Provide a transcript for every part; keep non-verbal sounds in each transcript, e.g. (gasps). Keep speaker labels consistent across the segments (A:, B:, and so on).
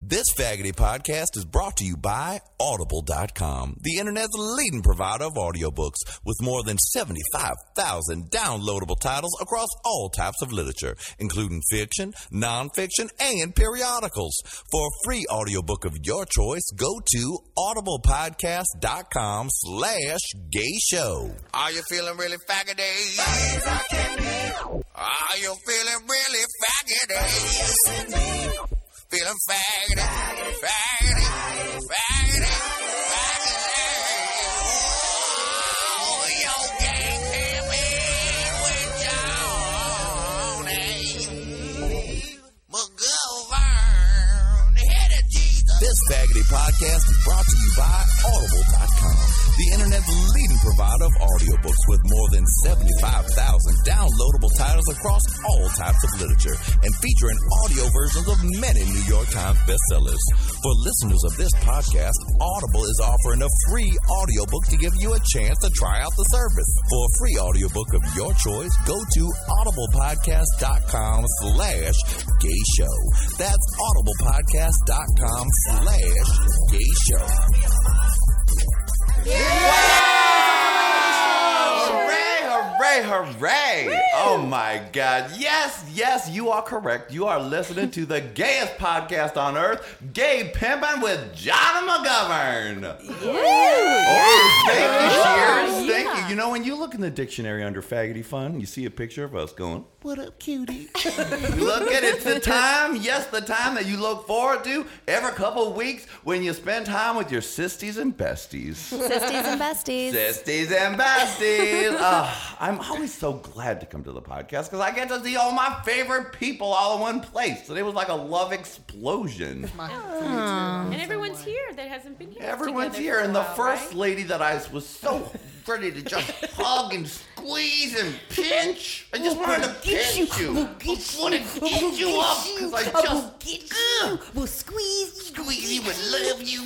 A: This Faggoty podcast is brought to you by Audible.com, the internet's leading provider of audiobooks, with more than 75,000 downloadable titles across all types of literature, including fiction, nonfiction, and periodicals. For a free audiobook of your choice, go to audiblepodcast.com slash gay show.
B: Are you feeling really faggoty? Are you feeling really faggoty? Feeling faggoty, faggoty, faggoty, faggoty. Oh, you can't hear me with Johnny. McGovern, head of Jesus.
A: This Faggoty podcast is brought to you by Audible.com, the internet's leading provider of audiobooks with more than 75,000 downloadable titles across all types of literature and featuring audio versions of many New York Times bestsellers. For listeners of this podcast, Audible is offering a free audiobook to give you a chance to try out the service. For a free audiobook of your choice, go to audiblepodcast.com slash gay show. That's audiblepodcast.com slash gay show.
C: Hooray, hooray. Oh my God. Yes, yes, you are correct. You are listening to the gayest podcast on earth, Gay Pimpin' with John McGovern. Oh, thank you, Cheers. Thank you. You know, when you look in the dictionary under faggoty fun, you see a picture of us going, What up, cutie? you (laughs) look at it, the time, yes, the time that you look forward to every couple of weeks when you spend time with your sisters and besties.
D: Sisters and besties.
C: Sisters and
E: (laughs)
C: besties. Ah, I'm always so glad to come to the podcast because I get to see all my favorite people all in one place. Today was like a love explosion.
E: And everyone's here that hasn't been here.
C: Everyone's
E: together
C: here,
E: for a
C: and the
E: while,
C: first
E: right?
C: lady that I was so ready to just hug and squeeze and pinch. I just wanted to pinch you. I wanted to pinch you up because I just ugh,
F: We'll squeeze you.
C: squeeze you and love you.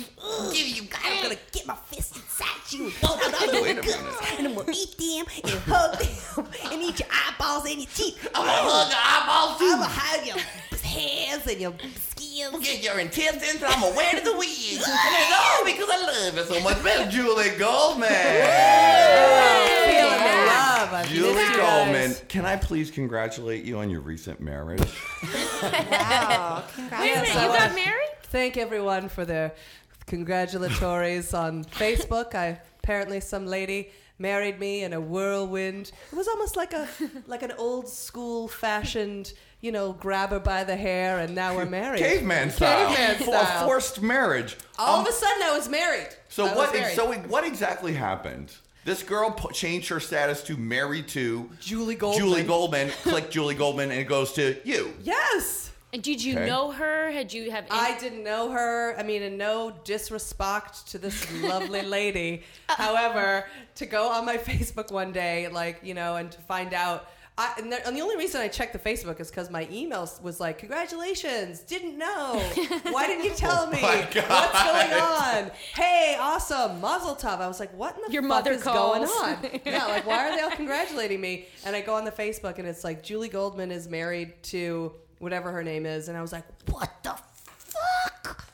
C: Give you
F: I'm gonna get my fist inside you and poke it out
C: Wait a
F: your (laughs)
C: minute.
F: and I'm gonna eat them and hug them and eat your eyeballs and your teeth. Oh,
C: I'm gonna hug your eyeballs
F: I'm
C: too.
F: gonna hug your hands and your skins.
C: Get your intestines. I'm gonna wear the wig. and it's all because I love it so much. Better Julie Goldman.
F: Feeling the love. I feel
C: Julie
F: it.
C: Goldman, can I please congratulate you on your recent marriage?
D: Oh.
F: (laughs) Wow.
E: Wait a minute,
G: so
E: you
G: much.
E: got married?
G: Thank everyone for their congratulatories on Facebook. I apparently some lady married me in a whirlwind. It was almost
E: (laughs)
G: like a like an old school fashioned, you know, grab her by the hair and now we're married.
C: Caveman style.
G: Caveman
C: For
G: style.
C: A forced marriage.
G: All
C: Um,
G: of a sudden I was married.
C: So
G: I was
C: what?
G: married.
C: So what exactly happened? This girl po- changed her status to married to
G: Julie Goldman.
C: Julie Goldman. click Julie Goldman, and it goes to you.
G: Yes.
E: And did you
C: Okay.
E: know her? Had you have?
G: I didn't know her. I mean, and no disrespect
E: (laughs)
G: to this lovely lady. However, to go on my (laughs) Facebook one day, like you know, and to find out. I, and, the, and the only reason I checked the Facebook is because my email was like, "Congratulations!
E: (laughs)
G: Didn't know. Why didn't you tell me?
C: Oh my
G: What's going on? Hey, awesome, Mazel Tov!" I was like, "What in the
E: Your
G: fuck
E: mother
G: is
E: calls.
G: going on? yeah, like why are they all congratulating me?" And I go on the Facebook, and it's like Julie Goldman is married to whatever her name is, and I was like,
F: What the fuck?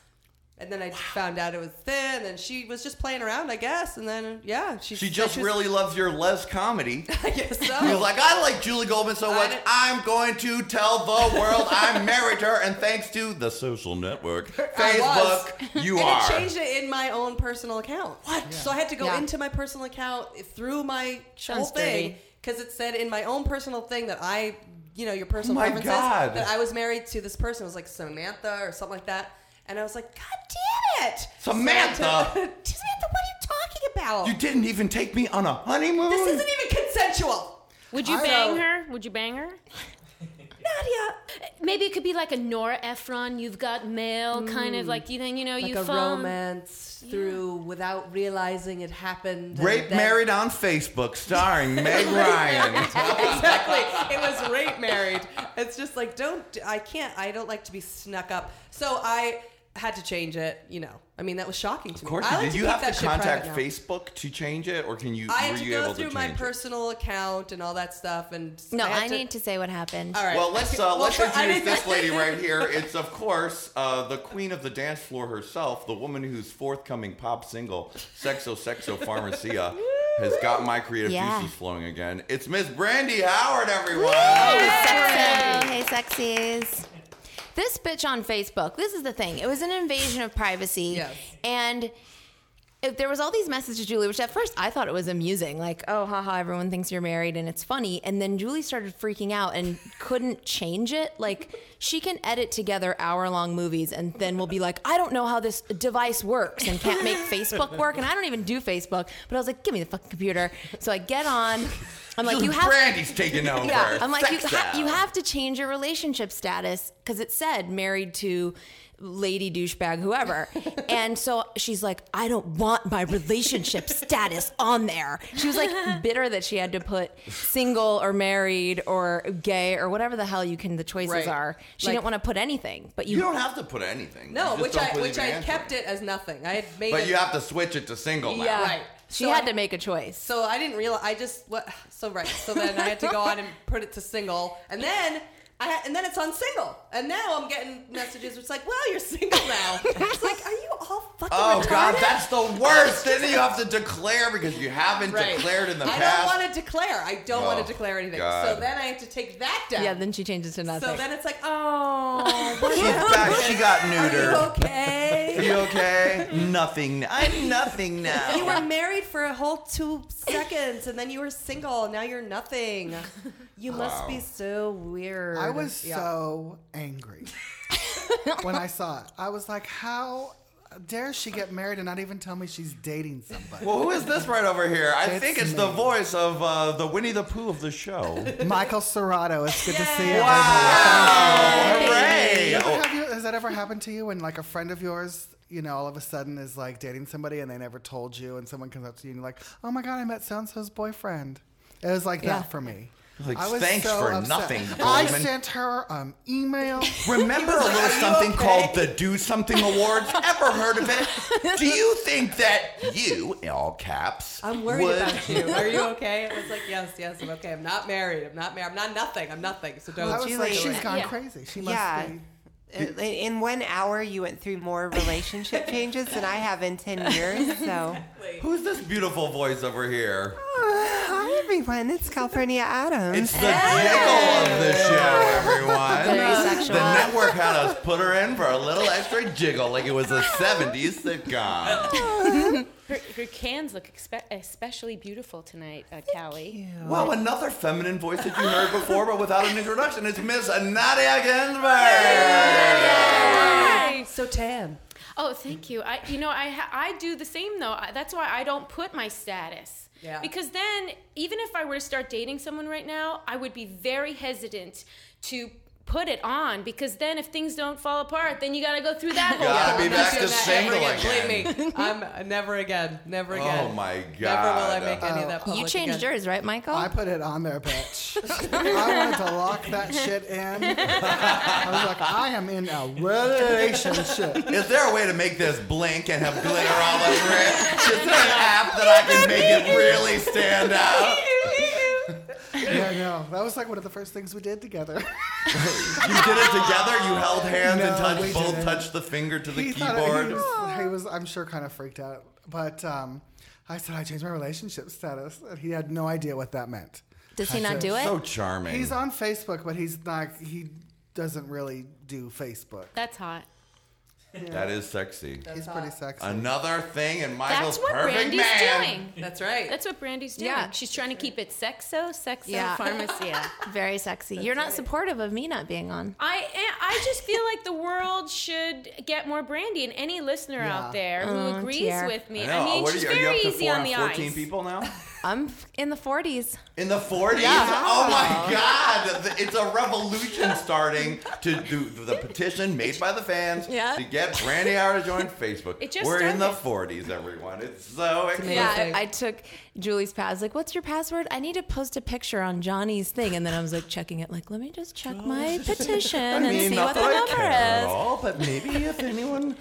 G: and then I found out it was thin, and then she was just playing around, I guess. And then, yeah, she
C: She
G: said
C: just
G: was-
C: really loves your Les comedy.
G: I guess so.
C: She was like, I like Julie Goldman so
G: I
C: much.
G: didn't-
C: I'm going to tell the world I married her, and thanks to the social network,
G: (laughs) I was. (laughs)
C: Facebook, you
G: and
C: are.
G: it changed it in my own personal account. What? So I had to go
D: Yeah.
G: into my personal account through my whole
D: Sounds
G: thing
D: dirty.
G: because it said in my own personal thing that I, you know, your personal
C: Oh my
G: preferences
C: God.
G: that I was married to this person. It was like Samantha or something like that. And I was like, God damn it,
C: Samantha.
G: (laughs) Samantha, what are you talking about?
C: You didn't even take me on a honeymoon.
G: this isn't even consensual,
E: would you
G: I
E: bang
G: know.
E: her? Would you bang (laughs) her?
G: Nadia.
E: Maybe it could be like a Nora Ephron. You've got mail, kind of like you then you know
G: like
E: you
G: a
E: phone.
G: romance through without realizing it happened. and
C: Rape
G: then-
C: Married on Facebook, starring Meg Ryan.
G: (laughs)
C: (laughs)
G: exactly. It was rape married. It's just like don't. I can't. I don't like to be snuck up. So I. had to change it. You know, I mean, that was shocking to
C: Of
G: me.
C: course,
G: I
C: you
G: like
C: did you
G: keep
C: have
G: that
C: to
G: shit private
C: contact
G: now.
C: Facebook to change it, or can you?
G: I had
C: were
G: to
C: you
G: go
C: able
G: through
C: to
G: my
C: change it?
G: personal account and all that stuff. And
D: No,
G: had
D: I need to say what happened.
G: All right.
C: Well, let's uh,
G: Well,
C: let's
G: for- (laughs) I
C: introduce this
G: didn't-
C: lady right here. It's of course uh, the queen of the dance floor herself, the woman whose forthcoming pop single "Sexo Sexo
G: (laughs)
C: Pharmacia" has got my creative
D: Yeah.
C: juices flowing again. It's Miss Brandy Howard, everyone.
D: Hey, sexy. Hey, sexies. This bitch on Facebook. This is the thing. It was an invasion of privacy.
G: Yes.
D: And it, there was all these messages to Julie, which at first I thought it was amusing, like, oh, haha, everyone thinks you're married and it's funny. And then Julie started freaking out and couldn't change it. Like, she can edit together hour long movies and then we'll be like, I don't know how this device works and can't (laughs) make Facebook work. And I don't even do Facebook. But I was like, give me the fucking computer. So I get on. I'm like, you have
C: Brandy's taking over.
D: (laughs) yeah, I'm like you,
C: Sexo.
D: ha- you have to change your relationship status because it said married to lady douchebag
G: (laughs)
D: whoever, and so she's like, I don't want my
G: (laughs)
D: relationship status on there. She was like bitter that she had to put single or married or gay or whatever the hell you can the choices
G: Right.
D: are. She
G: Like-
D: didn't want to put anything, but you,
C: You don't have to put anything. You
G: no,
C: just
G: which
C: don't
G: I
C: put
G: which
C: even
G: I
C: answer.
G: kept it as nothing. I had made.
C: But
G: a-
C: you have to switch it to single. now.
D: yeah,
G: Right.
D: she
G: So
D: had
G: I-
D: to make a choice.
G: So I didn't realize. I just what. So right. So then I had to go on and put it to single, and then I had, and then it's on single, and now I'm getting messages. which is like, well, you're single
C: (laughs)
G: now. it's like, are you all fucking?
C: Oh God,
G: retarded?
C: that's the worst. Then you have to declare because you haven't
G: Right.
C: declared in the
G: I
C: past.
G: don't want to declare. I don't
C: Oh,
G: want to declare anything.
C: God.
G: So then I had to take that down.
D: Yeah, then she changes to nothing.
G: so then it's like, oh, (laughs) what
C: She's back. She got neutered.
G: are you okay?
C: You okay? nothing. I'm nothing now.
G: You were married for a whole two seconds, and then you were single. Now you're nothing. You must be so weird.
H: I was
G: Yeah.
H: so angry when I saw it. I was like, how dare she get married and not even tell me she's dating somebody?
C: well, who is this right over here? I
H: It's
C: think it's the
H: me.
C: voice of uh, the Winnie the Pooh of the show.
H: Michael Serrato. It's good to see you.
C: Oh, Hooray!
H: Ever
C: Oh,
H: have you- has that ever happened to you when like a friend of yours, you know, all of a sudden is like dating somebody and they never told you, and someone comes up to you and you're like, "Oh my god, I met so and so's boyfriend." It was like
D: Yeah.
H: that for me.
C: Like,
H: I was
C: thanks
H: so
C: for
H: upset.
C: nothing,
H: I
C: Goldman.
H: sent her an email.
C: Remember a little something called the Do Something Awards? (laughs) Ever heard of it? Do you think that you, in all caps,
G: I'm worried
C: would
G: about you. Are you okay? I was like, yes, yes, I'm okay. I'm not married. I'm not married. I'm not nothing. I'm nothing. So don't.
H: I was
G: you
H: like,
G: do
H: she's
G: it.
H: gone
E: Yeah.
H: crazy. She must
F: Yeah. Uh,
H: be.
F: In- In one hour, you went through
H: (laughs)
F: more relationship changes than I have in 10 years. So,
C: Who's this beautiful voice over here?
F: hi, everyone. It's Calpurnia Adams.
C: It's the jiggle of the show,
D: Very
C: everyone.
D: sexual.
C: The network had us put her in for a little extra jiggle, like it was a '70s sitcom.
E: (laughs) Her, her cans look expe- especially beautiful tonight, uh, Callie.
C: Wow, another feminine voice that you heard before, but without an introduction. It's Miss Nadia Ginsburg.
G: so tan.
E: Oh, thank you. I, you know, I ha- I do the same though. I, that's why I don't put my status.
G: Yeah.
E: Because then, even if I were to start dating someone right now, I would be very hesitant to put it on because then if things don't fall apart, then you got to go through that whole.
C: Gotta
E: thing.
C: be
G: I'm not
C: back
G: doing
C: to
G: that
C: single
G: ever again.
C: again.
G: Believe me, I'm never again. Never again.
C: Oh my
G: Never will I
C: God.
G: make any
H: Oh.
G: of that.
D: you
G: public
D: changed
G: again.
D: yours, right, Michael?
H: I put it on there,
D: (laughs)
H: bitch. I wanted to lock that shit in. I was like, I am in a relationship.
C: (laughs) Is there a way to make this blink and have glitter all over it? Is there an app that I can make it really stand
D: (laughs)
C: out?
H: Yeah, no, that was like one of the first things we did together.
C: (laughs) You did it together. You held hands and
H: No,
C: touched,
H: we
C: both
H: didn't.
C: touched the finger to the
H: he thought
C: keyboard.
H: He was, he was, I'm sure, kind of freaked out. But um, I said I changed my relationship status, and he had no idea what that meant.
D: Does he not do it?
C: So charming.
H: He's on Facebook, but he's not. He doesn't really do Facebook.
E: That's hot.
C: that is sexy.
H: he's pretty sexy.
C: Another thing in Michael's
E: That's what
C: perfect
E: Brandy's
C: man.
E: doing.
G: That's right.
E: That's what Brandy's doing.
D: Yeah.
E: She's trying to keep it sexo, sexo,
D: Yeah. (laughs)
E: pharmacia.
D: Very sexy. You're not supportive of me not being on.
E: I am- I just feel like the world should get more brandy, and any listener out there who
D: Oh,
E: agrees
D: dear.
E: with
C: I,
E: me. I,
C: know.
E: mean,
C: What are
E: she's
C: you, are you
E: very
C: up to
E: easy
C: four
E: on
C: and
E: the
C: 14
E: eyes.
C: people now?
D: (laughs) I'm f- in the 40s.
C: In the 40s? Oh my God. The- It's a revolution starting to do the petition made by the fans
D: Yeah.
C: to get Brandy Howard to join Facebook.
E: It just
C: We're in the
E: started.
C: 40s, everyone. It's so exciting.
D: Yeah,
G: Amazing.
D: I, I took Julie's pass. Like, what's your password? I need to post a picture on Johnny's thing, and then I was like checking it. Like, let me just check my petition
C: (laughs) I
D: and
C: mean,
D: see
C: not
D: what the
C: that I
D: number
C: care at
D: is.
C: all, but maybe if anyone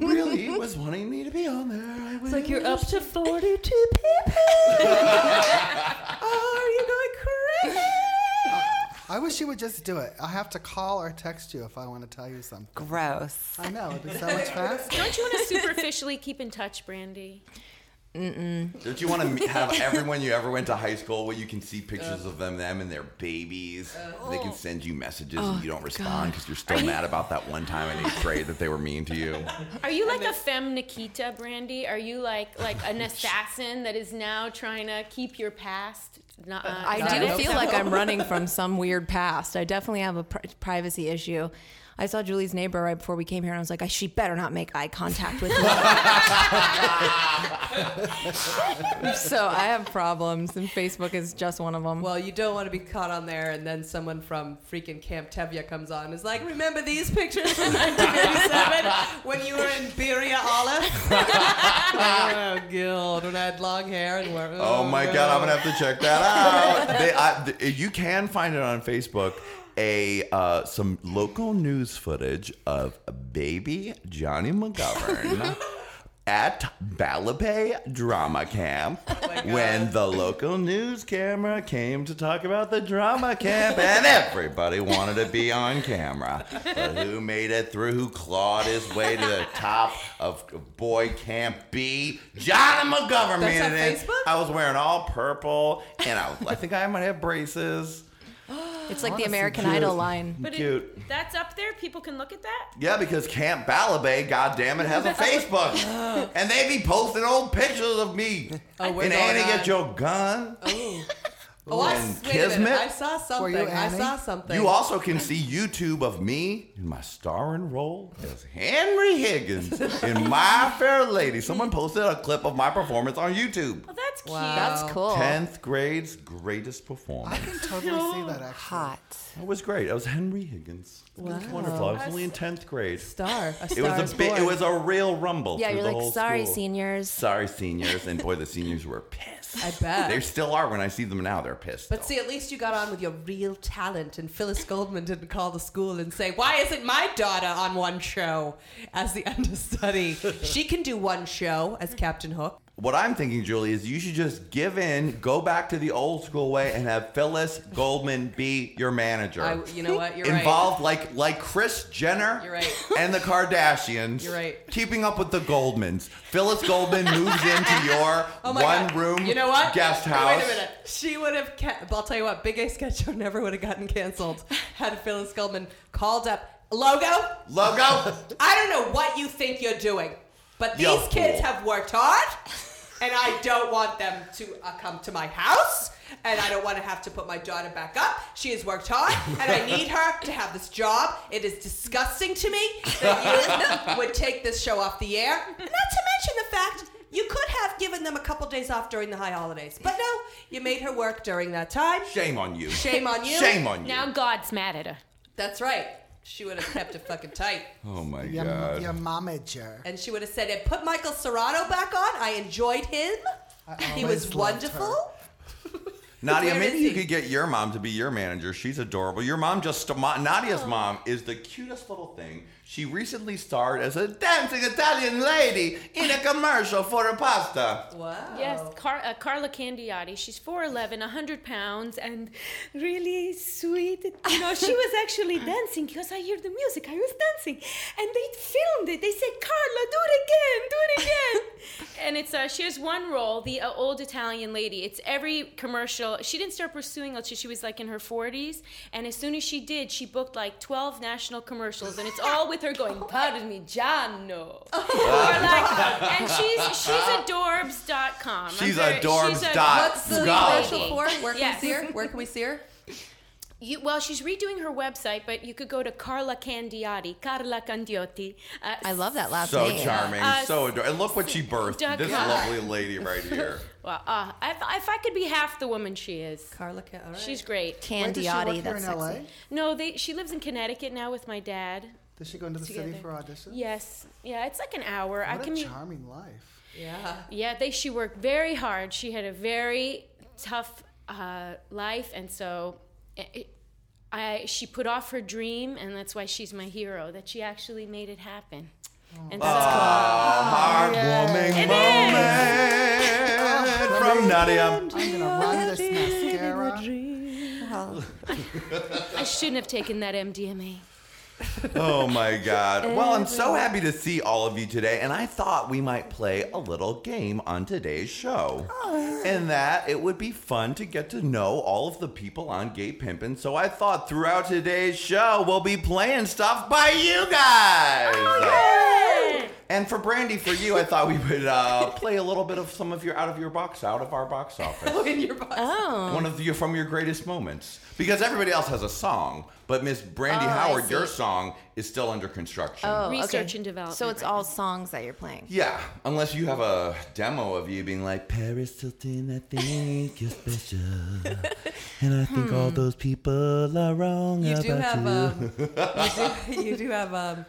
C: really was wanting me to be on there, I would.
G: It's like you're up to 42
C: (laughs)
G: people. (laughs) Are you going crazy?
H: I wish you would just do it. I have to call or text you if I want to tell you something.
F: Gross.
H: I know it'd be so much faster.
E: Don't you want
D: (laughs)
E: to superficially keep in touch, Brandy?
C: Don't you
D: (laughs)
C: want to have everyone you ever went to high school where you can see pictures of them, them and their babies? and they can send you messages and you don't respond because you're still mad about that one time in eighth grade that they were mean to you.
E: Are you like a femme Nikita, Brandy? Are you like like
D: (laughs)
E: an assassin that is now trying to keep your past? Not, uh,
D: I
E: not-
D: didn't feel
E: (laughs)
D: like I'm
E: (gasps)
D: running from some weird past. I definitely have a pri- privacy issue. I saw Julie's neighbor right before we came here, and I was like, "I- she better not make eye contact with
C: (laughs)
D: me. (laughs) so I have problems, and Facebook is just one of them.
G: Well, you don't want to be caught on there, and then someone from freaking Camp Tevye comes on and is like, remember these pictures from (laughs) 1987 when you were in Birria
H: (laughs)
G: Olive? oh, God. When I had long hair and wore,
C: Oh my god, I'm gonna have to check that out. They, I, th- you can find it on Facebook. A uh, some local news footage of baby Johnny McGovern at Balape Drama Camp when the local news camera came to talk about the drama camp (laughs) and everybody wanted to be on camera. But who made it through? Who clawed his way to the top of boy camp B? Johnny McGovern made
G: on
C: it in.
G: Facebook?
C: I was wearing all purple, and I, was, I think I might have braces.
D: it's like the
H: Honestly,
D: American
H: Julie-
D: Idol line.
E: But
C: Cute.
E: It, that's up there. People can look at that.
C: Yeah, because Camp Balabay, goddamn it, has
G: (laughs)
C: a Facebook, and they be posting old pictures of me.
G: Oh, we're
C: and
G: going
C: Annie,
G: on.
C: get your gun.
G: Oh, I,
C: And
G: wait a
C: Kismet?
G: minute. I saw something.
H: you
G: I saw
H: Annie?
G: something.
C: You also can see YouTube of me in my starring role as Henry Higgins in My Fair Lady. Someone posted a clip of my performance on YouTube.
G: Oh,
E: Well, that's cute.
G: Wow.
D: That's cool.
C: Tenth grade's greatest
H: I
C: performance.
H: can totally see that actually.
F: Hot.
C: It was great. It was Henry Higgins. It was wonderful. I was only in tenth grade.
G: Star. A
C: It
G: star
C: was
G: is
C: a bit,
G: born.
C: it was a real rumble.
D: Yeah,
C: through
D: you're
C: the
D: like,
C: whole
D: sorry,
C: school.
D: seniors.
C: Sorry, seniors, and boy, the seniors were pissed.
G: I bet.
C: They still are. When I see them now, they're pissed.
G: But
C: though.
G: see, at least you got on with your real talent, and Phyllis Goldman didn't call the school and say, "Why isn't my daughter on one show as the (laughs) understudy? she can do one show as Captain Hook."
C: What I'm thinking, Julie, is you should just give in, go back to the old school way, and have Phyllis Goldman be your manager.
G: I, you know what? You're
C: Involved like like Chris Jenner
G: You're right.
C: and the Kardashians.
G: You're right.
C: Keeping up with the Goldmans. Phyllis Goldman moves into your
G: right. (laughs) Oh
C: one
G: my God.
C: room
G: You know what?
C: guest house.
G: Wait a minute. She would have. Ca- I'll tell you what. Big A sketch show never would have gotten canceled had Phyllis Goldman called up Logo.
C: Logo.
G: I don't know what you think you're doing, but these
C: You
G: kids
C: fool.
G: have worked hard, and I don't want them to uh, come to my house, and I don't want to have to put my daughter back up. She has worked hard, and I need her to have this job. It is disgusting to me
E: (laughs)
G: that you would take this show off the air, not to mention the fact. You could have given them a couple days off during the high holidays, but no, you made her work during that time.
C: Shame on you.
G: Shame on you.
C: Shame on you.
E: Now God's mad at her.
G: That's right. She would have kept it fucking tight.
C: Oh my
H: Your,
C: god.
H: your momager.
G: and she would have said, "It put Michael Serrano back on. I enjoyed him. (laughs) he was
H: always loved
G: wonderful."
C: Nadia,
G: Where
C: maybe
G: is
C: you
G: he?
C: could get your mom to be your manager. She's adorable. Your mom just mo- Nadia's
G: Oh.
C: mom is the cutest little thing. She recently starred as a dancing Italian lady in a commercial for her pasta.
G: Wow.
E: Yes, Car- uh, Carla Candiotti. She's 4'11, 100 pounds, and really sweet. You know, she was actually dancing because I hear the music. I was dancing. And they filmed it. They said, Carla, do it again, do it again. and it's, uh, she has one role, the uh, old Italian lady. It's every commercial. She didn't start pursuing until she was like in her 40s. And as soon as she did, she booked like 12 national commercials. And it's all with her going, pardon me, Gianno. Or like, and she's she's adorbs.com. I'm
C: Uh, She's
E: very-
C: adorbs
E: a-
C: dot
G: What's the
C: Go.
G: commercial for? Where can
E: Yes.
G: we see her? Where can we see her?
E: You, well, she's redoing her website, but you could go to Carla Candiotti, Carla Candiotti. Uh,
D: I love that last
C: So
D: name.
C: charming,
E: Uh,
C: so adorable. And look what she birthed.
E: Duck
C: This
E: Hot.
C: lovely lady right here.
E: Well, uh, if, if I could be half the woman she is,
G: Carla. Ca- all right.
E: she's great.
H: Where does she work
D: Candiotti,
H: here in
D: that's sexy.
H: LA?
E: No, they, she lives in Connecticut now with my dad.
H: Does she go into the city
E: Together.
H: for auditions?
E: Yes, yeah, it's like an hour. I
H: What
E: can
H: a
E: be-
H: charming life.
G: yeah.
E: Yeah, they she worked very hard. She had a very tough uh, life, and so it, I, she put off her dream, and that's why she's my hero. That she actually made it happen. And so,
C: Heartwarming moment from Nadia.
H: I'm gonna run this mascara.
F: Well,
E: (laughs) I shouldn't have taken that MDMA.
C: Oh my God. Well, I'm so happy to see all of you today, and I thought we might play a little game on today's show. And that it would be fun to get to know all of the people on Gay Pimpin', so I thought throughout today's show we'll be playing stuff by you guys. Uh, And for Brandy, for you, I thought we would uh, play a little bit of some of your out of your box, out of our box office.
G: in your box.
D: Oh.
C: One of your from your greatest moments. Because everybody else has a song, but Miss Brandy
D: Oh, I
C: Howard, your
D: see.
C: song is still under construction.
D: Oh, okay.
E: Research and development
D: So it's
E: right
D: all songs that you're playing.
E: (laughs)
C: Yeah, unless you have a demo of you being like Paris Hilton, I think you're
G: (laughs)
C: special, and I think all those people are wrong
G: Hmm. You
C: about
G: do have
C: you. (laughs)
G: um,
B: (laughs)
G: you do, (laughs) you do have um,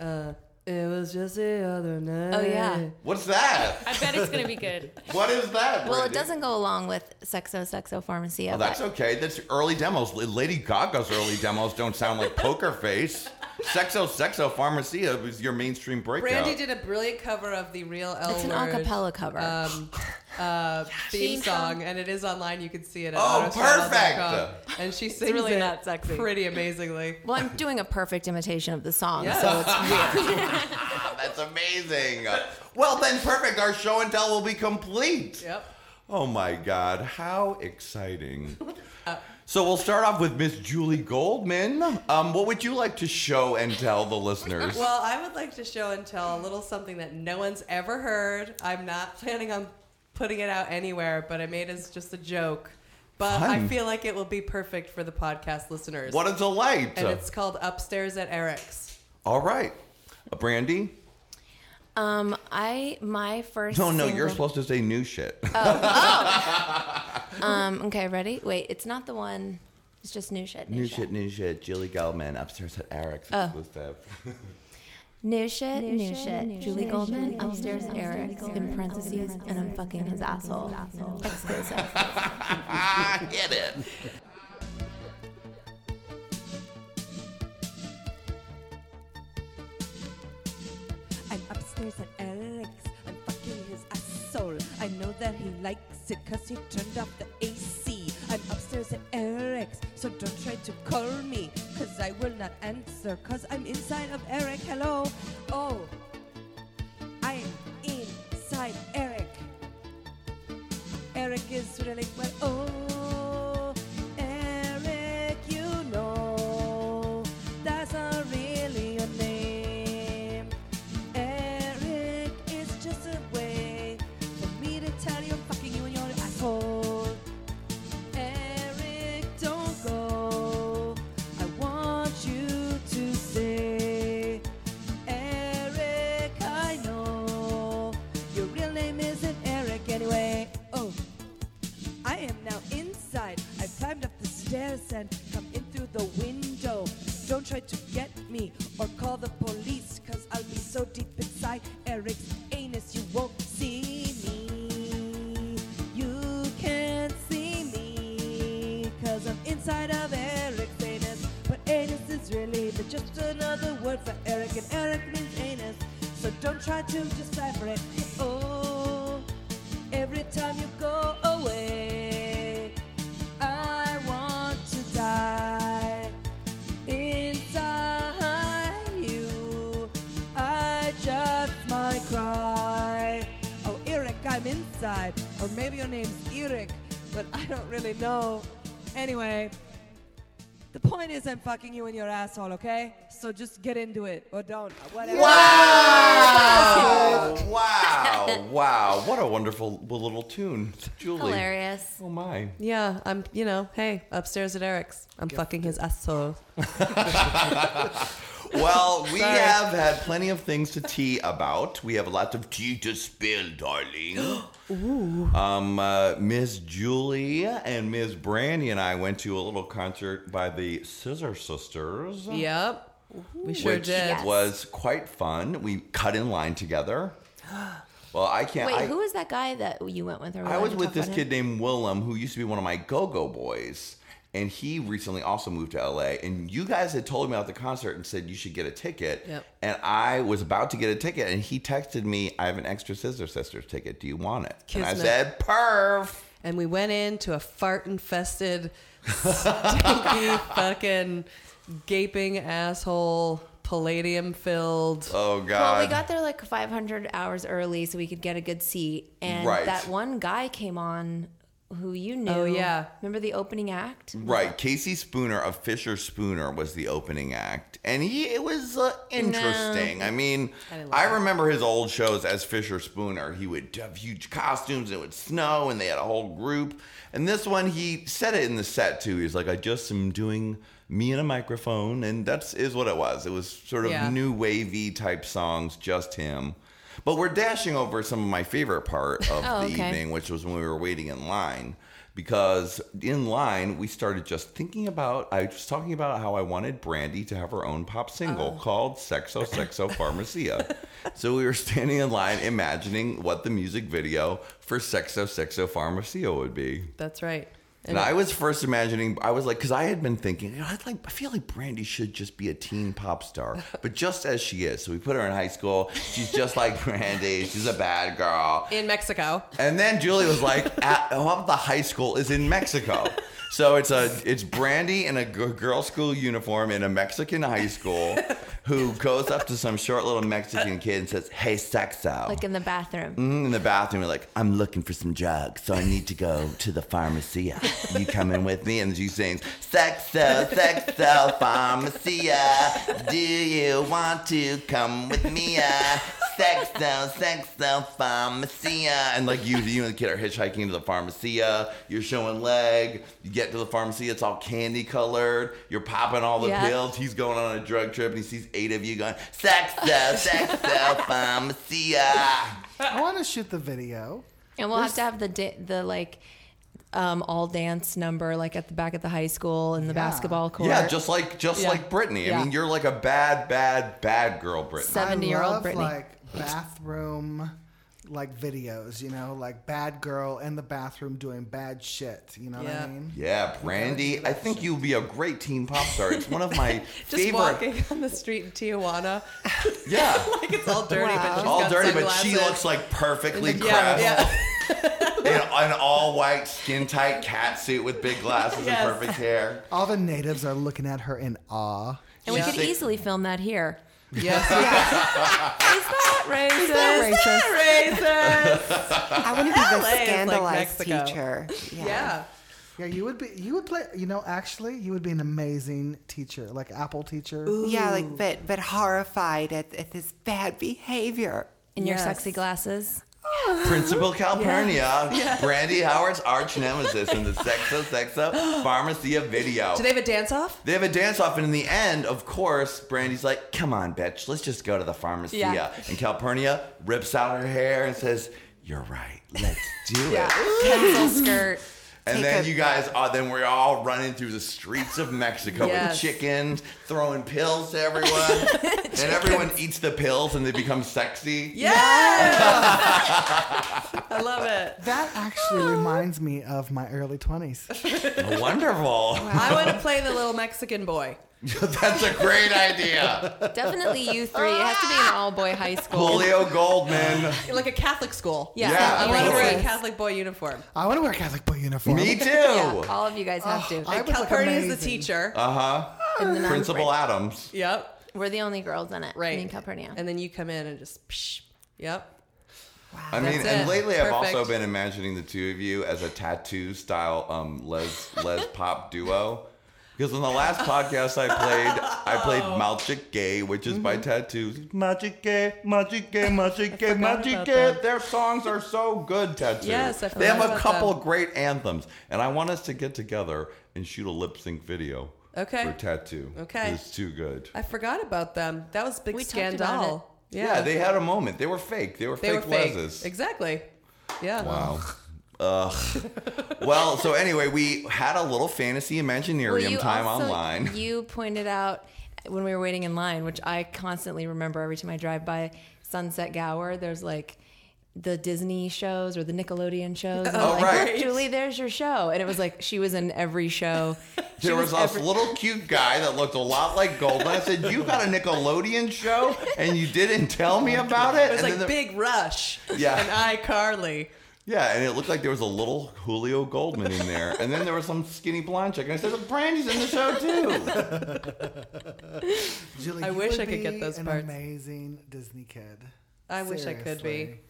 G: uh, it was just the other night.
D: Oh, yeah.
C: What's
D: (laughs)
C: that?
E: I bet it's gonna be good.
C: (laughs) What is that?
D: Well, it
C: Brandy?
D: doesn't go along with Sexo Sexo Pharmacy.
C: Oh, that's okay. That's early demos. Lady Gaga's early demos don't sound like Poker Face. Sexo Sexo Pharmacia was your mainstream breakout.
G: Brandy
C: (laughs)
G: did a brilliant cover of the real L
D: It's an
G: Word,
D: acapella cover.
G: Um, uh, theme song, and it is online. You can see it. At
C: Oh,
G: autostraddle.com. And
D: (laughs)
G: she sings
D: really
G: it
D: not sexy.
G: pretty amazingly.
D: (laughs) well, I'm doing a perfect imitation of the song,
G: Yeah.
D: so it's
G: (laughs)
D: weird.
C: Ah, (laughs) that's amazing. Well, then, perfect. Our show and tell will be complete. (laughs)
G: Yep.
C: Oh my God, how
D: (laughs)
C: exciting.
D: Uh,
C: So we'll start off with Miss Julie Goldman. Um, what would you like to show and tell the
D: (laughs)
C: listeners?
G: (laughs) Well, I would like to show and tell a little something that no one's ever heard. I'm not planning on putting it out anywhere, but I made it as just a joke. But I
C: Fun.
G: feel like it will be perfect for the podcast listeners.
C: what a delight.
G: and it's called Upstairs at Eric's.
C: All right. Uh, Brandy?
D: Um, I my first.
C: No, no, you're
D: single- Uh,
C: supposed to say new shit.
D: Um, okay, ready? Wait, it's not the one. It's just new shit. New,
C: (laughs) new
D: shit.
C: shit, new shit. Julie Goldman, upstairs at Eric's
D: Oh.
C: exclusive. (laughs)
D: New shit. New, shit. Julie Goldman upstairs. Eric in parentheses, and I'm fucking his asshole. Exclusive.
C: ah, get it.
I: I'm upstairs at Eric's. I'm fucking his asshole. I know that he likes it because he turned off the AC. I'm upstairs at Eric's, so don't try to call me because I will not answer because I'm inside of Eric. Hello? Oh, I'm inside Eric. Eric is really like, well, oh, Eric, you know, that's not really your name. Eric is just a way for me to tell you I'm fucking you and you're an asshole. Eric, don't go. I want you to stay. Eric, I know your real name isn't Eric anyway. Oh, I am now inside. I've climbed up the stairs and come in through the window. Don't try to get me or call the police, cause I'll be so deep inside Eric's anus you won't see me. You can't see me, cause I'm inside of Eric's anus. But anus is really the- just another word for Eric, and Eric means anus. So don't try to decipher it. Oh, Every time you go away, I want to die. Inside you, I just might cry. Oh, Eric, I'm inside. Or maybe your name's Eric, but I don't really know. Anyway, the point is I'm fucking you in your asshole, okay? So just get into it or don't. Whatever.
C: Wow!
D: Oh.
C: wow! Wow! What a wonderful little tune, Julie.
D: Hilarious.
C: Oh my!
G: Yeah, I'm, you know, hey, upstairs at Eric's. I'm fucking his asshole.
C: (laughs) Well, we have had plenty of things to tea about. We have lots of tea to spill, darling.
G: (gasps)
C: Um, uh, Miss Julie and Miss Brandy and I went to a little concert by the Scissor Sisters,
G: Yep. We sure
C: which
G: did.
C: was quite fun. We cut in line together. Well, I can't.
D: Wait,
C: I,
D: who was that guy that you went with? Or
C: I was with this kid named Willem, who used to be one of my go-go boys. And he recently also moved to LA. And you guys had told me about the concert and said you should get a ticket.
I: Yep.
C: And I was about to get a ticket, and he texted me, "I have an extra Scissor Sisters ticket. Do you want it?" And I
G: Kismet.
C: said, "Perf."
G: and we went into a
C: (laughs)
G: fart infested, stinky, fucking, gaping asshole, palladium filled.
C: Oh God.
D: Well, we got there like 500 hours early so we could get a good seat. And
C: Right.
D: that one guy came on who you knew.
G: Oh, yeah.
D: Remember the opening act?
C: Right, Casey Spooner of Fisher Spooner was the opening act, and he it was uh, interesting. (laughs) I mean, I, remember his old shows as Fisher Spooner. He would have huge costumes, and it would snow, and they had a whole group. And this one, he said it in the set too. He's like, "I just am doing me and a microphone," and that's is what it was. It was sort of
G: Yeah.
C: new wavy type songs, just him. But we're dashing over some of my favorite part of
D: Oh,
C: the
D: okay.
C: evening thing, which was when we were waiting in line. Because in line, we started just thinking about. I was talking about how I wanted Brandy to have her own pop single
D: Oh.
C: called Sexo Sexo
D: (laughs)
C: Pharmacia. so we were standing in line imagining what the music video for Sexo Sexo Pharmacia would be.
G: That's right.
C: And I was first imagining, I was like, because I had been thinking, you know, I'd like, I feel like Brandy should just be a teen pop star, but just as she is. So we put her in high school. She's just like Brandy. She's a bad girl.
G: in Mexico.
C: And then Julie was like, at, "Well, the high school is in Mexico." So it's a it's Brandy in a g- girl school uniform in a Mexican high school, who goes up to some short little Mexican kid and says, "Hey, sexo,"
D: Like in the bathroom.
C: Mm, in the bathroom. We're like, "I'm looking for some drugs, so I need to go to the pharmacia. You coming with me?" And she sings, "Sexo, sexo, pharmacia. uh, Do you want to come with me?" uh?" Sexo, sexo, pharmacia. And like you, you and the kid are hitchhiking to the pharmacia. You're showing leg. You get to the pharmacy. It's all candy colored. You're popping all the
D: Yeah.
C: pills. He's going on a drug trip and he sees eight of you going, sexo,
G: (laughs)
C: sexo, pharmacia.
H: I want to shoot the video.
D: And we'll have to have the da- the like um, all dance number like at the back of the high school in the
H: Yeah.
D: basketball court.
C: Yeah, just like just
G: Yeah.
C: like Brittany. I
G: Yeah.
C: mean, you're like a bad, bad, bad girl, Brittany.
H: I
D: 70 year old
H: love
D: Brittany.
H: like bathroom like videos, you know, like bad girl in the bathroom doing bad shit. You know what
G: Yeah.
H: I mean?
C: yeah, Brandy. I think you'll be a great teen pop star. It's one of my
G: (laughs) Just
C: favorite.
G: walking (laughs) on the street in Tijuana.
C: Yeah,
G: (laughs) Like it's all dirty, but she's
C: all
G: got
C: dirty, but
G: sunglasses.
C: she looks like perfectly
G: Yeah,
C: crafted.
G: yeah.
C: in an all white, skin tight cat suit with big glasses
G: Yes.
C: and perfect
G: (laughs)
C: hair.
H: All the natives are looking at her in awe.
D: and we
G: Yeah.
D: could
C: Sick.
H: (laughs)
D: easily film that here. (laughs)
G: Yes.
D: Is that racist?
G: Racist.
F: I want to be
G: LA
F: the
G: is like
F: scandalized
G: Mexico.
F: teacher. Yeah.
G: Yeah.
H: Yeah, you would be. You would play. You know, actually, you would be an amazing teacher, like Apple teacher.
F: Yeah, like but but horrified at, at this bad behavior.
D: In your
G: Yes.
D: sexy glasses.
C: Principal Calpurnia, Brandy Howard's arch nemesis in the Sexo
G: (gasps)
C: Sexo Pharmacia video.
G: Do they have a dance off?
C: They have a dance off, and in the end, of course, Brandy's like, "Come on, bitch, let's just go to the pharmacy."
D: Yeah.
C: And Calpurnia rips out her hair and says, "You're right, let's do it."
H: (laughs)
D: Pencil skirt.
C: And
F: Take
C: then
F: a-
C: you guys are then we're all running through the streets of Mexico
G: Yes.
C: with chickens, throwing pills to
G: (laughs)
C: everyone. and everyone eats the pills and they become sexy.
G: Yeah. I love (laughs) it.
H: that actually reminds me of my early twenties.
C: (laughs) Wonderful.
G: I want to play the little Mexican boy.
C: (laughs) That's a great idea.
D: Definitely you three. It has to be an all boy high school.
C: (laughs) Julio Goldman.
G: Like a Catholic school.
D: Yeah.
C: Yeah,
G: I want to
C: totally.
G: wear a Catholic boy uniform.
H: I want to wear a Catholic boy uniform. (laughs)
C: Me too.
D: Yeah, all of you guys have to.
H: Oh, I would look
G: Calpurnia is the
H: amazing.
G: teacher.
D: And then I'm-
C: Uh-huh. Principal Adams.
G: yep.
D: Oh. We're the only girls in it.
G: Right.
D: Me and Calpurnia.
G: And then you come in and just, psh, yep.
C: I mean,
G: That's
C: and
G: it.
C: lately I've also
G: Perfect.
C: been imagining the two of you as a tattoo style um, les les pop duo. Because on the last podcast I played, I played
G: Oh.
C: Malchik Gay, which is
G: Mm-hmm.
C: by Tattoos. Malchik Gay,
G: (laughs)
C: Malchik Gay, Malchik Gay,
G: forgot
C: Malchik
G: about
C: Gay. Their songs are so
G: (laughs)
C: good, Tattoos.
G: Yes, I
C: They have
G: forgot
C: a
G: about
C: couple
G: them.
C: great anthems. And I want us to get together and shoot a lip sync video
G: Okay.
C: for Tattoo.
G: Okay.
C: It's too good.
G: I forgot about them. That was a big
D: We talked about
G: scandal.
C: Yeah, they had a moment. They were fake. They were
G: They
C: fake
G: were fake.
C: leses.
G: Exactly. Yeah. (laughs)
C: Wow. Ugh. well, so anyway, we had a little fantasy imaginarium
D: you
C: time
D: also-
C: online.
D: (laughs)
C: (laughs)
D: You pointed out when we were waiting in line, which I constantly remember every time I drive by Sunset Gower, there's like the Disney shows or the Nickelodeon shows. And
C: Oh,
D: I'm like,
C: right.
D: "Look, Julie, there's your show. And it was like, she was in every show. She
C: There was, this
D: every-
C: little cute guy that looked a lot like Golden. I said, "You got a Nickelodeon show, and you didn't tell me about it."
G: (laughs) It was
C: and
G: like
C: then there-
G: Big Rush
C: Yeah.
G: (laughs) and iCarly.
C: Yeah, and it looked like there was a little Julio Goldman in there, and then there was some skinny blonde chick. And I said, "Brandy's in the show too."
H: Julie,
G: I
H: you
G: wish
H: would
G: I could get
H: be
G: those
H: an
G: parts.
H: Amazing Disney kid.
G: I wish I could be.
H: Seriously.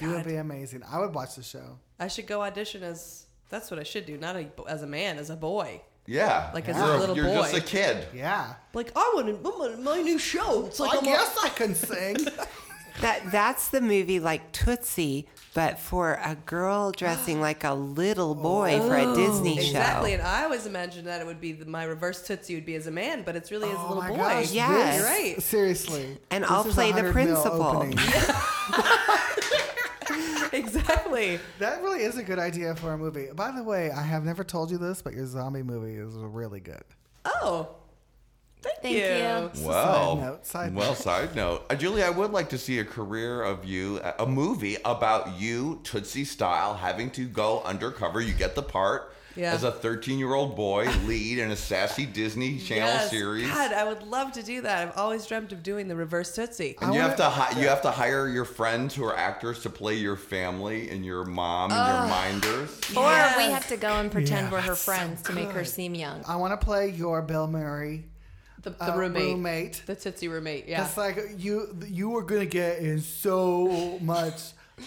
H: You would be amazing. I would watch the show.
G: I should go audition as. That's what I should do. Not a, as a man, as a boy.
C: Yeah,
G: Like as a
C: you're
G: little
C: you're
G: boy.
C: just a kid.
H: Yeah.
G: Like I want to, my new show. It's like
H: I
G: I'm a-
H: guess I can
G: (laughs)
H: sing.
F: That that's the movie like Tootsie, but for a girl
H: (gasps)
F: dressing like a little boy for a Disney show.
G: Oh. Exactly, and I always imagined that it would be the, my reverse tootsie would be as a man, but it's
H: Oh
G: really as a little boy.
F: Yeah.
H: this-
F: You're
G: right.
H: Seriously.
F: And
H: This
F: I'll
H: is
F: play the
H: 100 mil
F: principal.
H: opening.
G: exactly.
H: That really is a good idea for a movie. By the way, I have never told you this, but your zombie movie is really good.
G: Oh, thank,
D: Thank you.
C: Well,
H: note, side
C: well,
H: note.
C: side note, uh, Julie, I would like to see a career of you, a movie about you, Tootsie style, having to go undercover. You get the part
G: Yeah.
C: as a 13 year old
G: (laughs)
C: boy, lead in a sassy Disney Channel
G: Yes.
C: series.
G: God, I would love to do that. I've always dreamt of doing the reverse tootsie.
C: And you have to hi- you have to hire your friends who are actors to play your family and your mom and your minders.
D: Or we
G: Yes.
D: have to go and pretend
H: Yeah,
D: we're her
H: that's so
D: friends to make her
H: good.
D: seem young.
H: I want to play your Bill Murray
G: The, the
H: uh,
G: roommate.
H: roommate.
G: the tootsie roommate. Yeah,
H: That's like you you are gonna get in so much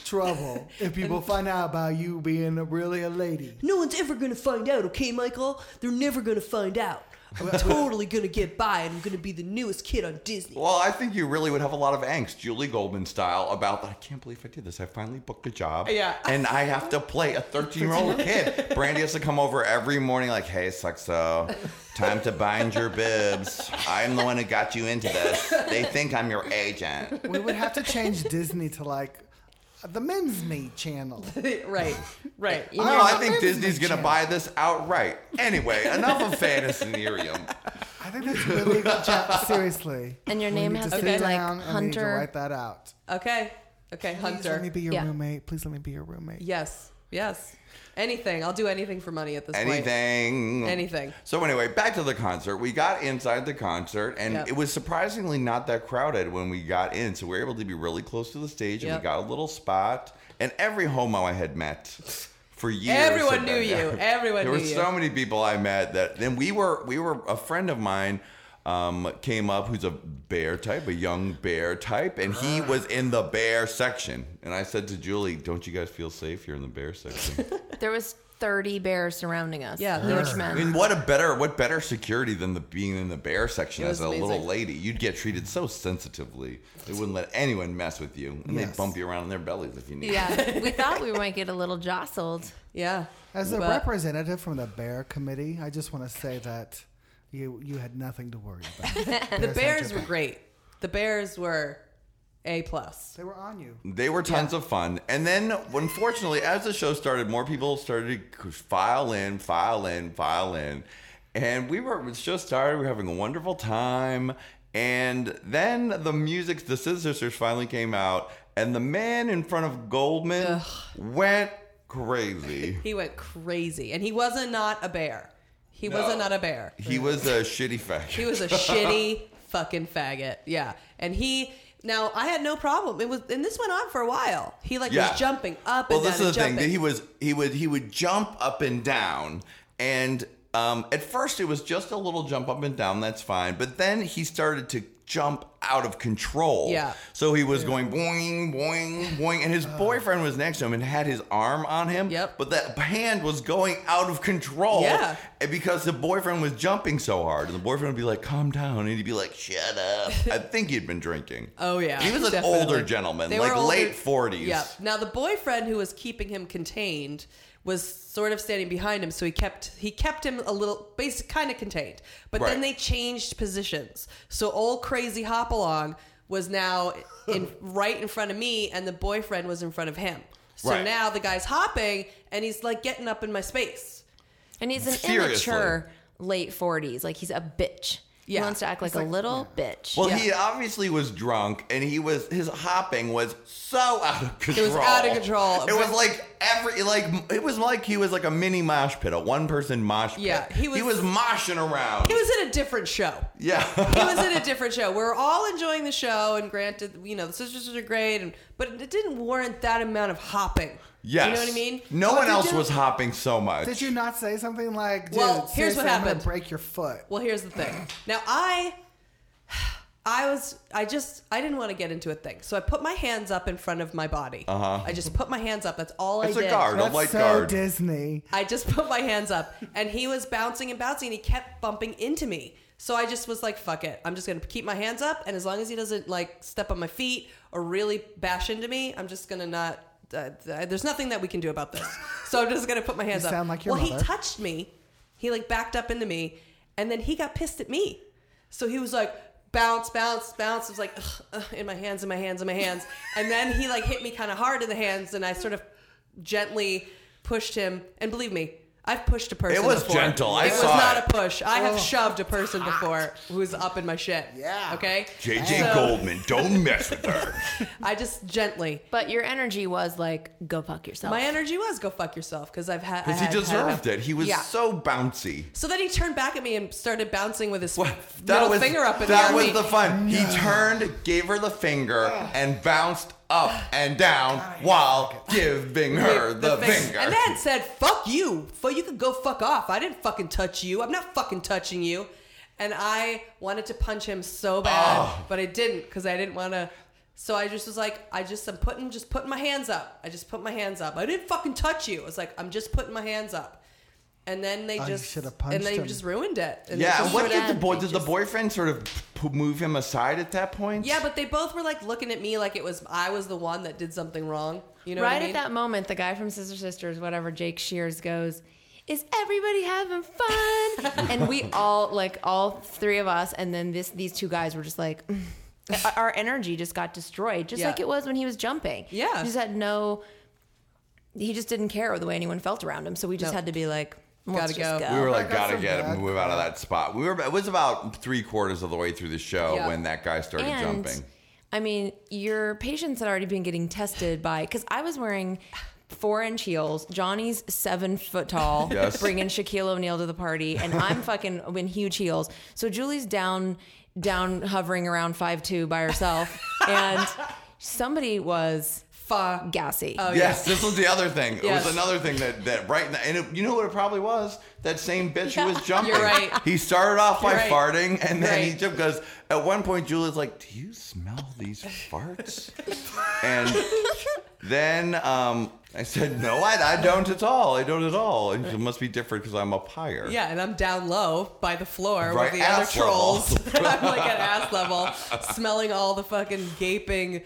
H: trouble if people find out about you being really a lady.
I: No one's ever gonna find out, okay, Michael? They're never gonna find out. I'm totally gonna get by and I'm gonna be the newest kid on
H: (laughs)
I: Disney.
C: Well, I think you really would have a lot of angst, Julie Goldman style, about I can't believe I did this. I finally booked a job.
G: Yeah.
C: And I have to play a 13 year old kid. Brandy has to come over every morning, like, hey, Suxo, time to bind your bibs. I'm the one who got you into this. They think I'm your agent.
H: We would have to
G: (laughs)
H: change Disney to like the men's meat channel.
G: right, right.
C: No,
H: know,
C: Oh, I think
H: I'm
C: Disney's
H: the
C: going to buy this outright. Anyway, enough of fantasynerium.
H: I think that's really good job. Seriously.
D: And your
H: We
D: name
H: need
D: has
H: to
D: to
H: sit
D: be like
H: down and we need to
D: Hunter.
H: write that out.
G: Okay, okay,
H: Please let me
G: Hunter.
H: be your
D: Yeah.
H: roommate. Please let me be your roommate.
G: Yes, yes. Anything. I'll do anything for money at this point.
C: Anything.
G: Anything.
C: So anyway, back to the concert. We got inside the concert, and
G: Yep.
C: it was surprisingly not that crowded when we got in. So we were able to be really close to the stage, and
G: Yep.
C: we got a little spot. And every homo I had met for years,
G: Everyone
C: had
G: knew
C: been there.
G: you. Everyone
C: there
G: knew
C: were
G: you.
C: so many people I met that then we were we were a friend of mine. Um, came up who's a bear type, a young bear type, and
G: Ah.
C: he was in the bear section. And I said to Julie, "Don't you guys feel safe? You're in the bear section."
D: There was 30 bears surrounding us.
G: Yeah, there
D: Which
G: were-
C: I
D: meant
C: mean, what a better what better security than the being in the bear section
G: It
C: as
G: was
C: a little
G: amazing.
C: lady. You'd get treated so sensitively. They wouldn't let anyone mess with you, and
H: Yes.
C: they'd bump you around in their bellies if you need.
D: (laughs) Yeah, we thought we might get a little jostled.
G: Yeah.
H: As a
G: But-
H: representative from the Bear Committee, I just want to say that you you had nothing to worry
D: (laughs)
H: about.
G: The Bears
H: had
G: were
H: your back.
G: great. The Bears were a plus.
H: They were on you.
C: (laughs) They were tons of fun. And then, unfortunately, as the show started, more people started to file in, file in, file in. And we were, the show started, we were having a wonderful time. And then the music, the Sisters finally came out, and the man in front of Goldman went crazy.
G: He went crazy, and he wasn't not a bear. He wasn't not a bear.
C: He was a shitty fag.
G: He was
C: (laughs)
G: a shitty fucking faggot. Yeah. And he now I had no problem. It was and this went on for a while. He like was jumping up
C: Well,
G: and down
C: this
G: and
C: is the thing.
G: jumping.
C: that He was he would he would jump up and down, and um, at first it was just a little jump up and down. That's fine, but then he started to jump out of control.
G: Yeah.
C: So he was going boing boing boing,
G: (sighs)
C: and his boyfriend was next to him and had his arm on him.
G: Yep.
C: But that hand was going out of control.
G: Yeah.
C: And because the boyfriend was jumping so hard, and the boyfriend would be like, "Calm down," and he'd be like, "Shut
G: (laughs)
C: up." I think he'd been drinking.
G: Oh yeah,
C: He was an
G: definitely.
C: older gentleman,
G: They
C: like
G: were older-
C: late forties.
G: Yep. Now the boyfriend who was keeping him contained was sort of standing behind him, so he kept he kept him a little, basic kind of contained. But then
C: Right.
G: they changed positions, so old crazy Hopalong was now in
C: (laughs)
G: right in front of me, and the boyfriend was in front of him. So
C: Right.
G: now the guy's hopping, and he's like getting up in my space.
D: And he's an
C: Seriously.
D: immature late 40s. Like he's a bitch. He
G: Yeah.
D: wants to act like, a little bitch.
C: Well, he obviously was drunk, and he was his hopping was (laughs) so out of control.
G: was out of control.
C: It was like
G: (laughs)
C: every like it was like he was like a mini mosh pit, a one person mosh pit.
G: Yeah, he
C: he was
G: was-
C: moshing around.
G: (laughs) He was in a different show.
C: yeah,
G: he was in a different show. We're all enjoying the show, and granted, you know the sisters are great, and, but it didn't warrant that amount of hopping.
C: yes.
G: you know what I mean.
C: No
G: So
C: one
G: if you
C: else
G: do-
C: was hopping so much.
H: Did you not say something like, Dude,
G: Well, here's what
H: seriously, I'm gonna
G: happened.
H: break your foot.
G: Well, here's the thing. Now I, (sighs) I was, I just, I didn't want to get into a thing, so I put my hands up in front of my body. Uh-huh. I just put my hands up. That's all
C: It's
G: I
C: a
G: did.
C: guard, a
H: That's
C: light
H: so
C: guard.
H: Disney.
G: I just put my hands up and he was bouncing and bouncing and he kept bumping into me. So I just was like, fuck it. I'm just going to keep my hands up. And as long as he doesn't like step on my feet or really bash into me, I'm just going to not. Uh, th- there's nothing that we can do about this. So I'm just going to put my hands up.
H: sound like your
G: well, he
H: mother.
G: touched me. He like backed up into me and then he got pissed at me. So he was like, bounce, bounce, bounce. It was like, ugh, ugh, in my hands, in my hands, in my hands. And then he like hit me kind of hard in the hands, and I sort of gently pushed him. And believe me, I've pushed a person.
C: It was
G: before.
C: gentle. I
G: it was
C: saw
G: not
C: it.
G: a push. I have shoved a person before who's up in my shit.
H: Yeah.
G: Okay.
C: JJ
G: So,
C: Goldman, don't mess with her.
G: I just gently.
D: but your energy was like, go fuck yourself.
G: My energy was go fuck yourself because I've had. (laughs) I
C: Because he
G: had-
C: deserved
G: had-
C: it. He was
G: Yeah.
C: so bouncy.
G: So then he turned back at me and started bouncing with his
C: What?
G: middle finger up in the air.
C: that
G: at
C: was
G: me.
C: the fun. He turned, gave her the
G: (sighs)
C: finger, and bounced up and down while giving her the,
G: thing.
C: finger.
G: And then said, fuck you. Fuck, you could go fuck off. I didn't fucking touch you. I'm not fucking touching you. And I wanted to punch him so bad,
C: Oh.
G: but I didn't because I didn't want to. So I just was like, I just, I'm putting, just putting my hands up. I just put my hands up. I didn't fucking touch you. It's like, I'm just putting my hands up. And then they
H: Oh, you
G: just,
H: should have
G: and
H: punched
G: they
H: him.
G: just ruined it. And they
C: yeah,
G: just
C: and what
G: sort of-
C: did the boy?
D: they
C: Did the
D: just-
C: boyfriend sort of p- move him aside at that point?
G: Yeah, but they both were like looking at me like it was, I was the one that did something wrong. You know
D: right
G: what I
D: at
G: mean?
D: that moment, the guy from Sister Sisters, whatever, Jake Shears goes, is everybody having
G: (laughs)
D: fun? and we all, like all three of us, and then this these two guys were just
G: (laughs)
D: like, our energy just got destroyed, just
G: Yeah.
D: like it was when he was jumping.
G: Yeah.
D: he just had no. He just didn't care the way anyone felt around him, so we just
G: No.
D: had to be like,
G: Gotta
D: Let's just
G: go.
D: go.
C: we were like,
H: got
C: gotta
H: so
C: get him
H: bad.
C: move out of that spot. We were. It was about three quarters of the way through the show
G: Yeah.
C: uh, when that guy started
D: and
C: jumping.
D: I mean, your patients had already been getting tested by because I was wearing four inch heels. Johnny's seven foot tall,
C: (laughs) Yes.
D: bringing Shaquille O'Neal to the party, and
C: (laughs)
D: I'm fucking in huge heels. So Julie's down, down, hovering around five two by herself, and somebody was
G: Fuck. Oh,
D: gassy.
C: Yes, this
D: (laughs)
C: was the other thing. It
G: Yes.
C: was another thing that that right now, and it, you know what it probably was that same bitch who was jumping.
G: (laughs) You're right.
C: He started off by
G: You're right.
C: farting, and then he
G: Right.
C: jumped because at one point Julia's like, "Do you smell these
G: (laughs)
C: farts?" and then um, I said, "No, I, I don't at all. I don't at all. And she said, It must be different because I'm up higher."
G: Yeah, and I'm down low by the floor
C: Right,
G: with the other
C: ass level.
G: trolls. (laughs) I'm like at ass level, smelling all the fucking gaping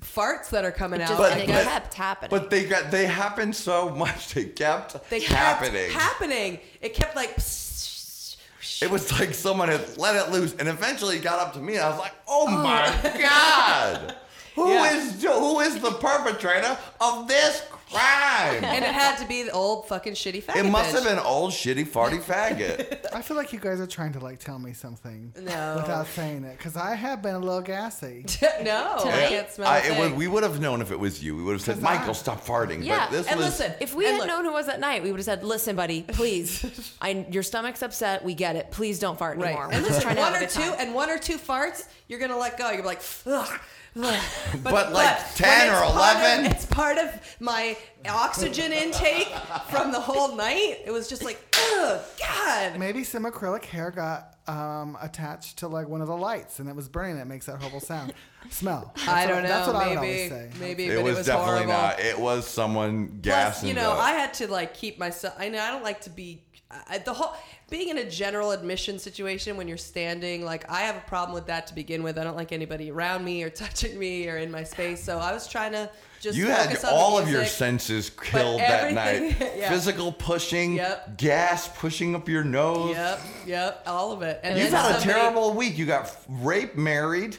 G: farts that are coming out.
D: Just
C: But-
D: and it
C: but-
D: kept
C: (laughs)
D: happening.
C: But they got they happened so much. They kept
G: they kept
C: happening.
G: happening. It kept like. psst,
C: It was like someone had let it loose, and eventually it got up to me, and I was like, "Oh my god, Who is
G: Yeah.
C: who is the perpetrator of this crime?"
G: And it had to be the old fucking shitty (laughs) faggot.
C: It must have
G: bitch.
C: been old shitty
G: (laughs)
C: farty faggot.
H: I feel like you guys are trying to like tell me something
G: No.
H: without saying it because I have been a little gassy.
G: (laughs) no, Oh, I
D: Tonight?
G: can't smell
C: I-
G: a
C: it would-
G: thing.
C: we would have known if it was you. We would have said, "Michael, stop farting."
D: Yeah,
C: but this
G: and
C: was
G: listen,
D: If we
G: and
D: had
G: look,
D: known who was at night, we would have said, "Listen, buddy,
G: (laughs)
D: please, I, your stomach's upset. We get it. Please don't fart
G: Right.
D: anymore. We're
G: And
D: just
G: listen,
D: trying to
G: one
D: have a
G: or
D: good
G: two,
D: time."
G: and one or two farts, you're gonna let go. You're like, ugh.
D: (laughs)
G: ugh."
C: But like 10
G: it's
C: or
G: part of-
C: 11?
G: it's part of my oxygen intake from the whole night. It was just like, ugh, God.
H: Maybe some acrylic hair got um, attached to like one of the lights and it was burning. It makes that horrible sound.
G: (laughs)
H: Smell. That's
G: I don't
H: what-
G: know.
H: That's what
G: maybe,
H: I would always say.
G: maybe,
C: it
G: but
C: was,
G: it was
C: definitely
G: horrible.
C: not. It was someone
G: Plus,
C: gassing.
G: you know,
C: the-
G: I had to like keep myself. I know I don't like to be I, the whole being in a general admission situation when you're standing. Like I have a problem with that to begin with. I don't like anybody around me or (laughs) touching me or in my space. So I was trying to just
C: you had
G: focus on the
C: all of your
G: music.
C: senses killed that night.
G: everything- (laughs) yeah.
C: Physical pushing,
G: Yep.
C: gas pushing up your nose.
G: Yep, yep, all of it. And
C: You've
G: then
C: had a
G: somebody-
C: terrible week. You got rape married,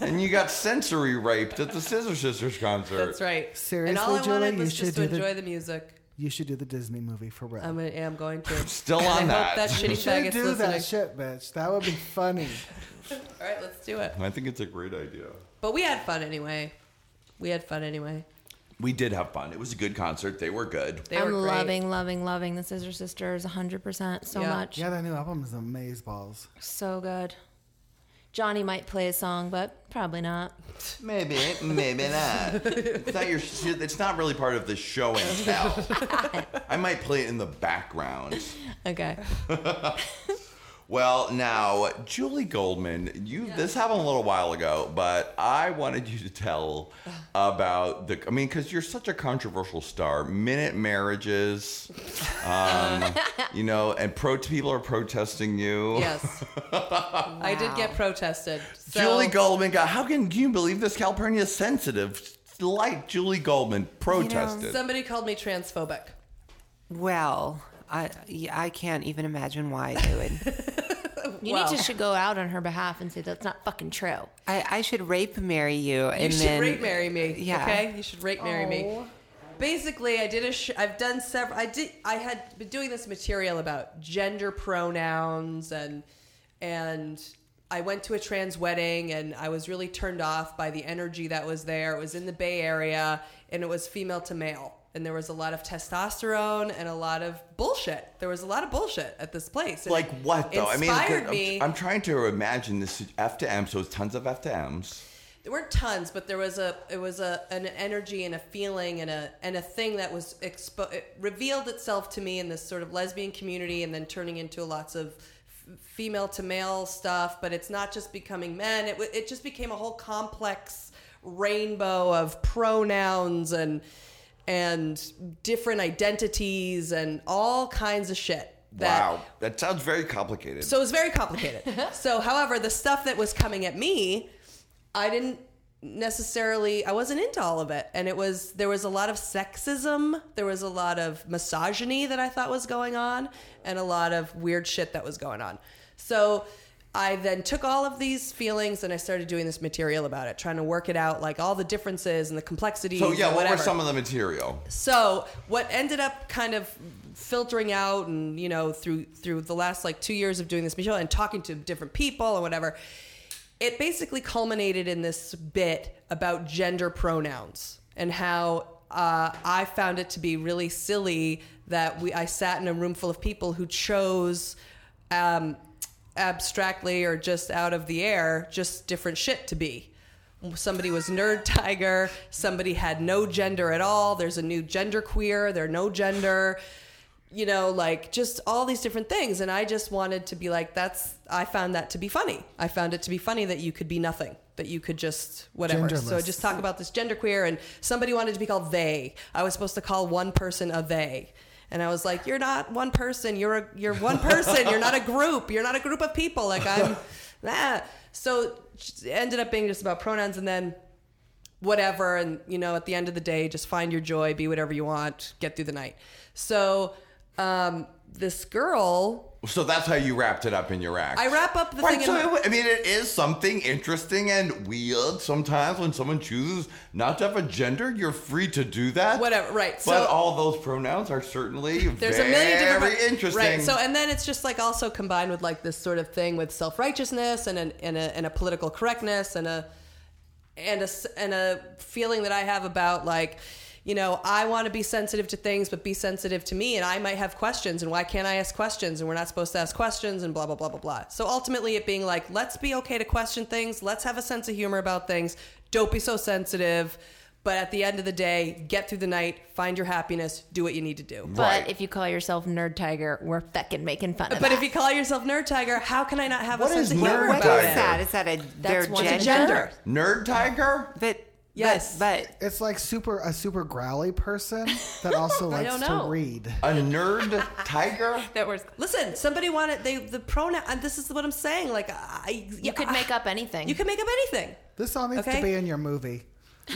C: and you got sensory raped at the Scissor Sisters concert.
G: That's right. (laughs)
H: Seriously,
G: and all I
H: Julie,
G: wanted
H: you
G: was
H: should
G: just to
H: do the-
G: enjoy the music.
H: You should do the Disney movie for real.
G: I'm, gonna, I'm going to.
C: Still
G: I
C: on
G: hope
C: that.
G: that shitty
H: you
G: faggot's
H: should do
G: listening.
H: that shit, bitch. That would be funny.
G: All right, let's do it.
C: I think it's a great idea.
G: (laughs) But we had fun anyway. We had fun anyway.
C: We did have fun. It was a good concert. They were good.
G: They
D: I'm
G: were great. (laughs)
D: loving, loving, loving the Scissor Sisters 100% so
G: Yeah.
D: much.
H: yeah, that new album is amazeballs. balls.
D: So good. Johnny might play a song, but probably not.
C: Maybe,
D: (laughs)
C: maybe not. It's not your. sh- It's not really part of the show and
D: (laughs)
C: tell. I might play it in the background.
D: Okay.
C: Well, now Julie Goldman, you this happened a little while ago, but I wanted you to tell about the. I mean, because you're such a controversial star. Minute marriages,
D: (laughs)
C: um, you know, and pro people are protesting you.
H: (laughs)
G: Yes. I did get protested. So,
C: Julie Goldman got. How can you believe this Calpurnia sensitive like Julie Goldman protested?
G: Somebody called me transphobic.
F: Well, I yeah, I can't even imagine why they would.
D: You
G: Wow.
D: need to should go out on her behalf and say that's not fucking true.
F: I, I should rape marry you, and
G: you should
F: then
G: rate marry me.
F: Yeah.
G: Okay. You should rate marry me. Basically, I did a. Sh- I've done several. I did. I had been doing this material about gender pronouns and and I went to a trans wedding and I was really turned off by the energy that was there. It was in the Bay Area and it was female to male and there was a lot of testosterone and a lot of bullshit. There was a lot of bullshit at this place. And
C: Like
G: it
C: what though?
G: Inspired
C: I'm-
G: me.
C: I'm, trying to imagine this F to M, so it's tons of F to M's.
G: there weren't tons, but there was a it was a an energy and a feeling and a and a thing that was expo- it revealed itself to me in this sort of lesbian community, and then turning into lots of f- female to male stuff. But it's not just becoming men; it w- it just became a whole complex rainbow of pronouns and and different identities and all kinds of shit. That
C: wow, that sounds very complicated.
G: so it was
C: (laughs)
G: very complicated. so, however, the stuff that was coming at me, I didn't necessarily I wasn't into all of it and it was there was a lot of sexism, there was a lot of misogyny that I thought was going on and a lot of weird shit that was going on. So, I then took all of these feelings and I started doing this material about it, trying to work it out like all the differences and the complexities.
C: So, yeah,
G: and
C: what
G: whatever.
C: were some of the material?
G: So what ended up kind of filtering out, and you know, through through the last like two years of doing this Michelle and talking to different people and whatever, it basically culminated in this bit about gender pronouns and how uh, I found it to be really silly that we I sat in a room full of people who chose. Um, abstractly or just out of the air just different shit to be somebody was nerd tiger somebody had no gender at all there's a new gender queer they're no gender you know like just all these different things and i just wanted to be like that's i found that to be funny i found it to be funny that you could be nothing that you could just whatever so
H: Genderless.
G: just talk about this gender queer and somebody wanted to be called they i was supposed to call one person a they and i was like you're not one person you're a you're one person you're not a group you're not a group of people like i'm (laughs) that so it ended up being just about pronouns and then whatever and you know at the end of the day just find your joy be whatever you want get through the night so um this girl
C: So that's how you wrapped it up in your act.
G: I wrap up the
C: Right,
G: thing in
C: so
G: my-
C: it- I mean, it is something interesting and weird sometimes when someone chooses not to have a gender. You're free to do that.
G: Whatever, right,
C: But
G: so-
C: all those pronouns are certainly
G: (laughs) there's
C: very
G: a million different
C: interesting.
G: right so and then it's just like also combined with like this sort of thing with self-righteousness and an, and a, and a political correctness and a and a s- and a feeling that I have about like you know I want to be sensitive to things but be sensitive to me and I might have questions and why can't I ask questions and we're not supposed to ask questions and blah blah blah blah blah so ultimately it being like let's be okay to question things let's have a sense of humor about things don't be so sensitive but at the end of the day get through the night find your happiness do what you need to do
C: Right.
D: But if you call yourself Nerd Tiger, we're fucking making fun of
G: but
D: that.
G: if you call yourself nerd tiger how can I not have
C: What
G: a sense
C: is
G: of
C: nerd
G: humor
F: What is
G: about
C: tiger?
G: it
F: that? Is that a their
D: one's
F: gender?
G: gender
C: Nerd tiger?
F: But
G: Yes.
F: but,
H: It's like super a super growly person that also
G: (laughs)
H: likes
G: don't
H: to
G: know.
H: read.
C: A nerd tiger?
D: that was,
G: Listen, somebody wanted they the pronoun. And this is what I'm saying. Like I,
D: you could make up anything.
G: You could make up anything,
H: This all needs
G: Okay.
H: to be in your movie.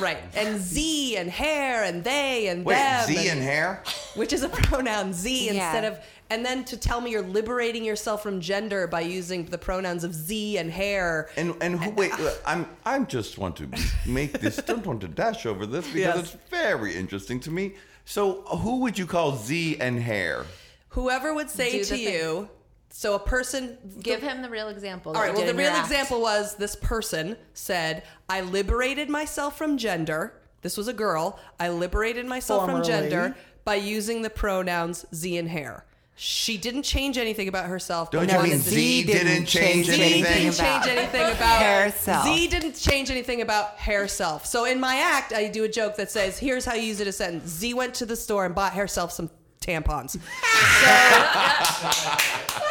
G: right? And Z and hair and they and
C: Wait,
G: them.
C: Z and hair?
G: which is a pronoun Z
F: Yeah.
G: instead of and then to tell me you're liberating yourself from gender by using the pronouns of Z and hair.
C: And and who,
G: (laughs)
C: wait, look, I'm I'm just want to make this don't want to dash over this because
G: Yes.
C: it's very interesting to me. So who would you call Z and hair?
G: Whoever would say
D: Do
G: to
D: the thing.
G: you, so a person
D: Give him the real example. that
G: All right.
D: you
G: Well,
D: did
G: the
D: in your
G: real
D: act.
G: example was this person said, "I liberated myself from gender." This was a girl. I liberated myself
H: Formerly.
G: from gender by using the pronouns Z and hair. She didn't change anything about herself.
C: Don't
G: but
C: you
F: No,
G: wanted
C: mean
G: to-
C: Z didn't change
G: Z
C: anything?
G: didn't
F: about-
G: change anything about
F: Herself.
G: Z didn't change anything about herself. So in my act, I do a joke that says, "Here's how you use it a sentence." Z went to the store and bought herself some tampons. (laughs)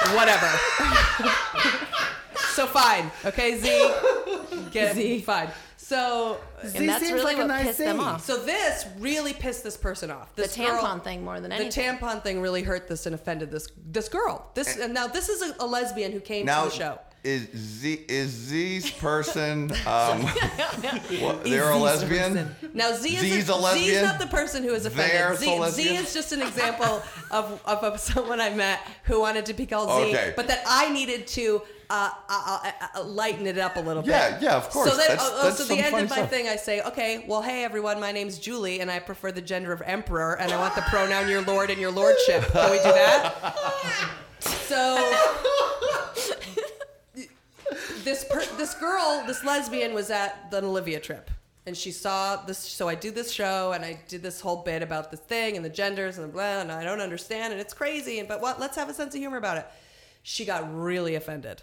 G: So whatever. so fine, okay, Z. Get Z. Fine. So
H: Z
D: And that's
H: seems
D: really
H: like a
D: what
H: nice
D: pissed them
H: thing.
D: off.
G: so this really pissed this person off.
D: The
G: This girl-
D: tampon thing more than
G: the
D: anything.
G: tampon thing really hurt this and offended this this girl. This and now this is a, a lesbian who came
C: Now
G: to the show.
C: is Z is Z's
G: (laughs)
C: person? Um, what, they're a
F: Z's
C: lesbian.
F: person.
G: Now Z is
C: Z's a lesbian?
G: Z's not the person who is offended.
C: There's a
G: Z, Z
C: lesbian?
G: is just an example (laughs) of, of of someone I met who wanted to be called
C: Okay.
G: Z, but that I needed to. Uh, uh, uh, uh, lighten it up a little
C: Yeah,
G: bit.
C: yeah, of course.
G: So then,
C: That's-
G: oh, oh,
C: that's
G: so
C: some
G: the end
C: funny
G: of my
C: stuff.
G: thing, I say, okay, well, hey everyone, my name's Julie, and I prefer the gender of emperor, and I want the pronoun your lord and your lordship. Can we do that?
C: (laughs)
G: So this per- this girl, this lesbian, was at the Olivia trip, and she saw this. So I do this show, and I did this whole bit about this thing and the genders and blah, and I don't understand, and it's crazy. And but what? Let's have a sense of humor about it. She got really offended.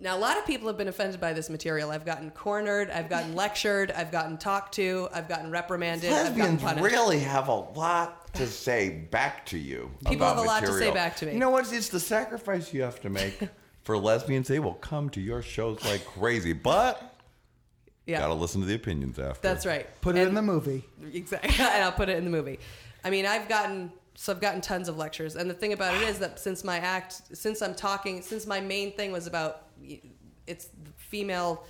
G: Now a lot of people have been offended by this material. I've gotten cornered. I've gotten lectured. I've gotten talked to. I've gotten reprimanded. I've gotten
C: Lesbians
G: punished.
C: really have a lot to say back to you.
G: People
C: about
G: have a lot to say
C: material.
G: back to me.
C: You know what? It's the sacrifice you have to
G: (laughs)
C: make for lesbians. They will come to your shows like crazy, but
G: Yeah.
C: gotta listen to the opinions after.
G: That's right.
H: Put it in the movie.
G: Exactly. (laughs) and I'll put it in the movie. I mean, I've gotten so I've gotten tons of lectures, and the thing about it is that since my act, since I'm talking, since my main thing was about it's female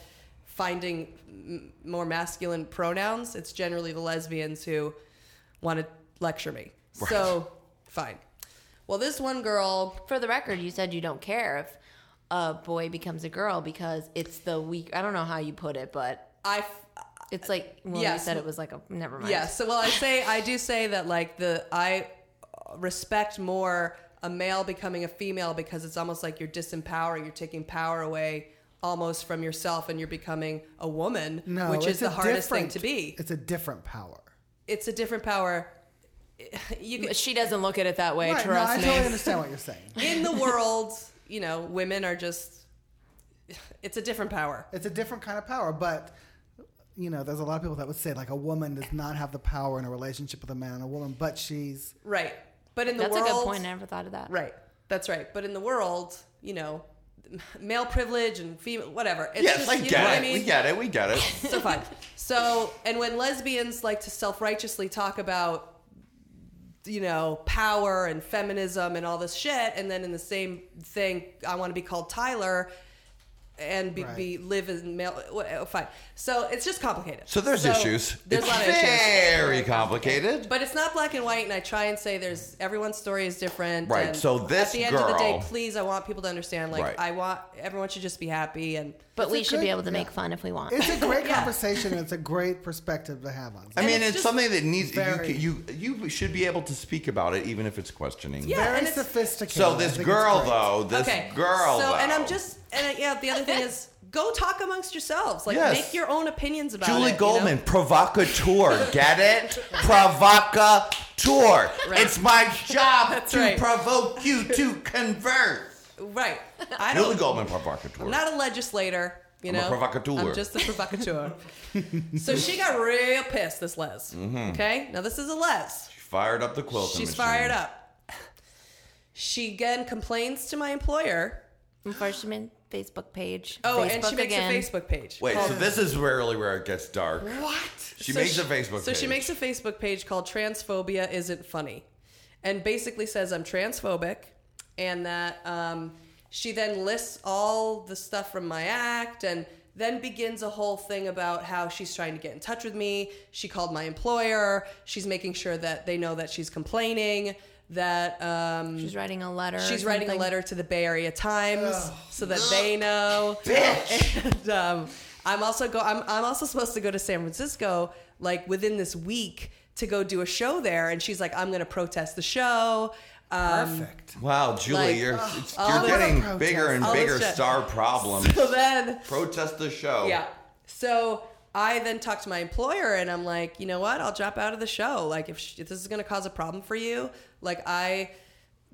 G: finding m- more masculine pronouns, it's generally the lesbians who want to lecture me. So fine. Well, this one girl
D: For the record, you said you don't care if a boy becomes a girl because it's the weak. I don't know how you put it, but
G: I f-
D: it's like well, you
G: Yes.
D: said it was like a never mind.
G: Yeah. So, well, I say I do say that like the I respect more a male becoming a female because it's almost like you're disempowering, you're taking power away almost from yourself, and you're becoming a woman,
H: No,
G: which
H: it's
G: is the
H: a
G: hardest thing
H: different-
G: to be.
H: It's a different power.
G: It's a different power. You can,
D: But she doesn't look at it that way.
H: Right, no, I
D: trust
C: (laughs)
D: me.
H: totally understand what you're saying.
G: (laughs) in the world, you know, women are just. It's a different power.
H: It's a different kind of power, but you know, there's a lot of people that would say like a woman does not have the power in a relationship with a man and a woman, but she's
G: Right. But in the
D: That's
G: world.
D: a good point. I never thought of that.
G: Right. That's right. But in the world, you know, male privilege and female, whatever. It's
C: Yes, I
G: you know
C: get
G: what
C: it. We get it. We get it.
G: (laughs) So fine. So, and when lesbians like to self righteously talk about, you know, power and feminism and all this shit, and then in the same thing, I want to be called Tyler and be, be live in male. wha- Fine. So it's just complicated.
C: So there's issues.
G: There's
C: it's
G: a lot of issues.
C: very complicated.
G: But it's not black and white, and I try and say there's everyone's story is different.
C: Right,
G: and
C: so this
G: at the end of the
C: girl-
G: day, please, I want people to understand. Like,
C: Right.
G: I want everyone should just be happy, and
D: But
H: It's
D: we
H: a
D: should be
H: good-
D: able to make
H: yeah.
D: fun if we want.
H: it's a
D: (laughs)
H: great
G: Yeah.
H: conversation and it's a great perspective to have on.
C: I mean,
G: it's
C: it's,
G: just
C: something that needs
H: very-
C: you, you. You should be able to speak about it, even if it's questioning.
G: Yeah,
H: Very
G: and it's-
H: sophisticated.
C: So
H: I
C: this
H: think it's
C: girl,
H: great.
C: though, this
G: okay,
C: girl,
G: So,
C: though,
G: and I'm just, and I, yeah, the other thing is go talk amongst yourselves. Like,
C: Yes.
G: make your own opinions about it.
C: Julie
G: you know?
C: Goldman, provocateur. Get it? Provocateur. It's my job to
G: right.
C: provoke you to convert.
G: right? I don't.
C: Julie Goldman, provocateur.
G: I'm not a legislator. You
C: I'm a
G: know,
C: provocateur.
G: I'm just a
C: (laughs)
G: provocateur. so she got real pissed. This Les.
C: Mm-hmm.
G: Okay, now this is a Les.
C: She fired up the quilt.
G: She's fired up. She again complains to my employer.
D: Enforcement Facebook page.
G: Oh,
D: Facebook
G: and she makes
D: again.
G: a Facebook page.
C: Wait,
G: called-
C: so this is rarely where it gets dark.
G: What?
C: She makes a Facebook
G: So she
C: page.
G: makes a Facebook page called Transphobia Isn't Funny. And basically says I'm transphobic and that um, she then lists all the stuff from my act and Then begins a whole thing about how she's trying to get in touch with me. She called my employer. She's making sure that they know that she's complaining. That um,
D: She's writing a letter. or
G: She's writing a
D: something.
G: letter to the Bay Area Times so that they know. And um, I'm also go. I'm, I'm also supposed to go to San Francisco like within this week to go do a show there, and she's like, I'm going to protest the show. Um,
H: Perfect.
C: Wow, Julie,
G: Like,
C: you're
G: all
C: you're
G: this-
C: getting bigger and
G: all this
C: bigger
G: shit.
C: star
G: (laughs)
C: problems.
G: so then,
C: Protest the show.
G: yeah. So I then talked to my employer, and I'm like, you know what? I'll drop out of the show. Like, if, sh if this is going to cause a problem for you, like I.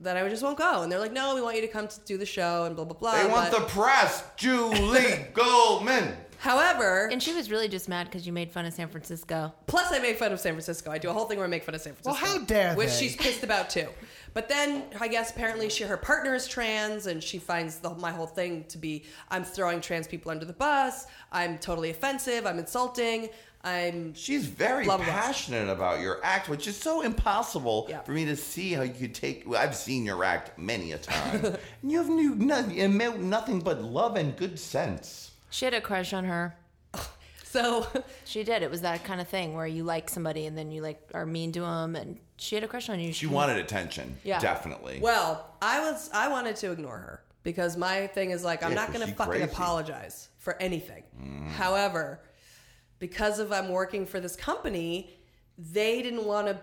G: Then I just won't go, and they're like, "No, we want you to come to do the show," and blah blah blah.
C: They want
G: but-
C: the press,
G: (laughs)
C: Julie Goldman.
G: However,
D: And she was really just mad because you made fun of San Francisco.
G: Plus, I make fun of San Francisco. I do a whole thing where I make fun of San Francisco.
H: Well, how dare
G: Which
H: they?
G: she's pissed about too. But then I guess apparently she her partner is trans, and she finds the, my whole thing to be I'm throwing trans people under the bus. I'm totally offensive. I'm insulting. I'm
C: She's very
G: Blah, blah, blah.
C: passionate about your act, which is so impossible
G: Yeah.
C: for me to see how you could take. Well, I've seen your act many a
G: (laughs)
C: time, and you have new, nothing, emote nothing but love and good sense.
D: She had a crush on her.
G: (laughs) so
D: She did. It was that kind of thing where you like somebody and then you like are mean to them, and she had a crush on you.
C: She wanted attention,
D: Yeah.
C: definitely.
G: well. I was I wanted to ignore her because my thing is like I'm
C: Yeah,
G: not
C: 'cause
G: going to
C: she
G: fucking
C: crazy.
G: apologize for anything.
C: Mm-hmm. Mm.
G: However, because of I'm working for this company, they didn't want to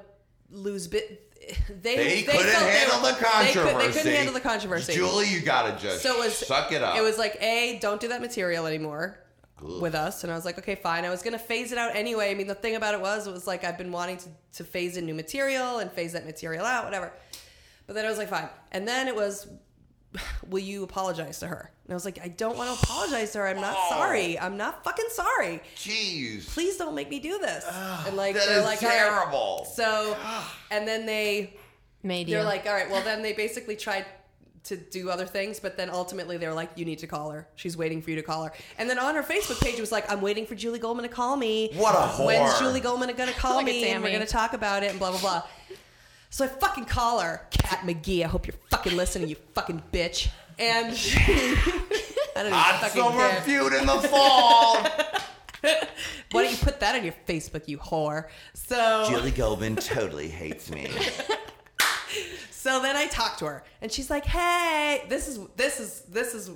G: lose bit. They,
C: they, couldn't
G: felt they
C: handle
G: were-
C: the controversy.
G: They, could, not handle the controversy.
C: Julie, you gotta just
G: so it was
C: suck it up.
G: It was like, a don't do that material anymore with us. And I was like, okay, fine. I was gonna phase it out anyway. I mean, the thing about it was, it was like I've been wanting to, to phase in new material and phase that material out, whatever. But then I was like, fine. And then it was, (laughs) will you apologize to her? And I was like, I don't want to apologize to her. I'm not sorry. I'm not fucking sorry
C: Jeez,
G: please don't make me do this. and like
C: that
G: they're
C: is
G: like "All right."
C: terrible.
G: So and then they
D: made
G: they're
D: you.
G: like, all right, well then they basically tried to do other things, but then ultimately they were like, you need to call her. She's waiting for you to call her. And then on her Facebook page it was like, I'm waiting for Julie Goldman to call me.
C: What a
G: When's
C: whore.
G: Julie Goldman gonna call
D: Look at
G: me? And we're
D: Sammy.
G: gonna talk about it and blah blah blah. So I fucking call her, Kat McGee. I hope you're fucking listening, you fucking bitch. And (laughs) she, I don't even
C: Hot
G: fucking
C: summer
G: care.
C: feud in the
G: (laughs)
C: fall.
G: Why don't you put that on your Facebook, you whore? So
C: Julie Goldman totally hates (laughs) me.
G: So then I talked to her, and she's like, "Hey, this is this is this is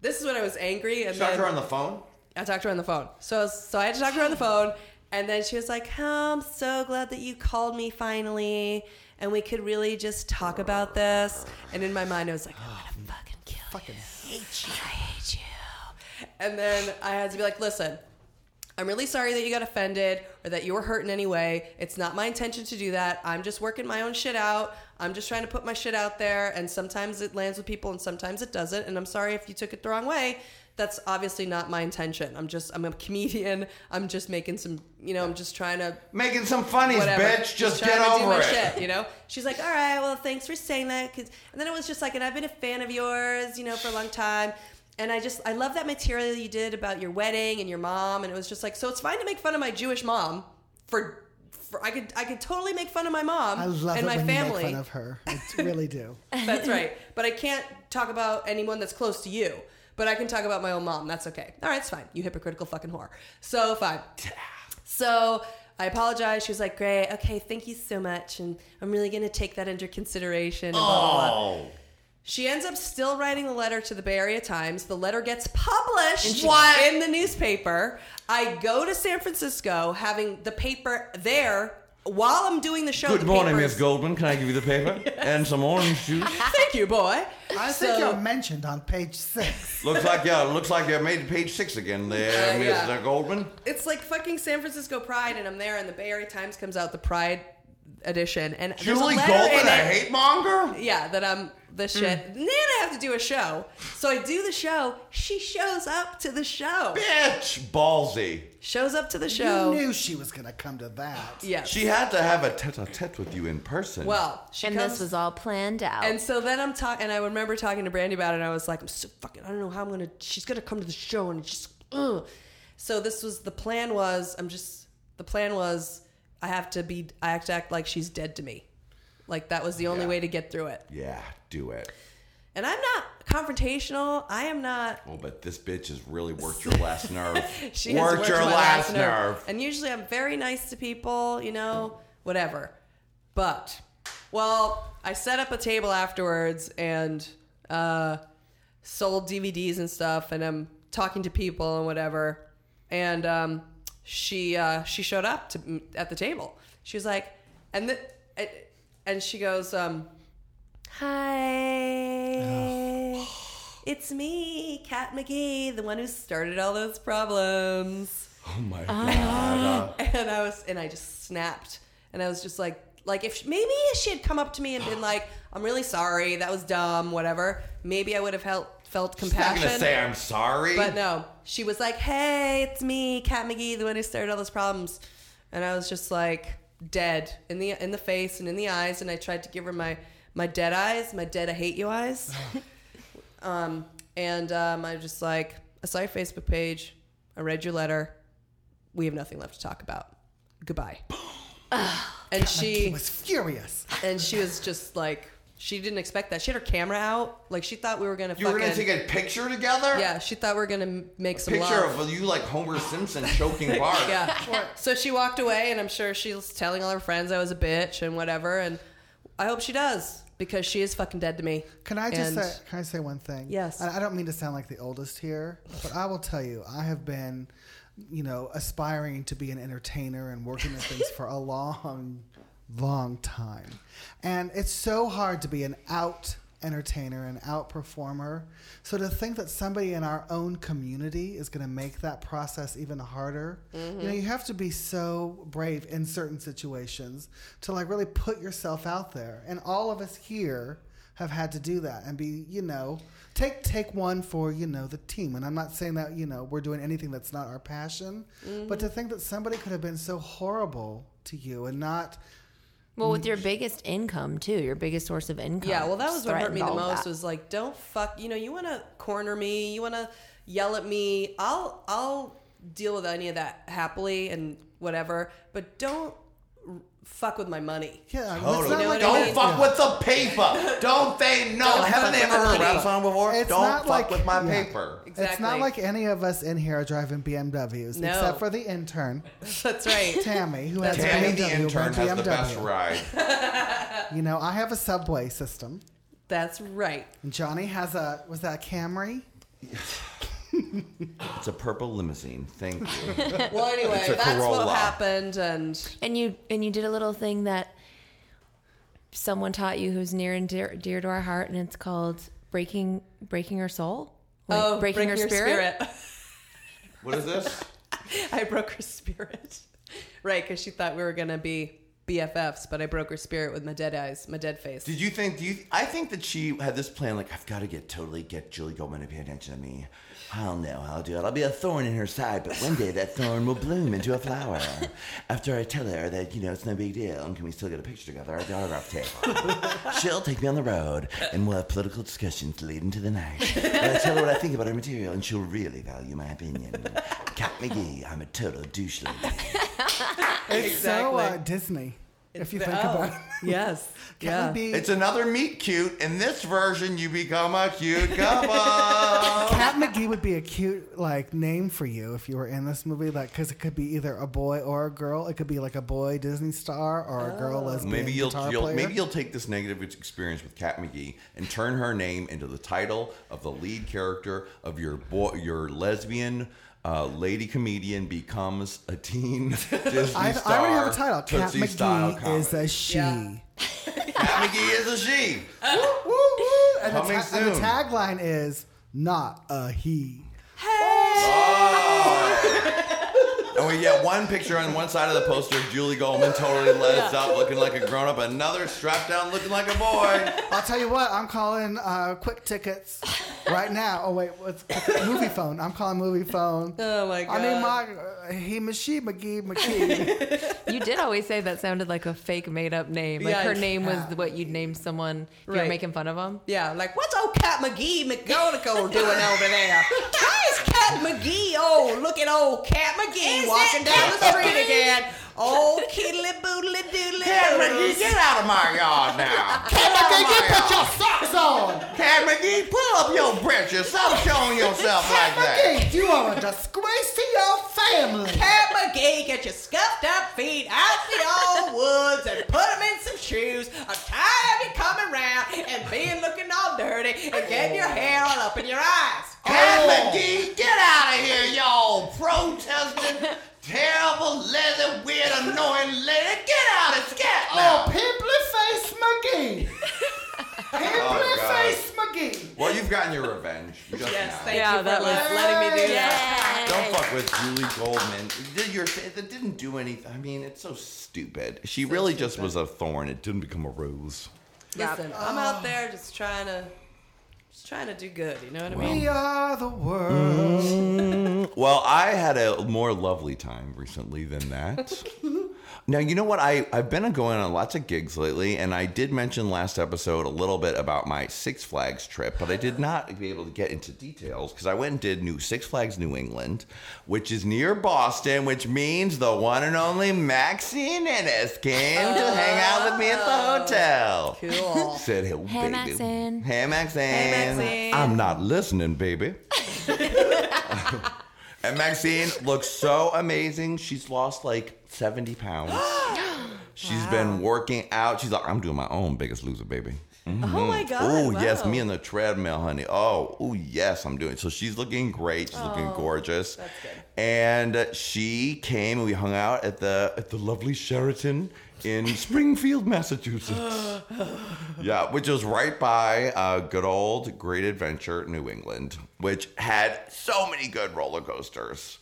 G: this is when I was angry." And
C: Talk
G: then
C: to her on the
G: (laughs)
C: phone.
G: I talked to her on the phone. So I was- so I had to talk to her on the phone, and then she was like, oh, "I'm so glad that you called me finally, and we could really just talk about this." And in my mind, I was like, "I'm gonna fucking kill fucking hate you. I hate you." And then I had to be like, "Listen." I'm really sorry that you got offended or that you were hurt in any way. It's not my intention to do that. I'm just working my own shit out. I'm just trying to put my shit out there. And sometimes it lands with people and sometimes it doesn't. And I'm sorry if you took it the wrong way. That's obviously not my intention. I'm just, I'm a comedian. I'm just making some, you know, I'm just trying to
C: Making some funnies,
G: whatever.
C: bitch. Just,
G: trying
C: get
G: to do
C: over
G: my
C: it.
G: Shit, you know, she's like, all right, well, thanks for saying that. 'cause-" and then it was just like, and I've been a fan of yours, you know, for a long time. And I just, I love that material you did about your wedding and your mom. And it was just like, so it's fine to make fun of my Jewish mom for, for I could, I could totally make fun of my mom
H: I love
G: and
H: it
G: my
H: when
G: family.
H: you make fun of her. I really
D: (laughs)
H: do.
G: (laughs) That's right. But I can't talk about anyone that's close to you. But I can talk about my own mom. That's okay. All right, it's fine. You hypocritical fucking whore. So fine. So I apologize. She was like, "Great, okay, thank you so much, and I'm really gonna take that into consideration." And blah, blah, blah.
C: Oh,
G: She ends up still writing the letter to the Bay Area Times. The letter gets published What? in the newspaper. I go to San Francisco, having the paper there while I'm doing the show.
C: good
G: the
C: morning,
G: paper's-
C: Miss Goldman. Can I give you the (laughs) paper and some orange juice?
G: Thank you, boy.
H: I think
G: So-
H: you're mentioned on page
C: (laughs)
H: six.
C: looks like yeah, looks like you made page six again, there,
G: Yeah,
C: Miss
G: yeah.
C: Goldman.
G: it's like fucking San Francisco Pride, and I'm there, and the Bay Area Times comes out the Pride edition, and there's
C: Julie
G: a letter in
C: Goldman, a Hmm.
G: it-
C: hate monger.
G: yeah, that I'm the shit. And Then I have to do a show, so I do the show. She shows up to the show.
C: Bitch, ballsy.
G: Shows up to the
H: You
G: show.
H: knew she was going to come to that.
G: yeah.
C: She had to have a tete-a-tete with you in person.
G: well, she
D: and
G: comes,
D: this was all planned out.
G: And so then I'm talking, and I remember talking to Brandy about it, and I was like, I'm so fucking, I don't know how I'm gonna, she's gonna come to the show, and it's just, ugh. So this was, the plan was, I'm just, the plan was, I have to be, I have to act like she's dead to me. Like that was the only
C: Yeah.
G: way to get through it.
C: yeah, do it.
G: And I'm not confrontational. I am not.
C: Oh, but this bitch has really worked your
G: (laughs)
C: last nerve.
G: She has worked my last nerve. And usually I'm very nice to people, you know, whatever. But, well, I set up a table afterwards and uh, sold DVDs and stuff, and I'm talking to people and whatever. And um, she uh, she showed up to, at the table. She was like, and the, it- and she goes, um,
C: (sighs)
G: "Hi." It's me, Kat McGee, the one who started all those problems.
C: Oh my god.
G: And I was, and I just snapped, and I was just like, like if maybe if she had come up to me and been like, "I'm really sorry, that was dumb, whatever," maybe I would have felt felt
C: She's not
G: compassion.
C: gonna say I'm sorry.
G: But no, she was like, "Hey, it's me, Kat McGee, the one who started all those problems," and I was just like dead in the in the face and in the eyes, and I tried to give her my my dead eyes, my dead I hate you eyes,
C: (laughs)
G: um, and um, I was just like, "I saw your Facebook page, I read your letter, we have nothing left to talk about.
C: (gasps)
G: Goodbye." and
H: He
G: she
H: was furious.
G: and she was just like. She didn't expect that. She had her camera out. Like she thought we were gonna.
C: you were gonna
G: fucking-
C: take a picture together?
G: Yeah, she thought we were gonna m- make some
C: Picture
G: love.
C: of you like Homer Simpson choking Bart. (laughs)
G: Yeah. so she walked away, and I'm sure she's telling all her friends I was a bitch and whatever. And I hope she does because she is fucking dead to me.
H: Can I just
G: And-
H: say, can I say one thing?
G: Yes.
H: And I don't mean to sound like the oldest here, but I will tell you, I have been, you know, aspiring to be an entertainer and working at things for a long, long time. And it's so hard to be an out entertainer and out performer. So to think that somebody in our own community is going to make that process even harder.
D: Mm-hmm.
H: You know, you have to be so brave in certain situations to like really put yourself out there. And all of us here have had to do that and be, you know, take take one for, you know, the team. And I'm not saying that, you know, we're doing anything that's not our passion,
D: Mm-hmm.
H: but to think that somebody could have been so horrible to you and not
D: Well, with your biggest income too, your biggest source of income.
G: Yeah, well, that was what hurt me the
D: threatened all
G: most
D: that.
G: was like, don't fuck. You know, you want to corner me, you want to yell at me. I'll I'll deal with any of that happily and whatever, but don't r- fuck with my money.
H: yeah,
C: Totally.
H: it's not
G: You
H: like
G: know what I
C: Don't
G: mean?
C: fuck with the paper. Don't they know?
G: Don't
C: Haven't
G: fuck
C: they
G: with
C: ever
G: the
C: heard
G: paper.
C: that song before?
H: It's
C: Don't
H: not
C: fuck
H: like-
C: with my
H: yeah.
C: paper.
H: It's not
G: Exactly.
H: like any of us in here are driving BMWs,
G: No.
H: except for the intern
G: (laughs) That's right.
H: Tammy, who has
G: That's
H: a
C: Tammy
H: BMW,
C: the intern
H: but
C: has the
H: BMW.
C: best ride.
H: You know, I have a subway system.
G: That's right.
H: And Johnny has a was that a
G: (laughs)
H: Camry?
C: It's a purple limousine. Thank
G: (laughs)
C: you.
G: Well, anyway,
C: It's a
G: that's
C: Corolla.
G: what happened, and
D: And you and you did a little thing that someone taught you who's near and dear, dear to our heart, and it's called breaking breaking her soul. Like,
G: oh, breaking,
D: her
G: your spirit. (laughs)
C: What is this?
G: I broke her spirit. right, because she thought we were going to be BFFs, but I broke her spirit with my dead eyes, my dead
C: (laughs)
G: face.
C: Did you think? Do you? I think that she had this plan. Like, I've got to get totally get Julie Goldman to pay attention to me. I'll know how to do it. I'll be a thorn in her side, but one day that thorn will bloom into a
G: (laughs)
C: flower. After I tell her that you know it's no big deal, and can we still get a picture together at the autograph table? She'll take me on the road, and we'll have political discussions leading to the night. And I tell her what I think about her material, and she'll really value my opinion. Cat McGee, I'm a total douche lady.
H: It's so uh,
G: Exactly.
H: Disney. if you
G: The-
H: think
G: oh,
H: about it.
G: Yes.
H: That
G: yeah.
H: would be-
C: It's another meet cute. In this version, you become a (laughs) cute couple.
H: Cat McGee would be a cute like name for you if you were in this movie, like because it could be either a boy or a girl. It could be like a boy Disney star or a
G: Oh.
H: girl lesbian
C: Maybe you'll,
H: guitar
C: you'll
H: player.
C: maybe you'll take this negative experience with Kat McGee and turn her name into the title of the lead character of your boy, your lesbian uh, lady comedian becomes a
H: (laughs)
C: teen Disney
H: I,
C: star.
H: I already have a title. Cat
C: Tootsie style
H: McGee is
C: comedy.
H: a she.
G: Yeah.
C: Kat McGee is a she.
H: Woo, woo. And, the
C: Coming
H: ta- and the
C: soon.
H: tagline is not a he.
C: And we get one picture on one side of the poster of Julie Goldman totally let up, looking like a grown up. Another strapped down, looking like a boy.
H: I'll tell you what, I'm calling uh, quick tickets right now. Oh wait, what's movie phone? I'm calling movie phone.
G: Oh, my God.
H: I mean, my uh, he, she,
G: (laughs)
H: McGee, McGee.
D: You did always say that sounded like a fake made up name. Like
G: Yeah,
D: her
G: it's-
D: name was what you'd name someone if you were
G: Right.
D: making fun of them.
G: yeah, like, what's old Cat McGee McGonigal doing over there? Why is Cat McGee, oh, look at old Cat McGee walking down the street again. Old kiddly boodly doodly.
C: Cat McGee, get out of my yard now. Get out of my
H: Can you put your
C: yard.
H: socks on?
C: Cat McGee, pull up your britches. Stop showing yourself like that.
H: McGee, you are a disgrace to your family.
G: Pat McGee, get your scuffed up feet out the old woods and put them in some shoes. I'm tired of you coming around and being looking all dirty and getting your hair all up in your eyes.
H: Oh.
C: Cat McGee, get out of here, y'all protesting. Terrible, lazy, weird, annoying lady. Get out of scat
H: Oh,
C: now.
H: pimply face McGee. pimply
C: Oh, God.
H: face McGee.
C: Well, you've gotten your revenge. Just
G: Yes,
C: now.
G: thank
I: Yeah,
G: you for
I: that was-
G: letting me do that.
C: Don't fuck with Julie Goldman. Did your that didn't do anything. I mean, it's so stupid. She really just was a thorn. It didn't become a rose.
G: Listen, I'm out there just trying to, just trying to do good. You know what I mean?
H: We are the world.
C: Mm. Well, I had a more lovely time recently than that. now, you know what? I, I've been going on lots of gigs lately, and I did mention last episode a little bit about my Six Flags trip, but I did not be able to get into details because I went and did New Six Flags New England, which is near Boston, which means the one and only Maxine Ennis came to hang out with me at the hotel.
G: Cool.
C: (laughs) Said, hey, baby.
D: Maxine.
C: Hey, Maxine.
G: Hey, Maxine.
C: I'm not listening,
G: (laughs)
C: baby. And Maxine looks so amazing. She's lost like 70
G: (gasps)
C: pounds. She's been working out. She's like, I'm doing my own biggest loser, baby.
G: Oh my god.
C: Oh, yes,
G: wow.
C: me and the treadmill, honey. Oh, oh, yes, I'm doing. So she's looking great. She's
G: Oh,
C: looking gorgeous. That's good. And uh, she came and we hung out at the at the lovely Sheraton in Springfield,
G: (gasps) Oh,
C: Massachusetts. (gasps) yeah, which was right by uh, good old Great Adventure, New England, which had so many good roller coasters.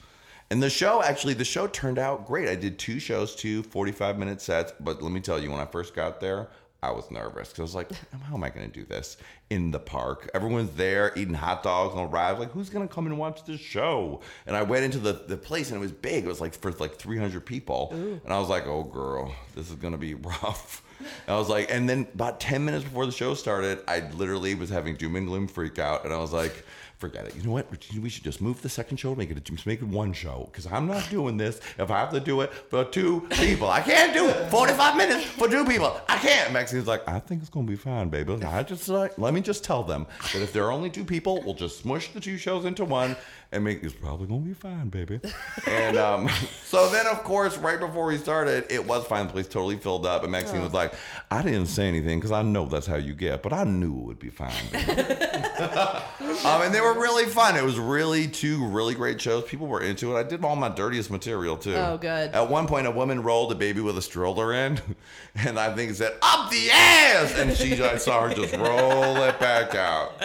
C: And the show, actually, the show turned out great. I did two shows, two 45 minute sets. But let me tell you, when I first got there, I was nervous because I was like, how am I going to do this in the park? Everyone's there eating hot dogs on rides. Like, who's going to come and watch this show? And I went into the, the place and it was big. It was like for like 300 people. And I was like, oh, girl, this is going to be (laughs) rough. And I was like, and then about 10 minutes before the show started, I literally was having doom and gloom freak out. And I was like, forget it. You know what? We should just move the second show, make it a, just make it one show. Because I'm not doing this if I have to do it for two people. I can't do it. 45 minutes for two people. I can't. Maxine's like, I think it's gonna be fine, baby. I just like let me just tell them that if there are only two people, we'll just smush the two shows into one and make it's probably gonna be fine, baby. And um, (laughs) so then of course, right before we started, it was fine. The place totally filled up, and Maxine was like, I didn't say anything because I know that's how you get, but I knew it would be fine, baby. Um, and they were really fun. It was really two really great shows. People were into it. I did all my dirtiest material too.
G: Oh, good.
C: At one point, a woman rolled a baby with a stroller in, (laughs) and I think it said "up the ass," and she I
G: (laughs)
C: saw her just roll it back out.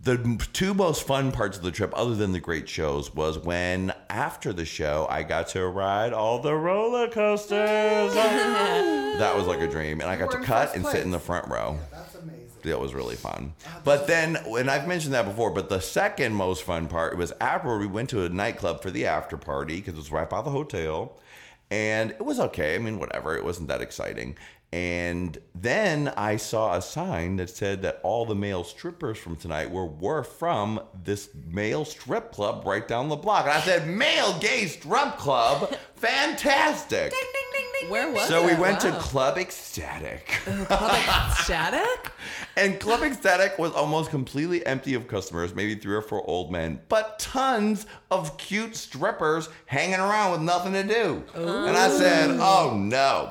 C: The m- two most fun parts of the trip, other than the great shows, was when after the show I got to ride all the roller coasters. that was like a dream, and I got
H: were
C: to
H: in
C: cut
H: first
C: and sit
H: place.
C: in the front row.
H: That's amazing.
C: That was really fun. But then, and I've mentioned that before, but the second most fun part was afterward, we went to a nightclub for the after party because it was right by the hotel. And it was okay. I mean, whatever. It wasn't that exciting. And then I saw a sign that said that all the male strippers from tonight were, were from this male strip club right down the block. And I said, male gay strip club? Fantastic.
G: Where was
C: So we
G: it?
C: went to
G: Wow.
C: Club Ecstatic. (laughs)
G: Shattuck.
C: And Club Ecstatic was almost completely empty of customers, maybe three or four old men, but tons of cute strippers hanging around with nothing to do. And I said, oh no.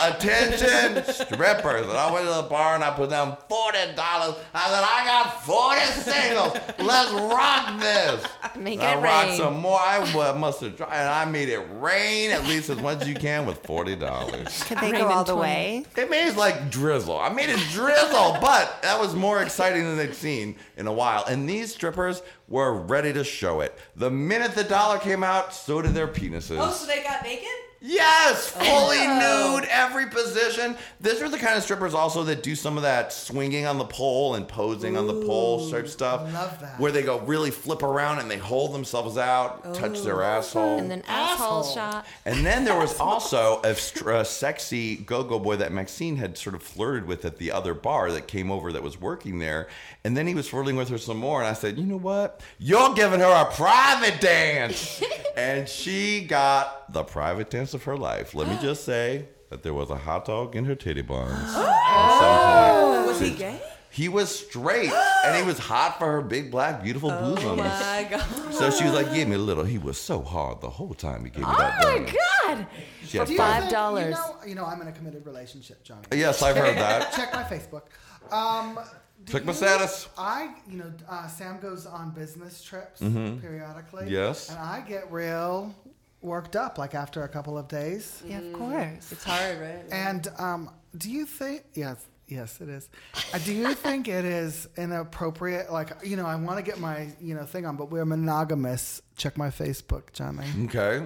C: Attention strippers. And I went to the bar and I put down $40. I said, I got 40
G: (laughs)
C: singles. Let's rock this.
D: Make
C: I
D: it
C: rocked
D: rain.
C: some more. I wa- must have tried. And I made it rain at least as much as you can with $40.
F: (laughs) Could they go all the way?
C: It made it like drizzle. I made it drizzle, (laughs) but that was more exciting than they'd seen in a while. And these strippers were ready to show it. The minute the dollar came out, so did their penises.
G: Oh, so they got naked?
C: Yes, fully
D: Oh
C: nude, every position. These are the kind of strippers also that do some of that swinging on the pole and posing on the pole type stuff.
H: love that.
C: Where they go really flip around and they hold themselves out, touch
H: Oh.
C: their Oh. asshole.
D: And then asshole,
H: Asshole.
D: shot.
C: And then there
G: (laughs)
C: was also a, str- a sexy go-go boy that Maxine had sort of flirted with at the other bar that came over that was working there. And then he was flirting with her some more. And I
G: (laughs)
C: said, you know what? You're giving her a private dance. and she got not the private dance of her life. Let
G: (gasps)
C: me just say that there was a hot dog in her titty buns.
G: Oh, Was he gay?
C: He was straight and he was hot for her big black beautiful bosom.
G: Oh My God.
C: So she was like, "Give me a little." He was so hard the whole time. He gave me
D: Oh
C: that.
D: my
C: donut.
D: god!
C: She had
H: Do you
C: five.
D: Five
H: think-
D: dollars.
H: You know, you know, I'm in a committed relationship, Johnny.
C: Yes, I've heard
D: (laughs)
C: that.
H: Check my Facebook. Um, do
C: Check my
H: you-
C: status.
H: I, you know, uh, Sam goes on business trips periodically.
C: Mm-hmm. Yes.
H: And I get real worked up, like after a couple of days.
F: Yeah, of course.
G: It's hard, right?
H: And um, do you think? Yes, yes, it is. Uh, do you think it is inappropriate? Like, you know, I want to get my you know thing on, but we're monogamous. Check my Facebook, Johnny.
C: Okay,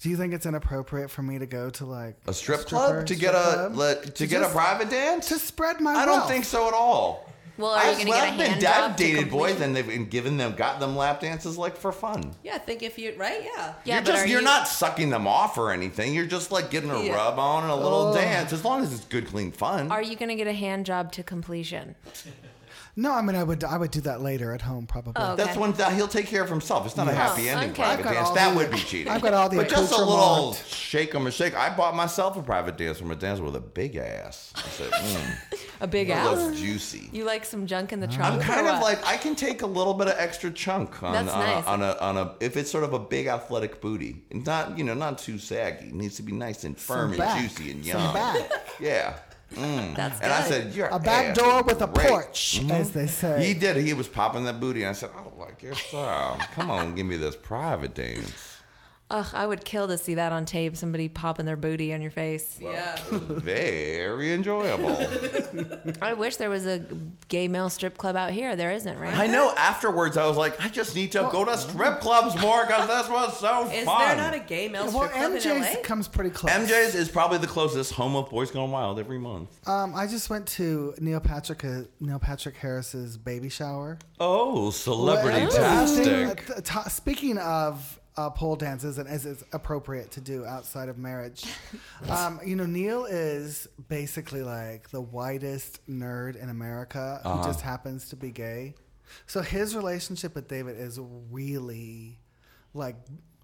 H: Do you think it's inappropriate for me to go to like
C: a strip
H: stripper,
C: club to get a
H: strip club?
C: le- to, get
H: just-
C: a private dance.
H: to spread my?
C: I don't
H: wealth?
C: think so at all.
D: Well, are you
C: I've
D: gonna get a
C: slept and
D: hand
C: I've
D: job to
C: dated boys
D: completion?
C: and they've and given them, got them lap dances like for fun.
G: Yeah, I think if you, right? Yeah.
D: Yeah,
C: you're
D: but
C: just
D: are
C: you're
D: you-
C: not sucking them off or anything. You're just like getting a
G: Yeah.
C: rub on and a little dance. As long as it's good, clean fun.
D: Are you gonna get a hand job to completion?
H: No, I mean I would I would do that later at home probably.
D: Oh.
C: That's
D: Okay.
C: when th- he'll take care of himself. It's not a happy ending
D: okay.
C: private
H: I've got
C: dance.
H: all
C: That
H: the-
C: would
H: (laughs)
C: be cheating.
H: I've got all the
C: But just a little
H: accoutrement.
C: shake 'em and shake. I bought myself a private dance from a dancer with a big ass. I
H: (laughs)
C: said, mm,
D: A big
C: that looks
D: ass.
C: juicy.
D: You like some junk in the trunk?
C: I'm
D: or
C: kind of
D: what?
C: like I can take a little bit of extra chunk on
D: That's
C: on,
D: nice.
C: a, on a on a if it's sort of a big athletic booty. It's not you know not too saggy. It needs to be nice and
H: Some
C: firm and
H: back,
C: juicy and
H: some
C: young.
H: back.
C: Yeah. Mm.
H: (laughs)
D: That's
C: And I
D: good.
C: said, "You're
H: A back door with a porch, as they say.
C: Mm. He did. He was popping that booty, and I said, "I don't like your style. Come on, give me this private dance."
D: Ugh, I would kill to see that on tape. Somebody popping their booty on your face.
G: Yeah.
C: Very
G: (laughs)
C: enjoyable.
D: I wish there was a gay male strip club out here. There isn't, right?
C: I know. Afterwards, I was like, "I just need to go to strip clubs more because this was so
G: (laughs) Is
C: fun."
G: there not a gay male
H: Well,
G: strip club in LA?
H: MJ's comes pretty close.
C: MJ's is probably the closest home of Boys Gone Wild every month.
H: Um, I just went to Neil Patrick uh, Neil Patrick Harris's baby shower.
C: Oh, celebrity
H: Uh,
C: tastic!
H: t- t- Speaking of uh, pole dances and as it's appropriate to do outside of marriage, um, you know Neil is basically like the whitest nerd in America who just happens to be gay. So his relationship with David is really like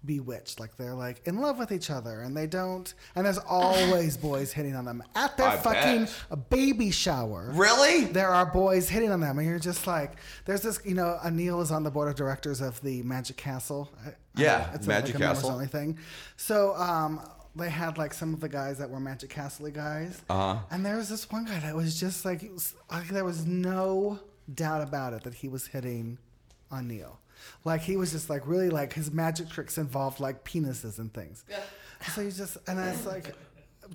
H: bewitched like they're like in love with each other and they don't and there's always boys hitting on them at their
C: I bet.
H: fucking baby shower
C: Really?
H: there are boys hitting on them, and you're just like, there's this, you know, Anil is on the board of directors of the Magic Castle. I- I
C: Yeah,
H: don't know, it's
C: Magic
H: like a members
C: Castle.
H: only thing. So um, they had like some of the guys that were Magic Castle guys, uh-huh. and there was this one guy that was just like, it was, like there was no doubt about it that he was hitting on Neil. Like he was just like really like his magic tricks involved like penises and things. Yeah. So you just and I was like,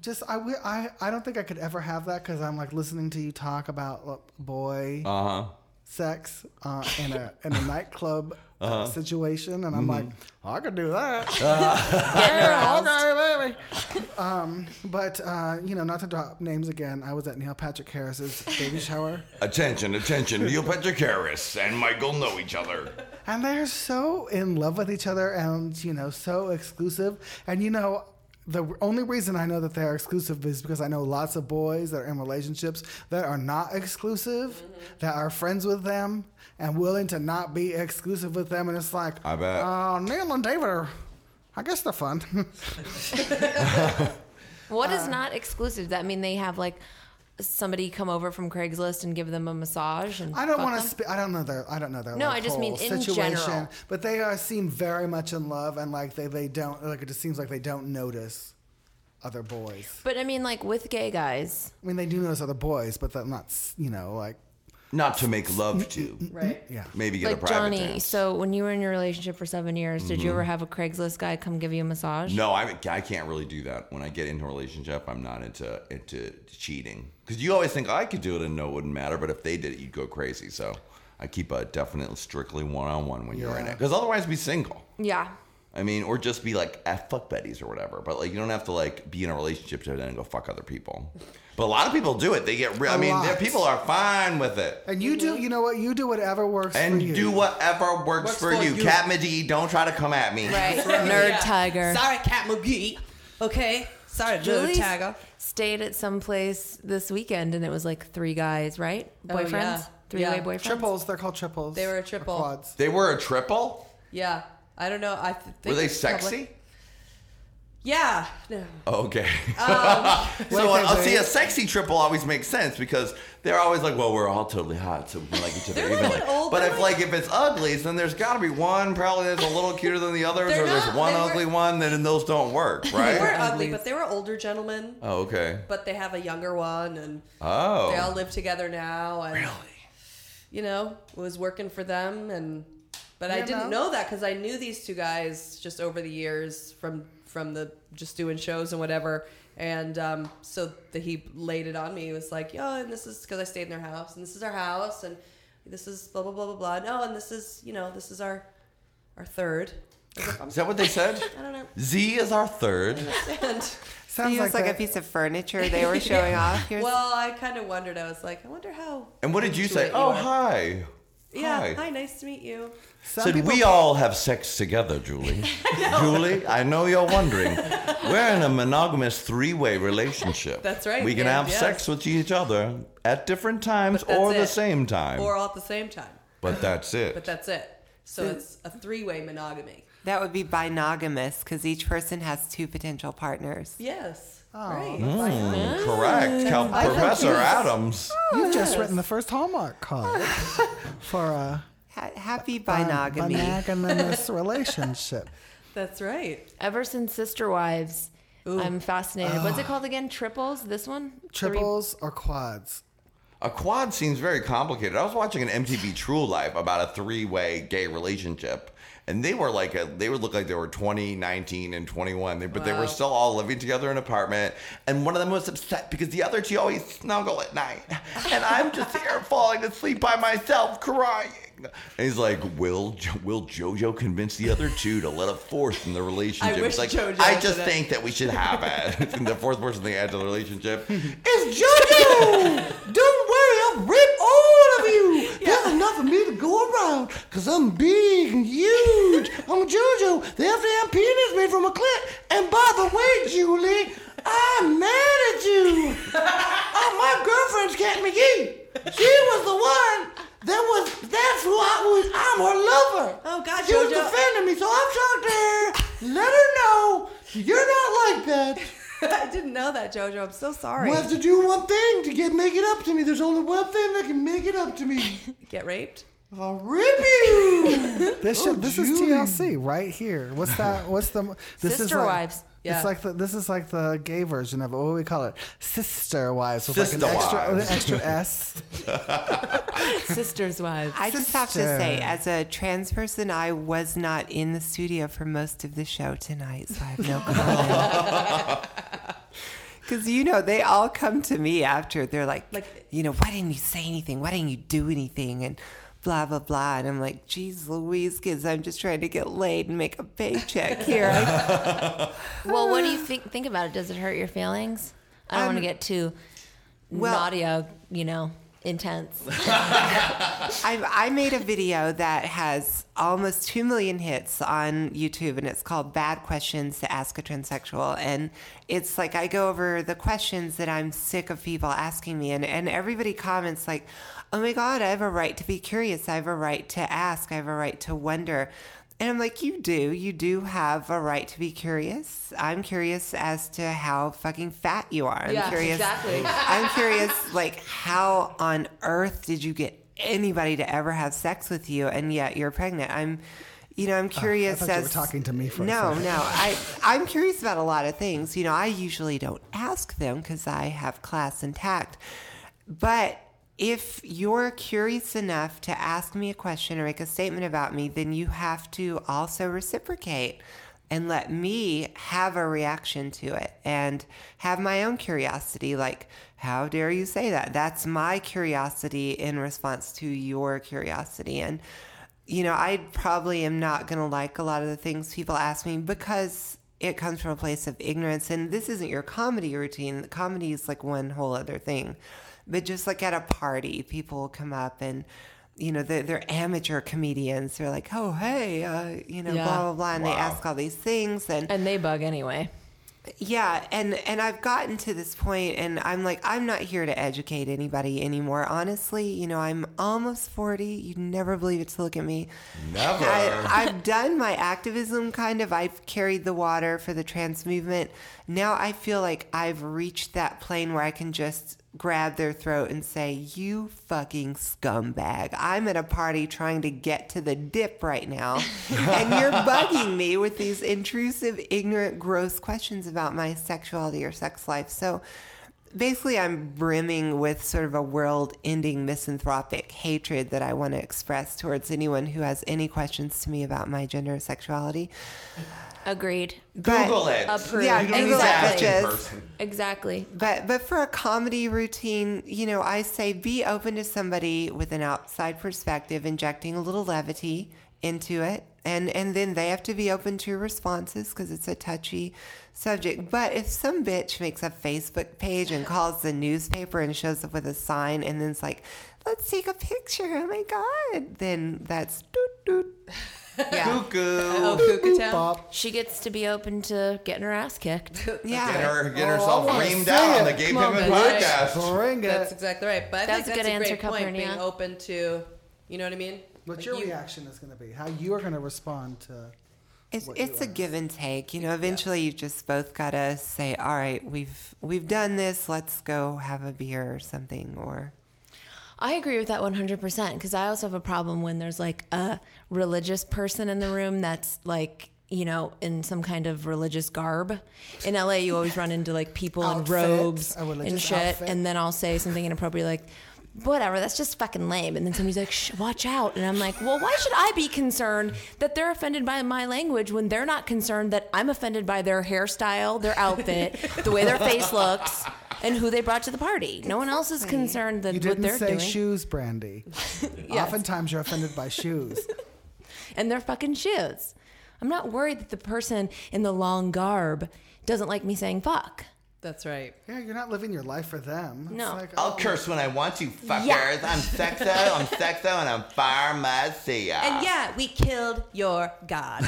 H: just I, wi- I I don't think I could ever have that because I'm like listening to you talk about like, boy
C: Uh huh.
H: sex uh, in a in a nightclub uh, situation, and I'm like, I could do that. Yeah, (laughs) okay, baby. um, but uh, you know, not to drop names again. I was at Neil Patrick Harris's baby shower,
C: Attention, attention! Neil Patrick Harris and Michael know each other.
H: and they're so in love with each other, and you know, so exclusive, and you know. The only reason I know that they are exclusive is because I know lots of boys that are in relationships that are not exclusive,
D: Mm-hmm.
H: that are friends with them and willing to not be exclusive with them. And it's like,
C: I bet.
H: Uh, Neil and David are, I guess they're fun. (laughs)
D: What
H: Uh,
D: is not exclusive? Does That mean they have like somebody come over from Craigslist and give them a massage and
H: I don't
D: fuck
H: want to.
D: them?
H: Sp- I don't know their. I don't know their.
D: No,
H: like,
D: I just mean
H: whole
D: in
H: situation,
D: general.
H: But they are seem very much in love, and like they they don't like it. Just seems like they don't notice other boys.
D: but I mean, like with gay guys,
H: I mean, they do notice other boys, but they're not. s- You know, like
C: Not to make love to.
G: right.
H: yeah.
C: Maybe get a
D: like
C: private
D: Johnny.
C: dance. Mm-hmm.
D: So when you were in your relationship for seven years, did you ever have a Craigslist guy come give you a massage?
C: No, I, I can't really do that. When I get into a relationship, I'm not into into cheating because you always think "Oh, I could do it and no, it wouldn't matter. But if they did it, you'd go crazy. So I keep a definite strictly one on one when you're in it because otherwise, be single.
H: (laughs)
D: Yeah.
C: I mean, or just be like ah, fuck buddies or whatever. But like, you don't have to like be in a relationship to then go fuck other people. But a lot of people do it. They get real. I
H: A
C: mean, there-
H: lot.
C: people are fine with it.
H: And you do. You know what? You do whatever works
C: And
H: for you.
C: do whatever works, for, you. Cat McGee, don't try to come at me.
D: Right. Nerd tiger.
G: Sorry, Cat McGee. Okay. Sorry, Nerd
D: Julie's
G: Tiger.
D: stayed at some place this weekend and it was like three guys, right?
G: Oh,
D: Boyfriends?
G: yeah.
D: Three way
G: Yeah.
D: boyfriends?
H: triples. They're called triples.
G: They were a
H: or
G: triple.
H: quads.
C: They were a triple.
G: Yeah. I don't know. I th- think
C: Were they
G: it's public-
C: sexy?
G: Yeah. No.
C: Okay. (laughs)
G: Um,
C: so uh,
H: Wait, wait,
C: see, a
H: wait.
C: sexy triple always makes sense because they're always like, well, we're all totally hot, so we can like each other.
G: They're
C: evenly.
G: like an old-
C: but
G: they're
C: if
G: like-
C: like if it's uglies, then there's got to be one probably that's a little cuter than the others,
G: They're
C: or there's
G: not-
C: one
G: they were-
C: ugly one, then those don't work,
G: (laughs) They were
C: right?
G: ugly, but they were older gentlemen.
C: oh, okay.
G: But they have a younger one, and
C: Oh.
G: they all live together now. And, really? You know, it was working for them, and but I
H: Yeah,
G: didn't
H: no.
G: know that because I knew these two guys just over the years from from the just doing shows and whatever. And um, so that he laid it on me. He was like, "Yeah, oh, and this is because I stayed in their house, and this is our house, and this is blah blah blah blah blah. No, and this is you know this is our (laughs) our third.
C: Is that what they said?
G: I don't know.
C: Z is our third.
G: And
F: It
H: Sounds
F: was
H: like,
F: like, a
H: that.
F: piece of
H: (laughs)
F: furniture (laughs) they were showing off. Here's
G: well, I kind of wondered. I was like, I wonder how.
C: And what did you
G: into
C: say?
G: it
C: Oh,
G: are.
C: hi.
G: Yeah.
C: hi.
G: Hi. nice to meet you.
H: Some
C: Said
H: people-
C: we all have sex together,
G: (laughs)
C: Julie. Julie, I know you're wondering. We're in a monogamous three-way relationship.
G: (laughs) That's right,
C: We can
G: yeah,
C: have
G: yes.
C: sex with each other at different times
G: But that's
C: or the
G: it.
C: same time.
G: Or all at the same time.
C: but that's it.
G: But that's it. So it's a three-way monogamy.
F: that would be binogamous because each person has two potential partners.
G: Yes.
H: Oh,
G: right.
C: Mm, correct, Cal-
H: I thought
C: Professor
H: you-
C: Adams.
F: Oh,
H: You've just written the first Hallmark card for a
F: Ha- happy
H: bi-
F: binogamy.
H: monogamous relationship.
G: That's right.
D: Ever since Sister Wives, I'm fascinated. What's it called again? Triples? This one?
H: Triples or quads?
C: A quad seems very complicated. I was watching an MTV True Life about a three-way gay relationship, and they were like a they would look like they were 20, 19, and 21, they, but they were still all living together in an apartment. And one of them was upset because the other two always snuggle at night, and I'm just here falling asleep by myself crying. And he's like, "Will jo- Will JoJo convince the other two to let a fourth in the relationship?" It's
G: wish
C: like,
G: JoJo
C: I
G: did
C: just
G: it."
C: think that we should have it. and (laughs) the fourth person they add to the relationship is JoJo. Don't worry, I've ripped all of
G: (laughs)
C: you. There's enough of me to go around because I'm big and huge. I'm JoJo. They have to have penis made from a clit. And by the way, Julie, I'm mad at
G: (laughs)
C: you. oh, my girlfriend's Cat McGee. She was the one that was, that's who I was. I'm her lover.
G: Oh, God,
C: She was
G: JoJo.
C: defending me, so I've talked to her. Let her know you're not like that.
G: (laughs) I didn't know that, Jojo. I'm so sorry.
C: We'll have to do one thing to get make it up to me. There's only one thing that can make it up to me.
G: Get raped?
C: I'll rip
H: Oh,
C: you.
H: This should, this is
C: Judy.
H: TLC right here. What's that? What's the this is
D: Sister
H: like,
D: Wives.
G: Yeah.
H: It's like the, this is like the gay version of it. what do we call it? Sister wives with
C: Sister
H: like an extra,
C: Wives.
H: an extra S.
D: (laughs) Sisters Wives.
F: I just have to say,
H: Sister.
F: as a trans person, I was not in the studio for most of the show tonight, so I have no comment.
D: (laughs)
F: (laughs) Because you know, they all come to me after. They're like,
G: Like-
F: you know, why didn't you say anything? Why didn't you do anything? And blah blah blah. And I'm like, geez, Louise, kids, I'm just trying to get laid and make a paycheck
D: (laughs)
F: here. I-
D: Well, what do you think think about it? Does it hurt your feelings? I don't want to get too Nadia, you know, intense.
F: (laughs) I, I made a video that has almost 2 million hits on YouTube, and it's called Bad Questions to Ask a Transsexual. And it's like I go over the questions that I'm sick of people asking me, and, and everybody comments, like, oh my God, I have a right to be curious. I have a right to ask. I have a right to wonder. And I'm like, you do. You do have a right to be curious. I'm curious as to how fucking fat you are. I'm
G: Yeah,
F: curious.
G: exactly. (laughs)
F: I'm curious, like, how on earth did you get anybody to ever have sex with you, and yet you're pregnant? I'm, you know, I'm curious.
H: thought you
F: as,
H: were talking to me for a
F: No,
H: second. (laughs)
F: no. I I'm curious about a lot of things. You know, I usually don't ask them because I have class and tact, but. If you're curious enough to ask me a question or make a statement about me, then you have to also reciprocate and let me have a reaction to it and have my own curiosity like how dare you say that that's my curiosity in response to your curiosity and you know i probably am not going to like a lot of the things people ask me because it comes from a place of ignorance and this isn't your comedy routine the comedy is like one whole other thing but just like at a party people will come up and you know they're, they're amateur comedians they're like oh hey uh, you know
D: Yeah.
F: blah blah blah and they ask all these things and
D: And they bug anyway.
F: Yeah, and and I've gotten to this point and I'm like I'm not here to educate anybody anymore. Honestly, you know, I'm almost 40. You'd never believe it to look at me.
C: Never.
F: I, I've done my activism kind of. I've carried the water for the trans movement. Now I feel like I've reached that plane where I can just grab their throat and say, You fucking scumbag. I'm at a party trying to get to the dip right now. and you're bugging me with these intrusive, ignorant, gross questions about my sexuality or sex life. So basically, I'm brimming with sort of a world ending misanthropic hatred that I want to express towards anyone who has any questions to me about my gender or sexuality.
D: Agreed.
F: But-
C: Google
D: (laughs)
C: it.
D: Approved.
F: Yeah,
C: you don't need
F: Google
C: to ask
F: it,
C: in
F: bitches.
C: person.
D: Exactly.
F: But but for a comedy routine, you know, I say be open to somebody with an outside perspective, injecting a little levity into it, and and then they have to be open to your responses because it's a touchy subject. But if some bitch makes a Facebook page and calls the newspaper and shows up with a sign and then's like, let's take a picture, oh my god, then that's doot
G: (laughs)
F: doot.
D: Yeah.
G: Oh,
F: Cuckoo.
G: Cuckoo
H: Boop,
G: Town.
H: bop.
D: She gets to be open to getting her ass kicked.
F: Yeah.
C: Get, her, get
H: Oh, I
C: herself
H: wanna
C: reamed
H: see
C: out on
H: it.
C: the Gay
D: Come on,
C: Pimpin'
G: bitch.
C: podcast.
H: Bring
G: That's
H: it.
G: exactly right. But I
D: That's
G: think
D: a
G: that's
D: good
G: a great
D: answer,
G: point. Being
D: Capricornia.
G: open to, you know what I mean?
H: What
G: Like
H: your
G: you-
H: reaction is going to be? How you are going to respond to?
F: It's
H: what you
F: it's a
H: are.
F: give and take, you know. Eventually, you just both gotta say, "All right, we've we've done this. Let's go have a beer or something." Or
D: I agree with that 100% because I also have a problem when there's like a religious person in the room that's like, you know, in some kind of religious garb. In LA, you always run into like people
H: Outfit,
D: in robes
H: a religious
D: and shit.
H: outfit.
D: And then I'll say something inappropriate like, whatever, that's just fucking lame. And then somebody's like, Shh, watch out. And I'm like, well, why should I be concerned that they're offended by my language when they're not concerned that I'm offended by their hairstyle, their outfit, the way their face looks? And who they brought to the party. No one else is concerned that
H: You
D: what
H: didn't
D: they're
H: say
D: doing.
H: shoes,
D: (laughs)
H: Brandy. Oftentimes you're offended by shoes.
D: and their fucking shoes. I'm not worried that the person in the long garb doesn't like me saying fuck.
G: That's right.
H: Yeah, you're not living your life for them.
D: No.
H: It's like,
C: I'll
H: oh,
C: curse when I want to, fuckers.
D: Yeah.
C: I'm sexo, I'm sexo, and I'm pharmacia.
G: And yeah, we killed your
C: (laughs)
G: god.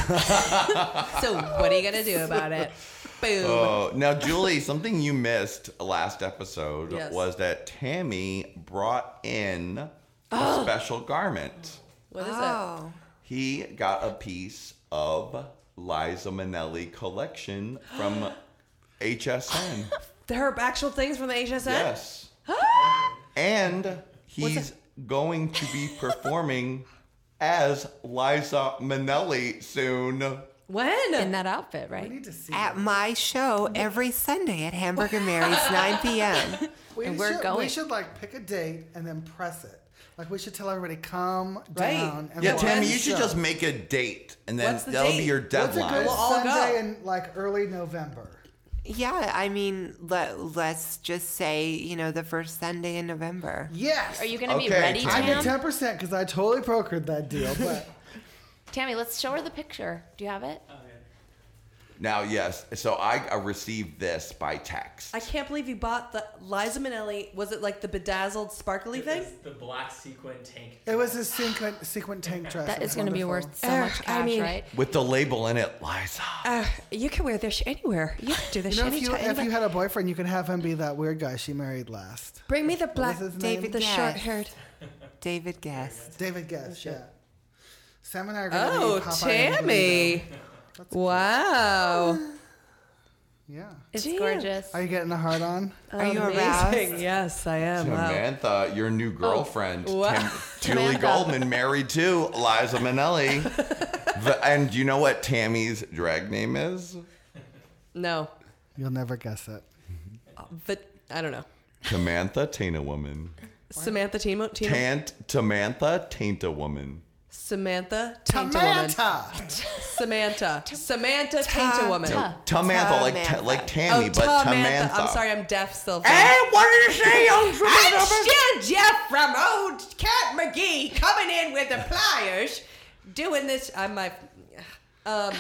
G: so what are you gonna do about it? Boom.
C: Oh, now, Julie, something you missed last episode
G: Yes.
C: was that Tammy brought in a special garment.
G: What is it?
F: "Oh."
C: He got a piece of Liza Minnelli collection from HSN.
G: Her actual things from the HSN.
C: Yes.
G: (gasps)
C: and he's going to
G: (laughs)
C: be performing as Liza Minnelli soon.
G: When?
D: In that outfit, right?
H: we need to see.
F: at my show every Sunday at
G: (laughs)
F: Hamburger Mary's, 9 p.m.
H: We
D: And we're
H: should, We
D: going.
H: should like pick a date and then press it. Like we should tell everybody, come
G: Right.
H: down. And
C: Yeah,
H: watch
C: Tammy,
H: the
C: you should
H: show.
C: just make a date, and then
G: What's the
C: that'll be
G: date?
C: your
H: What's a
C: deadline.
H: good
G: We'll all
H: Sunday
G: go.
H: in like early November?
F: Yeah, I mean, let, let's just say, you know, the first Sunday in November.
H: Yes.
D: Are you going to be
C: Okay,
D: ready,
C: time
H: I get
D: Tam?
H: ten percent because I totally brokered
J: (laughs)
H: that deal. But
D: Tammy, let's show her the picture. Do you have it?
C: Now, yes. So I uh, received this by text.
G: I can't believe you bought the Liza Minnelli. Was it like the bedazzled sparkly thing?
J: It's the black sequin tank.
H: it was a sequin
J: (laughs)
H: sequin tank dress.
D: that
H: It
D: is
H: was
D: going to be
H: wonderful. Er,
D: worth so
G: Ugh,
D: much
G: I
D: cash,
G: mean-
D: right?
C: With the label in it, Liza.
G: Uh, You can wear this anywhere. You can do this
H: You know, if you if you had a boyfriend, you could have him be that weird guy she married last.
G: Bring me the
H: black- his name?
F: David
G: the
F: Guest.
G: short-haired.
F: David Guest.
H: David Guest. yeah. Sam and I are going to
G: Oh, Tammy. Wow.
H: Yeah.
D: It's
G: Damn.
D: gorgeous.
H: Are you getting a hard on?
F: Are you aroused?
G: (laughs) Yes, I am. Oh, Wow. Oh,
C: Samantha, your new girlfriend,
G: wow. (laughs)
C: Tam- Julie
D: Samantha.
C: Goldman, married to Liza
G: (laughs)
C: Minnelli. The- and you know what Tammy's drag name is?
G: No, Uh,
H: You'll never guess it.
G: but I don't know.
C: Tamantha Taina Woman.
G: Samantha Timo. Timo.
C: Tant Tamantha Tainta Woman.
G: Samantha Tainta woman.
H: Tamanta.
G: (laughs) Samantha. Samantha Tainta woman.
C: Tamantha, like ta-
F: Tamantha.
C: like
G: Oh,
C: Tammy, but Tamantha.
G: I'm sorry, I'm deaf still.
C: Hey, what did you say?
G: (laughs)
C: I'm
G: I'm still Jeff from old Cat McGee coming in with the pliers, doing this. I'm my um,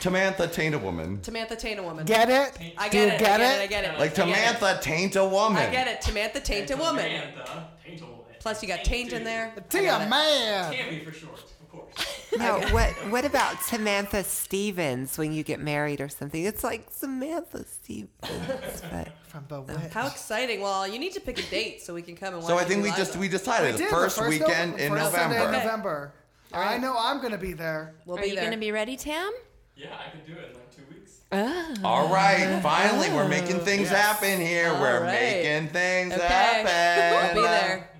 C: Tamantha Tainta Woman.
G: Samantha Tainta woman.
H: Get it?
G: I get
H: Do you get
G: it. I get it.
H: it?
G: I get it.
C: Like
G: I get it.
C: Tamantha Tainta Woman.
G: I get it. Samantha Tainta woman.
J: Samantha, taint a woman.
G: Plus you got taint in there.
H: Tia man.
J: Tammy for short. course.
F: No, what what about Samantha Stevens when you get married or something? It's like Samantha Stevens, but
H: From the witch.
G: How exciting! Well, you need to pick a date so we can come and watch.
C: So I
G: you
C: think
G: do
C: we
G: live
C: just
G: though.
C: we decided
H: We
C: the
H: did,
C: first, weekend
H: the
C: in
H: first Sunday in
C: November.
H: November. I know I'm going to be there.
G: We'll
D: Are
G: be
D: you
G: there.
D: going to be ready, Tam? Ah.
J: Yeah, I could do it in like two weeks.
C: (laughs) All right, finally we're making things happen here.
G: All
C: we're
G: right.
C: making things
D: (laughs)
G: okay.
C: happen. Uh,
G: We'll be there.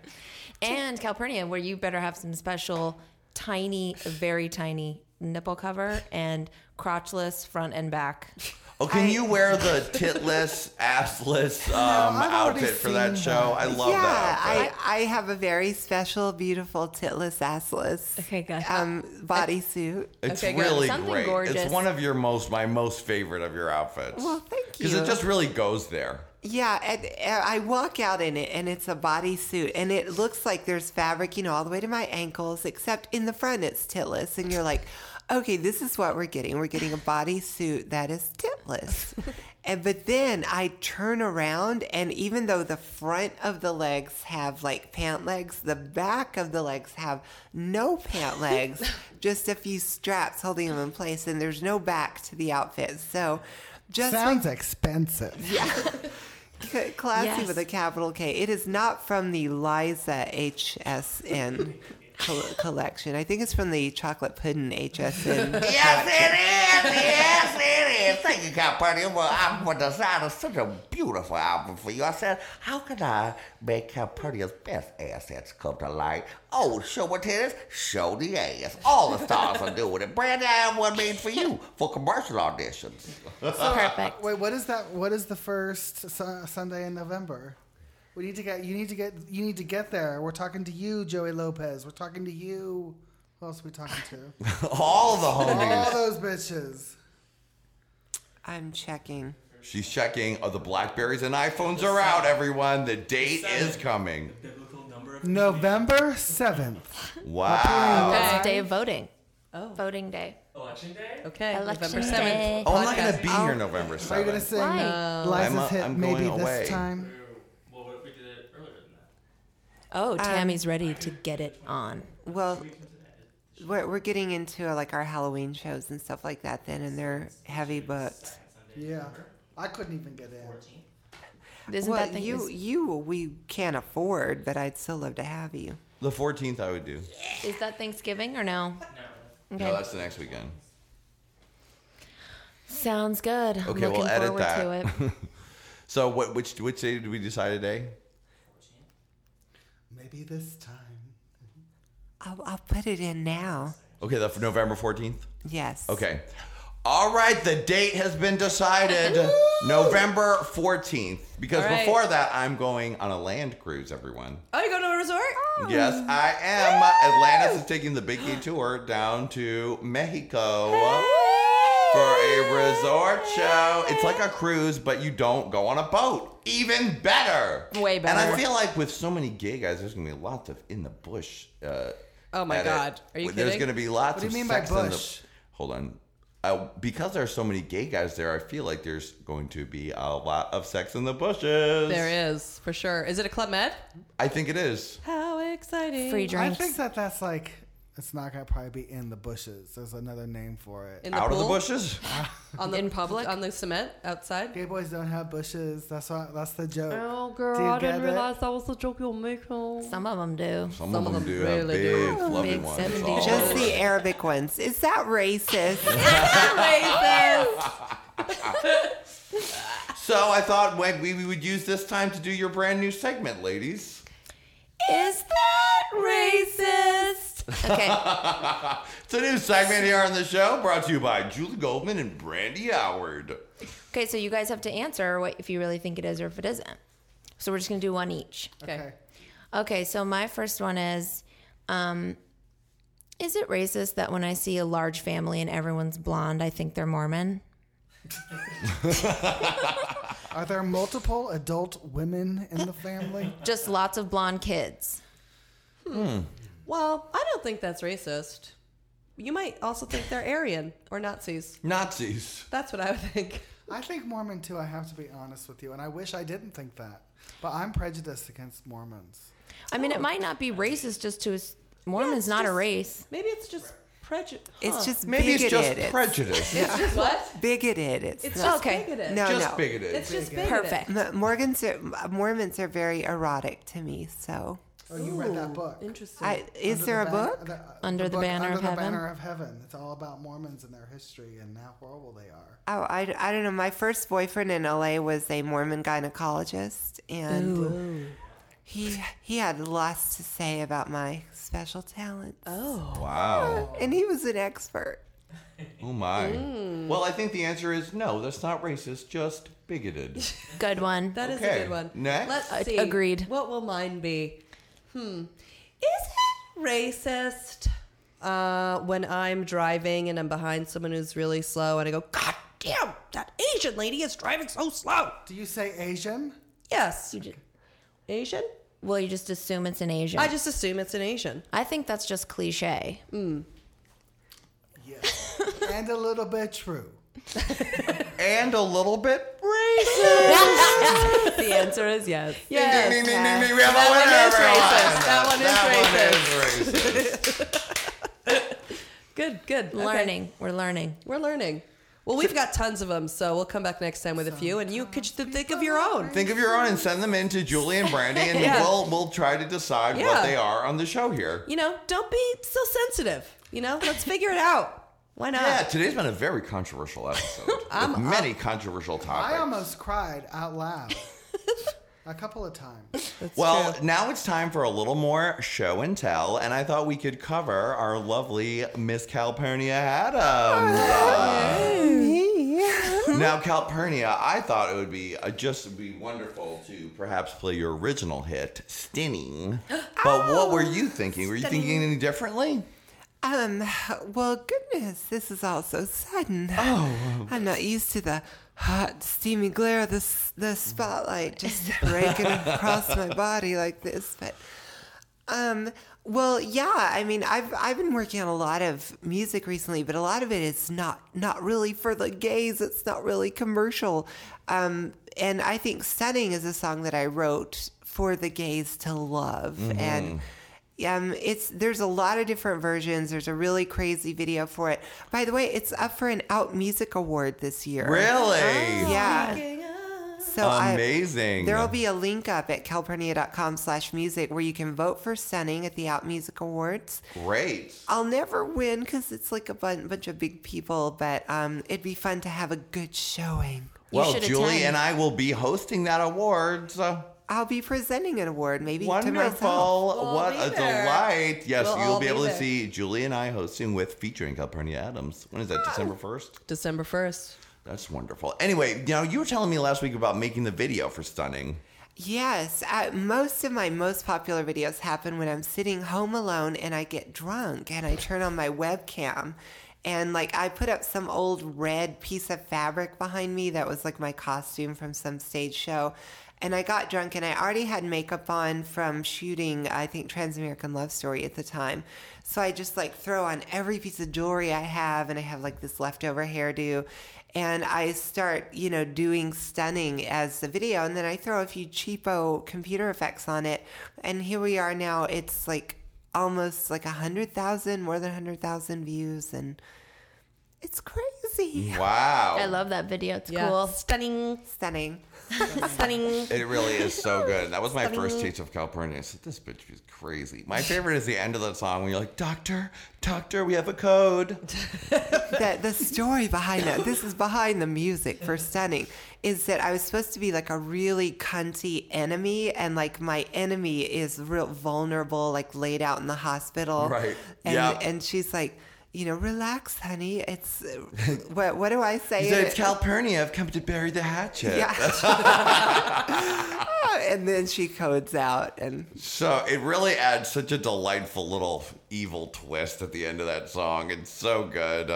D: And Calpurnia, where you better have some special, tiny, very tiny nipple cover and crotchless front and back.
C: Oh, can you wear the
H: (laughs)
C: titless, assless um,
H: I've already
C: outfit for that
H: seen
C: show? I love
F: yeah,
C: that. outfit.
F: I, I have a very special, beautiful titless, assless
D: Okay, good.
F: um, bodysuit.
C: It's
G: Okay, good.
C: really
D: Something
C: great.
D: gorgeous.
C: It's one of your most, my most favorite of your outfits.
F: Well, thank you.
C: Because it just really goes there.
F: Yeah, and, and I walk out in it, and it's a bodysuit, and it looks like there's fabric, you know, all the way to my ankles, except in the front it's titless, and you're like, okay, this is what we're getting. We're getting a bodysuit that is titless,
H: (laughs)
F: and but then I turn around, and even though the front of the legs have like pant legs, the back of the legs have no pant legs,
H: (laughs)
F: just a few straps holding them in place, and there's no back to the outfit, so. Just like
H: Sounds expensive.
F: C- Classy
D: Yes.
F: with a capital K. It is not from the Liza HSN col- collection. I think it's from the Chocolate Pudding
D: (laughs)
F: HSN.
B: Yes, it is. Yes, it is. Thank you, Calpurnia. Well, I well, designed such a beautiful album for you. I said, how can I make Calpurnia's best assets come to light? Oh, show what it is. Show the ass. All the stars are doing it. Brand I one made for you for commercial
D: (laughs)
B: auditions.
D: Perfect.
H: uh, Wait, what is that? What is the first su- Sunday in November? We need to get. You need to get. You need to get there. We're talking to you, Joey Lopez. We're talking to you. Who else are we talking to?
C: (laughs) All the homies.
H: All those bitches.
F: I'm checking.
C: She's checking. Oh, the Blackberries and iPhones are out, everyone. The date is coming.
J: Biblical number of
H: November seventh.
C: Wow.
D: That's the day of voting.
G: Oh.
D: Voting day.
J: election day.
G: Okay,
D: Election
G: November seventh.
D: day.
C: Oh, I'm not going to
G: Podcast.
C: be here November
H: Are you gonna
C: 7th.
H: sing
D: Why?
C: I'm, uh,
H: Liza's hit
C: I'm
H: maybe
C: going away.
H: this time?
J: Well, what if we did it earlier than that?
D: Oh, Tammy's ready to get it on.
F: Well, we're, we're getting into uh, like our Halloween shows and stuff like that then, and they're heavy booked.
H: Yeah. I couldn't even get in.
D: Isn't
F: well,
D: that thing
F: you,
D: is,
F: you, we can't afford, but I'd still love to have you.
C: The 14th, I would do.
D: is that Thanksgiving or no? Okay.
C: No, that's the next weekend.
D: Sounds good. I'm
C: Okay,
D: looking
C: we'll edit
D: forward
C: that.
D: to it.
C: (laughs) So, what? Which which day did we decide today?
H: Maybe this time.
F: I'll, I'll put it in now.
C: Okay, the November 14th.
F: Yes.
C: Okay. All right, the date has been decided November 14th. Because
G: All right.
C: before that, I'm going on a land cruise, everyone.
G: Oh, you going to a resort?
C: Yes, I am. Atlantis is taking the Biggie tour down to Mexico for a resort show. It's like a cruise, but you don't go on a boat. Even better.
D: (laughs) Way
C: And I
D: better.
C: feel like with so many gay guys, there's going to be lots of in the bush. Uh,
G: Oh my
C: at it.
G: God. Are you
C: There's
G: kidding?
C: going to be lots
H: What do you
C: of
H: mean by
C: sex in the-
H: bush?
C: Hold on. Uh, because there are so many gay guys there, I feel like there's going to be a lot of sex in the bushes.
G: There is for sure. Is it a Club Med?
C: I think it is.
G: How exciting!
D: Free
H: I think
D: drinks.
H: that that's like. It's not gonna probably be in the bushes. There's another name for it.
G: in
C: Out of the
G: pool?
C: bushes?
G: (laughs) on the,
D: In public?
G: on the cement outside.
H: Gay boys don't have bushes. That's why. (laughs) That's the joke.
G: (laughs) Oh, girl,
H: Do you I didn't get it? realize
G: that was the joke you were making.
D: Some of them do.
C: Some,
G: Some
C: of them,
G: of them
C: do have
G: really
C: big,
G: do.
C: fluffy
D: Big
C: ones. Oh.
D: 70s.
C: all
F: Just
C: over.
F: the Arabic ones. Is that racist?
C: So I thought when we, we would use this time to do your brand new segment, ladies.
D: Is that racist? Okay.
C: (laughs) It's a new segment here on the show brought to you by Julie Goldman and Brandy Howard.
D: Okay, so you guys have to answer what if you really think it is or if it isn't. So we're just gonna do one each.
H: okay.
D: Okay, so my first one is um, Is it racist that when I see a large family and everyone's blonde, I think they're Mormon?
H: Are there multiple adult women in the family?
D: Just lots of blonde kids.
G: Well, I don't think that's racist. You might also think they're Aryan or Nazis.
C: Nazis.
G: That's what I would think.
H: I think Mormon too. I have to be honest with you, and I wish I didn't think that, but I'm prejudiced against Mormons.
D: I mean, it might not be racist just to as- Mormon's
G: it's
D: not a
G: Oh. just-
D: race.
G: Maybe it's just prejudice.
F: It's just
C: Maybe it's
F: bigoted.
C: just prejudice.
G: it's just what?
F: bigoted. It's,
G: It's
F: not-
G: just
D: Okay.
G: bigoted.
F: no,
C: just
F: no.
C: bigoted.
G: It's just bigoted.
D: Perfect.
F: M- Morgans are, Mormons are very erotic to me. So,
H: Oh, you read that book.
G: Interesting.
F: I, is
H: Under
F: there
H: the
F: a
H: ban-
F: book?
H: the- uh,
D: Under
H: the
D: the
H: book
D: Banner
H: Under
D: of
H: the
D: Heaven?
H: Banner of Heaven. It's all about Mormons and their history and how horrible they are.
F: Oh, I, I don't know. My first boyfriend in LA was a Mormon gynecologist, and he he had lots to say about my special talents. Oh,
C: Wow.
F: and he was an expert.
C: Oh my.
G: Mm.
C: Well, I think the answer is no. That's not racist. Just bigoted.
D: Good one.
G: That is
C: Okay,
G: a good one.
C: next.
D: I-
G: Let's see.
D: agreed.
G: What will mine be? Hmm. Is it racist uh, when I'm driving and I'm behind someone who's really slow and I go, God (laughs) damn, that Asian lady is driving so slow?
H: Do you say Asian?
G: Yes.
D: ju-
G: Asian?
D: well, you just assume it's an Asian.
G: I just Hmm. assume it's an Asian.
D: I think that's just cliche.
H: Yes. and a little bit true.
C: and a little bit
G: (laughs) the answer is (laughs) yes.
C: Ding, ding, ding, ding, ding. We have a winner, everyone.
G: That one is
C: That
G: racist.
C: one is racist. (laughs)
G: Good, good. Okay.
D: Learning. We're learning.
G: We're learning. Well, we've got tons of them, so we'll come back next time with a few, and you could th- think of your own.
C: Think of your own and send them in to Julie and Brandy, and
G: (laughs) Yeah.
C: we'll we'll try to decide what
G: Yeah.
C: they are on the show here.
G: you know, don't be so sensitive. You know, let's figure
C: (laughs)
G: it out. Why not?
C: Yeah, today's been a very controversial episode
G: (laughs)
C: with many controversial topics.
H: I almost cried out loud a couple of times.
C: Well, now it's time for a little more show and tell, and I thought we could cover our lovely Miss Calpurnia Adams. Uh, now, Calpurnia, I thought it would be uh, just be wonderful to perhaps play your original hit,
D: (gasps)
C: Stinning. But
D: Oh,
C: what were you thinking? Were you thinking any differently?
F: Um, well, goodness, this is all so sudden. Oh, I'm not used to the hot, steamy glare of the s- the spotlight
C: (laughs)
F: just breaking across my body like this. But, um, well, yeah, I mean, I've I've been working on a lot of music recently, but a lot of it is not not really for the gays. It's not really commercial. Um, and I think "Stunning" is a song that I wrote for the gays to love
C: Mm-hmm.
F: and. Um, it's there's a lot of different versions. There's a really crazy video for it. By the way, it's up for an Out Music Award this year.
D: Oh,
C: Really?
F: Yeah. So I,
C: Amazing.
F: there will be a link up at calpurnia.com slash music where you can vote for Stunning at the Out Music Awards.
C: Great.
F: I'll never win because it's like a bun- bunch of big people, but um, it'd be fun to have a good showing.
C: Well,
D: should
C: Julie
D: attend.
C: and I will be hosting that award. So.
F: I'll be presenting an award, maybe to myself.
C: Wonderful. what
G: be
C: a
G: there.
C: delight. Yes,
G: We'll
C: you'll
G: all
C: be
G: be
C: able to
G: there.
C: see Julie and I hosting with featuring Calpurnia Adams. When is that? December 1st?
G: December 1st.
C: That's wonderful. Anyway, now you were telling me last week about making the video for Stunning.
F: Yes, uh, most of my most popular videos happen when I'm sitting home alone and I get drunk and I turn on my webcam and like I put up some old red piece of fabric behind me that was like my costume from some stage show and I got drunk and I already had makeup on from shooting I think Transamerican Love Story at the time. So I just like throw on every piece of jewelry I have and I have like this leftover hairdo and I start, you know, doing stunning as the video, and then I throw a few cheapo computer effects on it, and here we are now. It's like almost like a hundred thousand, more than hundred thousand views, and it's crazy,
C: Wow.
D: I love that video. It's
G: Yeah.
D: cool.
G: Stunning.
D: (laughs)
F: stunning.
G: Stunning.
C: It really is
G: (laughs)
C: so good. That was my first taste of Calpurnia. I said, this bitch is crazy. My favorite is the end of the song when you're like, Doctor, Doctor, we have a code.
F: (laughs) the, the story behind that, this is behind the music for Stunning, is that I was supposed to be like a really cunty enemy, and like my enemy is real vulnerable, like laid out in the hospital.
C: Right.
F: And,
C: Yeah.
F: and she's like, you know, relax, honey. It's
C: (laughs)
F: what? What do I say?
C: He said, It's Calpurnia. I've come to bury the hatchet. (laughs)
F: yeah. (laughs) and then she codes out, and
C: So it really adds such a delightful little evil twist at the end of that song. It's so good.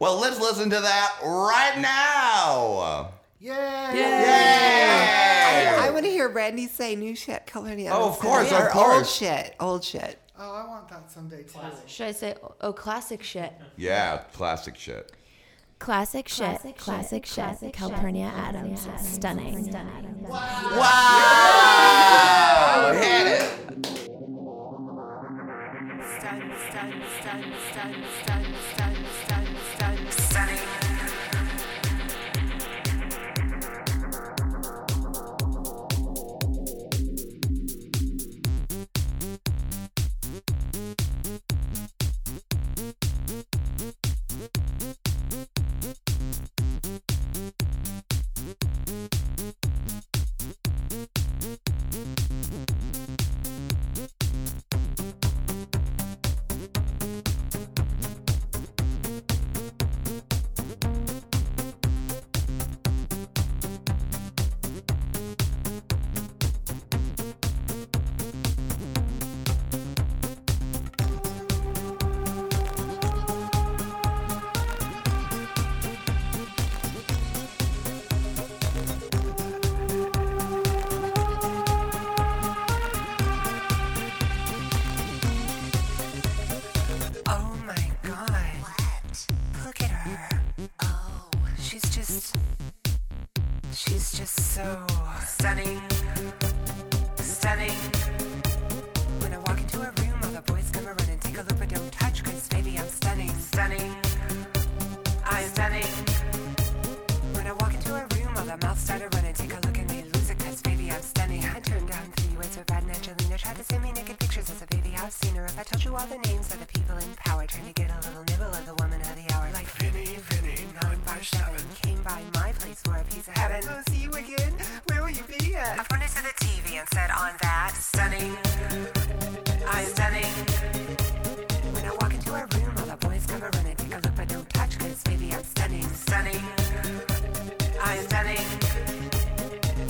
C: Well, let's listen to that right now.
H: Yay!
F: I, I want to hear Brandy say new shit, Calpurnia.
C: Oh, of course, of
F: Or Old
C: course.
F: shit, old shit.
H: Oh, I want that someday too.
D: Should I say, oh, classic shit?
C: Yeah, classic shit.
D: Classic shit. Classic, shit. Calpurnia Adams. Stunning.
C: Wow! Hit it.
F: Stunning.
K: having. When I walk into a room, all the boys come around and take a look, but don't touch, cause baby, I'm stunning. Stunning. I'm stunning. When I walk into a room, all the mouths start to run and take a look and they lose it, cause baby, I'm stunning. I turned down three words for Brad and Angelina, tried to send me naked pictures as a baby, I've seen her. If I told you all the names of the people in power, trying to get a little nibble of the woman of the hour, like Vinny, Vinny, nine by seven, came by my place for a piece of heaven. We'll see you again. Where will you be at? I pointed to the TV and said, on that, stunning. I'm stunning. When I walk into a room, all the boys come around and take a look, but don't touch, cause baby, I'm stunning. Stunning. I'm stunning.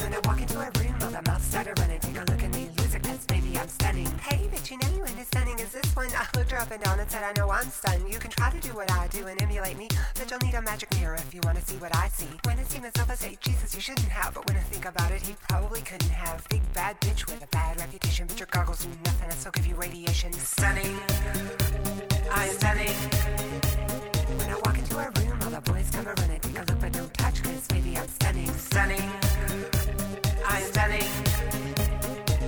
K: When I walk into a room, all the mouths start to run and take a look at me. Loser, cause baby, I'm stunning. Hey, but you know you ain't as stunning as this one. I looked her up and down and said, I know I'm stunned. You can try to do what I do and emulate me, but you'll need a magic mirror if you want to see what I see. When I see myself, I say, Jesus, you shouldn't have. But when I think about it, he probably couldn't have. Big bad bitch with a bad reputation, but your goggles do nothing. I still give you radiation. Stunning. I'm stunning. When I walk into a room, all the boys come around and take a look, but don't touch, cause baby, I'm stunning. Stunning. I'm stunning.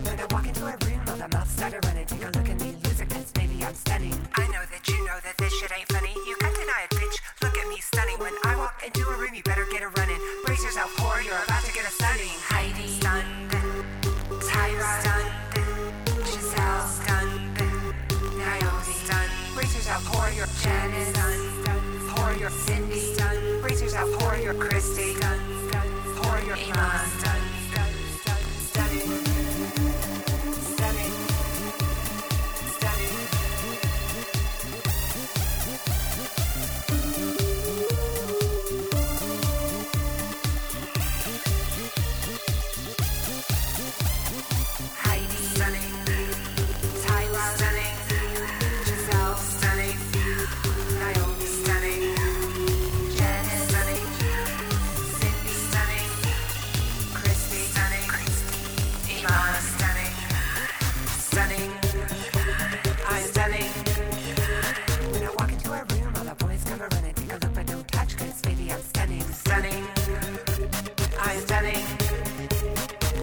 K: When I walk into a room, all the mouths start to run and take a look at me, loser, cause baby, I'm stunning. I know that you know that this shit ain't funny. You can't deny it, bitch. Look at me, stunning. When I walk into a room, you better get a running. Brace yourself, whore, you're about to get a stunning. Heidi, stunned. Tyra, stunned. Giselle, stunned. Naomi, stunned. Brace yourself, whore, you're Janice, stunned. Whore, you're Cindy, stunned. Brace yourself, whore, you're Christy, stunned. Whore, you're Iman, stunned. Stunning. Stunning. Stunning. Heidi, stunning. Tyra, stunning. Giselle, stunning. Naomi, stunning. Janice, stunning. Cindy, stunning. Christy, stunning. Ivana, stunning. Stunning. I'm stunning. When I walk into a room, all the boys come around and take a look, but don't touch, cause baby, I'm stunning. Stunning. I'm stunning.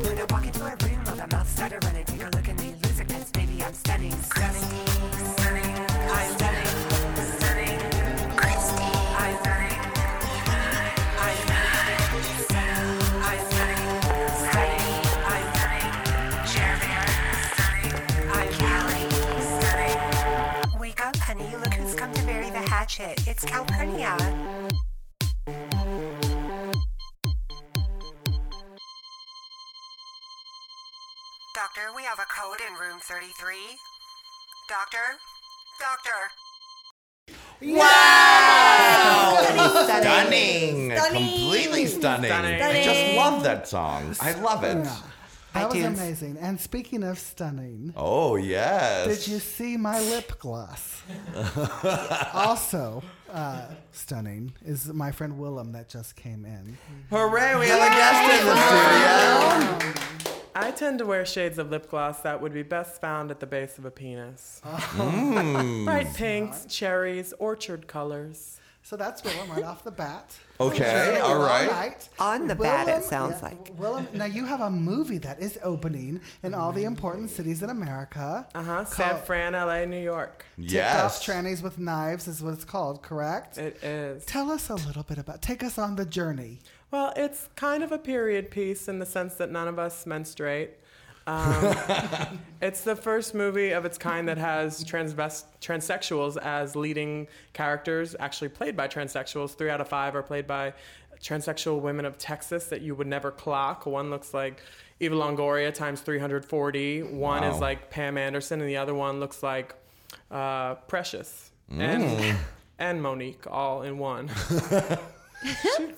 K: When I walk into a room, all the mouths start to run and take a look and they lose it, cause baby, I'm stunning. Stunning. Stunning. I'm stunning. Stunning. Christy. I'm stunning. I'm stunning. I'm stunning. Stunning. I'm stunning. Jeremy. Stunning. I'm Callie. Stunning. Wake up, honey. Look who's come to bury the hatchet. It's Calpurnia. Doctor, we have a code in room 33. Doctor? Doctor?
C: Stunning. Completely stunning. I just
L: Stunning.
C: love that song. I love it.
H: That was
K: iTunes.
H: amazing. And speaking of stunning,
C: Oh, yes.
H: did you see my lip
C: (laughs)
H: gloss? also uh, stunning is my friend Willem that just came in.
C: Hooray, we have a guest in the studio.
M: I tend to wear shades of lip gloss that would be best found at the base of a penis.
C: Mm.
M: (laughs) Bright pinks, cherries, orchard colors.
H: So that's Willem right off the bat.
C: Okay, all right.
K: On the bat, it sounds
H: yeah,
K: like.
H: Willem, now you have a movie that is opening in all the important cities in America.
M: Uh huh. San
H: Called-
M: Fran, LA, New York.
C: Yes.
H: Tipped off trannies with knives is what it's called, correct?
M: It is.
H: Tell us a little bit about. Take us on the journey.
M: Well, it's kind of a period piece in the sense that none of us menstruate. Um, it's the first movie of its kind that has transvest- transsexuals as leading characters, actually played by transsexuals. Three out of five are played by transsexual women of Texas that you would never clock. One looks like Eva Longoria times 340. One is
C: Wow.
M: like Pam Anderson, and the other one looks like uh, Precious and, (laughs) and Monique all in one.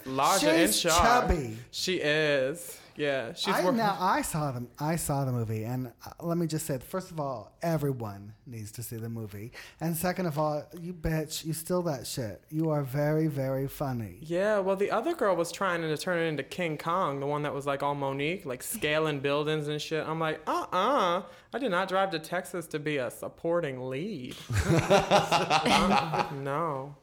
M: Larger and
H: She's
M: sharp.
H: chubby.
M: She is. Yeah, she's
H: I,
M: working.
H: now I saw them. I saw the movie, and uh, let me just say, first of all, everyone needs to see the movie, and second of all, you bitch, you steal that shit. You are very, very funny.
M: Yeah, well, the other girl was trying to turn it into King Kong, the one that was like all Monique, like
H: (laughs)
M: scaling buildings and shit. I'm like, uh uh I did not drive to Texas to be a supporting
H: (laughs)
M: lead. (laughs) Uh, no.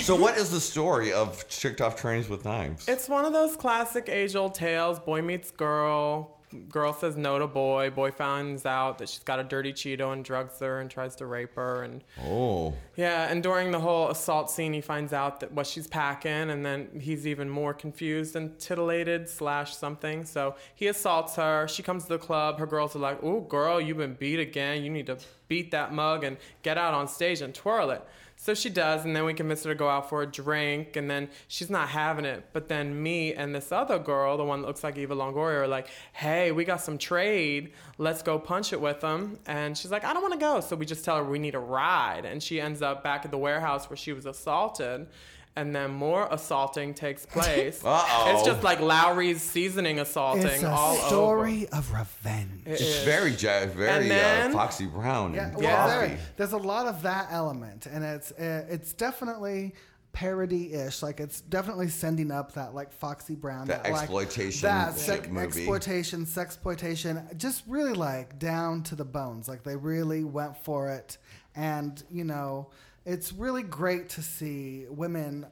C: So, what is the story of tricked off trains with knives?
M: It's one of those classic age old tales boy meets girl, girl says no to boy. Boy finds out that she's got a dirty Cheeto and drugs her and tries to rape her. And
C: Oh.
M: yeah, and during the whole assault scene, he finds out that what she's packing, and then he's even more confused and titillated slash something. So he assaults her. She comes to the club. Her girls are like, "Ooh, girl, you've been beat again. You need to beat that mug and get out on stage and twirl it." So she does, and then we convince her to go out for a drink, and then she's not having it. But then me and this other girl, the one that looks like Eva Longoria, are like, hey, we got some trade. Let's go punch it with them. And she's like, I don't want to go. So we just tell her we need a ride. And she ends up back at the warehouse where she was assaulted. And then more assaulting takes place.
C: Uh-oh.
M: It's just like Lowry's seasoning assaulting
H: It's a
M: all over.
H: story of revenge.
M: It
C: It's
M: is.
C: very, ja- very
M: then-
C: uh, Foxy Brown.
H: Yeah,
C: and
H: well,
M: Yeah.
H: there-
C: frothy.
H: there's a lot of that element, and it's uh, it's definitely parody-ish. Like it's definitely sending up that like Foxy Brown,
C: That
H: like,
C: exploitation
H: that
C: shit movie.
H: exploitation, sexploitation, just really like down to the bones. Like they really went for it, and you know, it's really great to see women.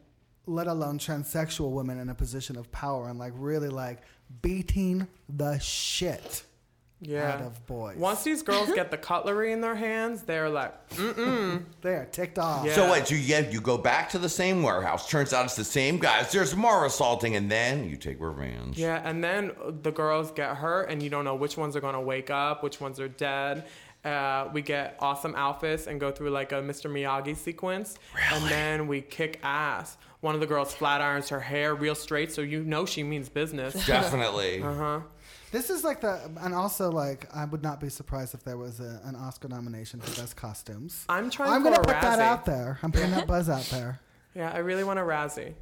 H: Let alone transsexual women in a position of power and like really like beating the shit out of boys.
M: Once these girls get the cutlery in their hands, they're like,
H: (laughs) they are ticked off.
M: Yeah.
C: So what? You get you go back to the same warehouse. Turns out it's the same guys. There's more assaulting, and then you take revenge.
M: Yeah, and then the girls get hurt, and you don't know which ones are gonna wake up, which ones are dead. Uh, we get awesome outfits and go through like a Mr. Miyagi sequence, and then we kick ass. One of the girls flat irons her hair real straight, so you know she means business.
C: Definitely.
M: Uh-huh.
H: This is like the, and also like I would not be surprised if there was a, an Oscar nomination for best costumes.
M: I'm trying
H: I'm
M: for
H: gonna
M: a
H: put that
M: Razzie.
H: out there. I'm putting
M: (laughs)
H: that buzz out there.
M: yeah, I really want a Razzie.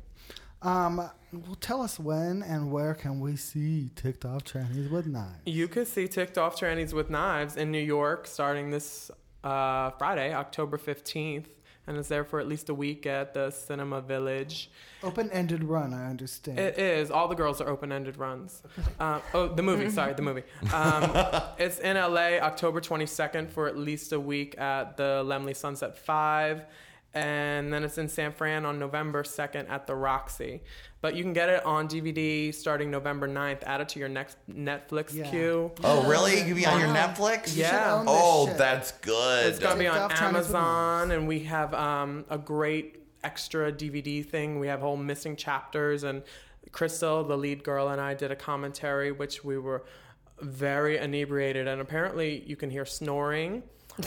H: Um, well, tell us when and where can we see ticked off trannies with knives?
M: You could see ticked off trannies with knives in New York starting this uh, Friday, October 15th, and it's there for at least a week at the Cinema Village.
H: Open ended run, I understand.
M: It is. All the girls are open-ended
H: (laughs)
M: runs. Um, oh, the movie. Sorry, the movie. Um, it's in LA, October 22nd for at least a week at the Lemley Sunset Five, and then it's in San Fran on November 2nd at the Roxy. But you can get it on DVD starting November 9th. Add it to your next Netflix
H: Yeah.
M: queue.
C: Oh, really? You can be on your Netflix?
M: Yeah.
H: own this
C: Oh,
H: shit.
C: that's good.
M: It's gonna be on
H: Ticked off Chinese
M: Amazon, and we have um, a great extra DVD thing. We have whole missing chapters, and Crystal, the lead girl, and I did a commentary, which we were very inebriated, and apparently you can hear snoring.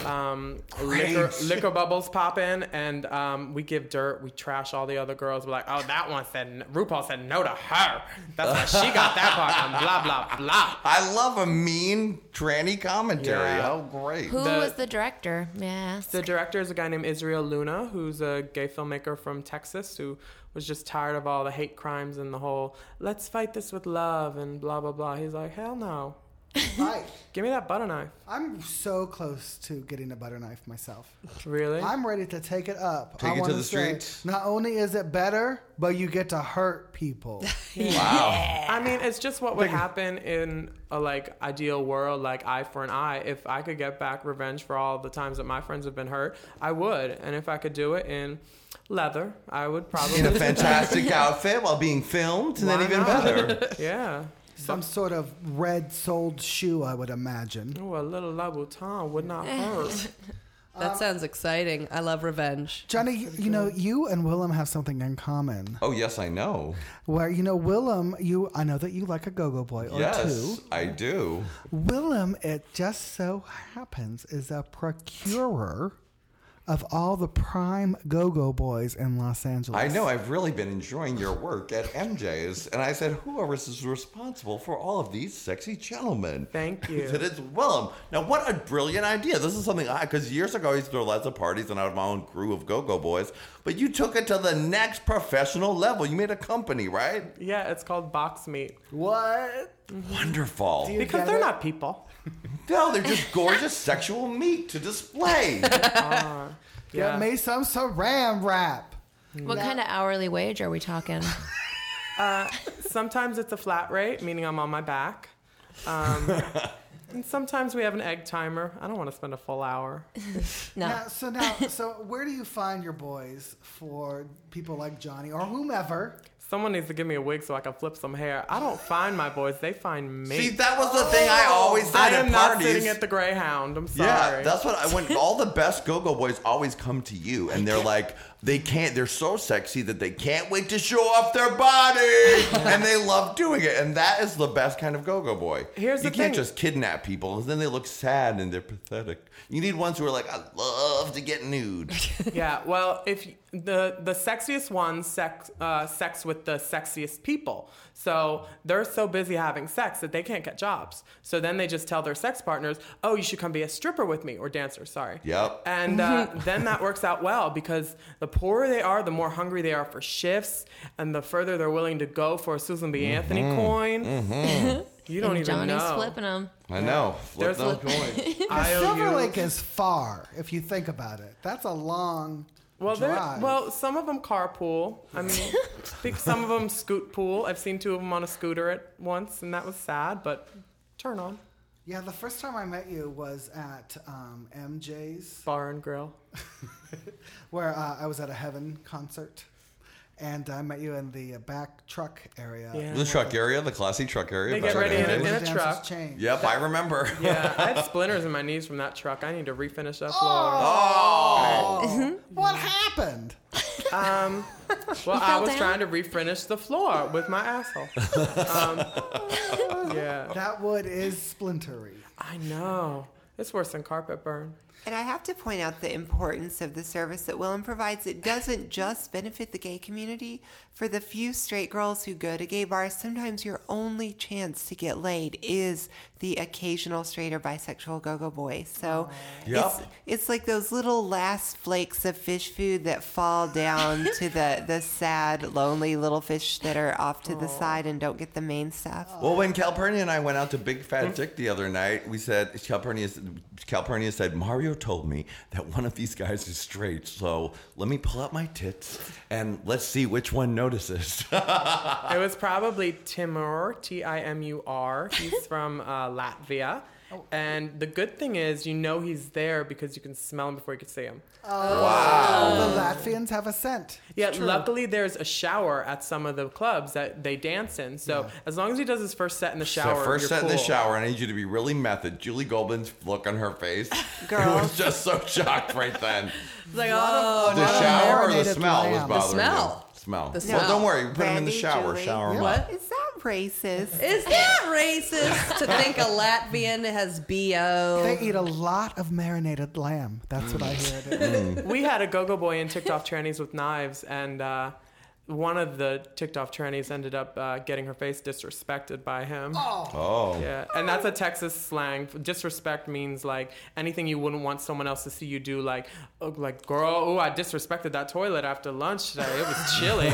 M: Um, liquor, liquor bubbles pop in, and um, we give dirt. We trash all the other girls. We're like, oh, that one said n- RuPaul said no to her. That's why she got that part. And blah blah blah.
C: I love a mean tranny commentary.
M: Yeah.
C: How great.
D: Who
M: The-
D: was the director? May I ask?
M: The director is a guy named Israel Luna, who's a gay filmmaker from Texas who was just tired of all the hate crimes and the whole let's fight this with love and blah blah blah. He's like, hell no.
H: Like,
M: (laughs) Give me that butter knife.
H: I'm so close to getting a butter knife myself.
M: Really?
H: I'm ready to take it up.
C: Take it to
H: wanna
C: the
H: say,
C: streets.
H: Not only is it better, but you get to
M: (laughs)
H: hurt people.
C: Wow.
M: I mean, it's just what would happen in a like ideal world, like eye for an eye. If I could get back revenge for all the times that my friends have been hurt, I would. And if I could do it in leather, I would probably.
C: In a
M: (laughs)
C: fantastic outfit while being filmed, and
M: Why
C: then even
M: not?
H: (laughs)
C: better.
M: yeah.
H: Some sort of red soled shoe, I would imagine.
M: Ooh, a little Louboutin would
G: Eh.
M: not hurt.
G: (laughs) That sounds exciting. I love revenge.
H: Johnny, you, you know, you and Willem have something in common.
C: Oh, yes, I know.
H: Where, you know, Willem, you I know that you like a go-go boy or
C: Yes,
H: two.
C: I do.
H: Willem, it just so happens, is a procurer of all the prime go-go boys in Los
C: (laughs)
H: Angeles.
C: I know I've really been enjoying your work at MJ's, and I said, whoever is responsible for all of these sexy gentlemen.
M: Thank you.
C: that it's Willem. Now, what a brilliant idea! This is something I because years ago I used to throw lots of parties, and I had my own crew of go-go boys. But you took it to the next professional level. You made a company, right?
M: Yeah, it's called box meat. Mm-hmm.
H: What?
C: Wonderful.
M: Because
H: get
M: they're
H: it?
M: not people.
C: No, they're just gorgeous sexual meat to display.
H: Yeah.
M: Yeah.
H: Get me some saran wrap.
D: what kind of hourly wage are we
G: (laughs)
D: talking?
M: Uh, Sometimes it's a flat rate, meaning I'm on my back.
C: (laughs)
M: Um, and sometimes we have an egg timer. I don't want to spend a full hour.
D: No.
H: Now, so now, so where do you find your boys for people like Johnny or whomever?
M: Someone needs to give me a wig so I can flip some hair. I don't find my boys; they find me.
C: See, that was the thing I always said
M: I
C: at
M: am not
C: parties.
M: sitting at the Greyhound. I'm sorry.
C: Yeah, that's what I
M: (laughs)
C: when all the best go-go boys always come to you and they're like they can't they're so sexy that they can't wait to show off their body
M: (laughs)
C: and they love doing it and that is the best kind of go-go boy.
M: Here's
C: you
M: the
C: can't
M: thing.
C: just kidnap people 'cause then they look sad and they're pathetic. You need ones who are like I love to get
M: (laughs)
C: nude.
M: yeah. Well, if y- the the sexiest ones sex uh, sex with the sexiest people, so they're so busy having sex that they can't get jobs. So then they just tell their sex partners, "Oh, you should come be a stripper with me or dancer." Sorry.
C: Yep. (laughs)
M: And uh, then that works out well because the poorer they are, the more hungry they are for shifts, and the further they're willing to go for a Susan
C: Mm-hmm.
M: B. Anthony coin. You don't
D: and
M: even
D: Johnny's
M: know.
D: flipping them.
M: (laughs)
C: I know. Flip
M: There's
C: those
M: li-
H: (laughs)
C: coins.
M: I owe
H: Silver
M: you.
H: Lake is far if you think about it. That's a long
M: Well, they're-
H: drive.
M: well, some of them carpool. I mean, think some of them scoot pool. I've seen two of them on a scooter at once, and that was sad, but turn on.
H: yeah, the first time I met you was at um, MJ's,
M: Bar and grill.
H: (laughs) where uh, I was at a Heaven concert, and I met you in the uh, back truck area.
M: Yeah.
C: The truck area, the classy truck area.
M: They
C: back
M: get ready
C: in
M: in
C: the
M: it.
H: Where
C: days.
M: a
H: the dancers
M: truck.
H: change.
C: Yep, I remember.
M: Yeah, I had splinters in my knees from that truck. I need to refinish that
H: Oh, what happened?
M: floor. Uh, Well, I
D: fell
M: was
D: down?
M: trying to refinish the floor with my asshole. Um, yeah,
H: That wood is
M: (laughs)
H: splintery.
M: I know. It's worse than carpet burn.
F: And I have to point out the importance of the service that Willem provides. It doesn't just benefit the gay community. For the few straight girls who go to gay bars, sometimes your only chance to get laid is the occasional straight or bisexual go go boy. So it's,
C: Yep.
F: it's like those little last flakes of fish food that fall down to the, the sad, lonely little fish that are off to
M: (laughs)
F: the side and don't get the main stuff.
C: Well, when Calpurnia and I went out to Big
M: Mm-hmm.
C: Fat Dick the other night, we said Calpurnia, Calpurnia said Mario told me that one of these guys is straight, so let me pull out my tits and let's see which one notices. (laughs)
M: It was probably Timur, T I M U R. He's from uh, Latvia. And the good thing is, you know he's there because you can smell him before you can see him.
H: Oh. the Latvians have a scent.
M: Oh. Yeah, luckily there's a shower at some of the clubs that they dance in. So as long as he does his first set in the shower,
C: so first
M: you're
C: set in the
M: cool.
C: shower, and I need you to be really method. Julie Goldman's look on her face, (laughs)
F: Girl.
C: it was just so shocked right then.
G: Like, oh,
C: The
H: of
C: shower or the
H: marinated
C: smell was
H: lamb.
C: bothering
G: The smell.
C: you. Smell.
G: The
C: Well,
G: smell.
C: don't worry, we put him in the
F: Brandy,
C: shower.
F: Julie.
C: Shower him up.
G: What?
F: Is that racist?
G: Is that racist to think a Latvian has BO?
H: They eat a lot of marinated lamb. That's what I hear. it is.
M: (laughs) we had a go-go boy and ticked off trannies with knives, and uh, one of the ticked off trannies ended up uh, getting her face disrespected by him.
C: Oh.
M: Yeah, and that's a Texas slang. Disrespect means like anything you wouldn't want someone else to see you do. Like, oh, like girl, oh, I disrespected that toilet after lunch today. It was
H: (laughs)
M: chilly.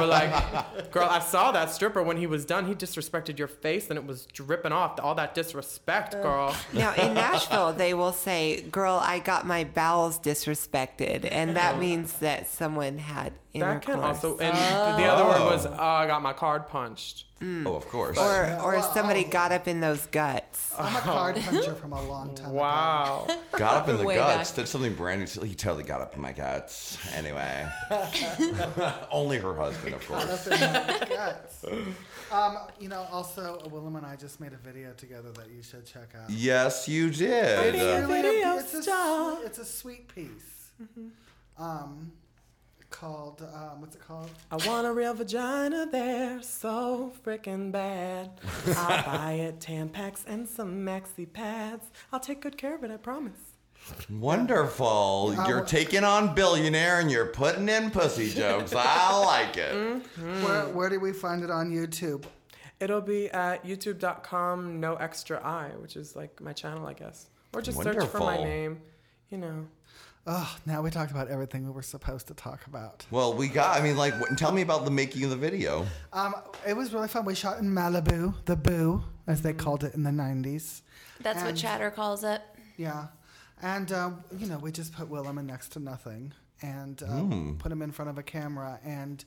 M: or like, girl, I saw that stripper when he was done. He disrespected your face, and it was dripping off. All that disrespect, girl.
F: Now in Nashville, they will say, "Girl, I got my bowels disrespected," and that means that someone had
M: That
F: intercourse,
M: can also. And the other word was, oh, I got my card punched.
C: Oh, of course.
F: Mm. or or somebody got up in those guts.
H: I'm
M: (laughs)
H: a card puncher from a long time
M: (laughs)
H: ago.
M: Wow.
C: Got up in the
D: Way
C: guts.
D: back.
C: Did something brand new. He totally got up in my guts.
D: (laughs)
C: Anyway, (laughs) only her husband, of course.
H: That's in my guts. Um, you know, also Willem and I just made a video together that you should check out.
C: Yes, you did. Uh,
H: Really
G: Video
H: a, it's, a,
G: star.
H: swe- it's a sweet piece. Um, called um, what's it called?
M: I want a real vagina there, so freaking bad. I'll buy it, Tampax and some maxi pads. I'll take good care of it, I promise.
C: Wonderful. You're taking on billionaire and you're putting in pussy
H: (laughs)
C: jokes. I like it.
F: mm-hmm.
H: Where where do we find it on YouTube?
M: It'll be at youtube.com, no extra I, which is like my channel, I guess. Or just search for my
C: Wonderful.
M: name, you know.
H: Oh, now we talked about everything we were supposed to talk about.
C: Well, we got. I mean, like, what- tell me about the making of the video.
H: Um, it was really fun. We shot in Malibu, the Boo, as they called it in the '90s.
D: That's what
H: And-
D: Chatter calls it.
H: Yeah. And, uh, you know, we just put Willem in next to nothing and uh, put him in front of a camera. And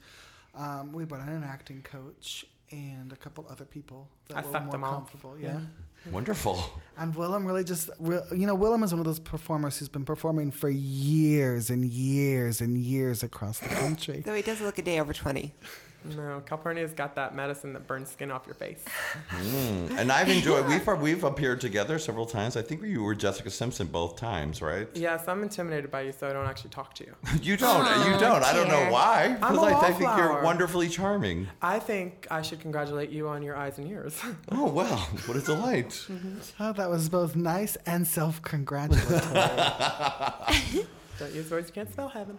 H: um, we brought in an acting coach and a couple other people that
M: I
H: were
M: sucked
H: more
M: them all.
H: comfortable. Yeah.
C: Wonderful.
H: And Willem really just, re- you know, Willem is one of those performers who's been performing for years and years and years across the country.
F: Though he does look a day over twenty.
M: No, Calpurnia's got that medicine that burns skin off your face.
C: Mm. And
H: (laughs)
C: I've enjoyed. We've we've appeared together several times. I think you were Jessica Simpson both times, right?
M: Yes, I'm intimidated by you, so I don't actually talk to you.
C: (laughs) You don't.
H: Oh,
F: Ah,
C: you don't. I don't know
M: dear.
C: why.
M: I'm
C: Because
M: a
C: I, I think you're
M: wallflower.
C: wonderfully charming.
M: I think I should congratulate you on your eyes and ears. (laughs)
C: Oh wow, what a delight!
D: Mm-hmm.
H: Oh, that was both nice and
M: (laughs)
H: self-congratulatory.
M: don't use words you can't spell heaven.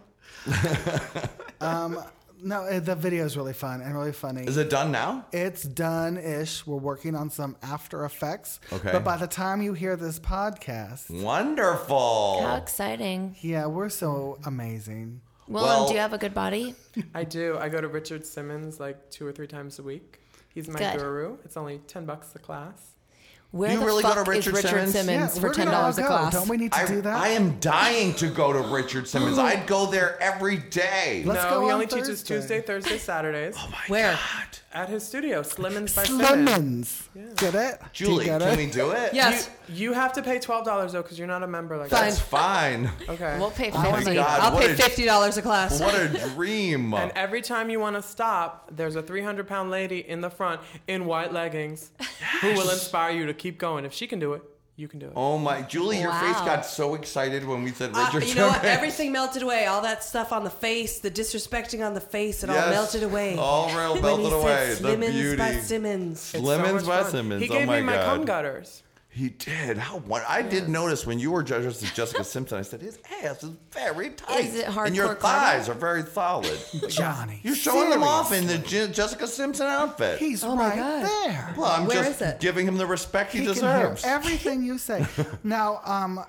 H: um, no, eh, the video is really fun and really funny.
C: Is it done now?
H: It's done ish. We're working on some after effects.
C: Okay.
H: But by the time you hear this podcast,
C: Wonderful.
D: How exciting.
H: yeah, we're so amazing.
D: Willem,
C: Well-
D: do you have a good body?
M: I do. I go to Richard Simmons like two or three times a week. He's my
D: Good.
M: guru. It's only ten bucks a class.
D: Where
C: You
D: the
C: really go
D: fuck
C: to
D: is
C: Richard
D: Richard
C: Simmons?
D: Simmons,
H: Yeah,
D: for
H: we're
D: ten
H: gonna all
D: dollars a
H: go.
D: class?
H: Don't we need to
C: I,
H: do that?
C: I am dying to go to Richard
H: (gasps)
C: Simmons. I'd go there every day.
H: Let's
M: no,
H: go
M: he
H: on
M: only teaches
H: Thursday.
M: Tuesday, Thursday, Saturdays
C: Oh Where?
M: at his studio, Slimmins by Simmons.
H: Lemons. Get it? Do you
C: Julie,
H: get
C: can
H: it?
C: we do it?
G: Yes.
M: You have to pay twelve dollars though, because you're not a member like
C: That's
M: that.
C: fine.
M: Okay.
D: We'll pay
C: Oh my
D: fifty.
C: God,
G: I'll
C: what
G: pay
C: a-
G: fifty dollars a class. (laughs)
C: What a dream.
M: (laughs) and every time you want to stop, there's a 300 pound lady in the front in white leggings who will inspire you to keep going. If she can do it, you can do it.
C: Oh my, Julie, your face
D: Wow.
C: got so excited when we said
G: Uh,
C: Richard (laughs)
G: you know what?
C: Simmons.
G: Everything melted away. All that stuff on the face, the disrespecting on the face, it all
C: Yes. Oh,
G: melted away.
C: All real
G: When
C: melted
G: he
C: away.
G: said
C: The
G: Simmons by
C: beauty.
G: Simmons.
M: It's
C: Lemons
M: much
C: by
M: fun.
C: Simmons.
M: He
C: Oh
M: gave
C: my
M: me my cum
C: God.
M: gutters.
C: He did. How one I did notice when you were judging us as
G: (laughs)
C: Jessica Simpson. I said his ass is very tight.
D: Is it
C: And your
D: hardcore cardio?
C: thighs are very solid.
M: (laughs)
H: Johnny.
C: You're showing them off in the Je- Jessica Simpson outfit.
H: He's
G: Oh my
H: right
G: God.
H: there.
C: well, I'm
G: Where
C: just
G: is it?
C: giving him the respect he,
H: He can hear
C: deserves.
H: everything you say. now, um,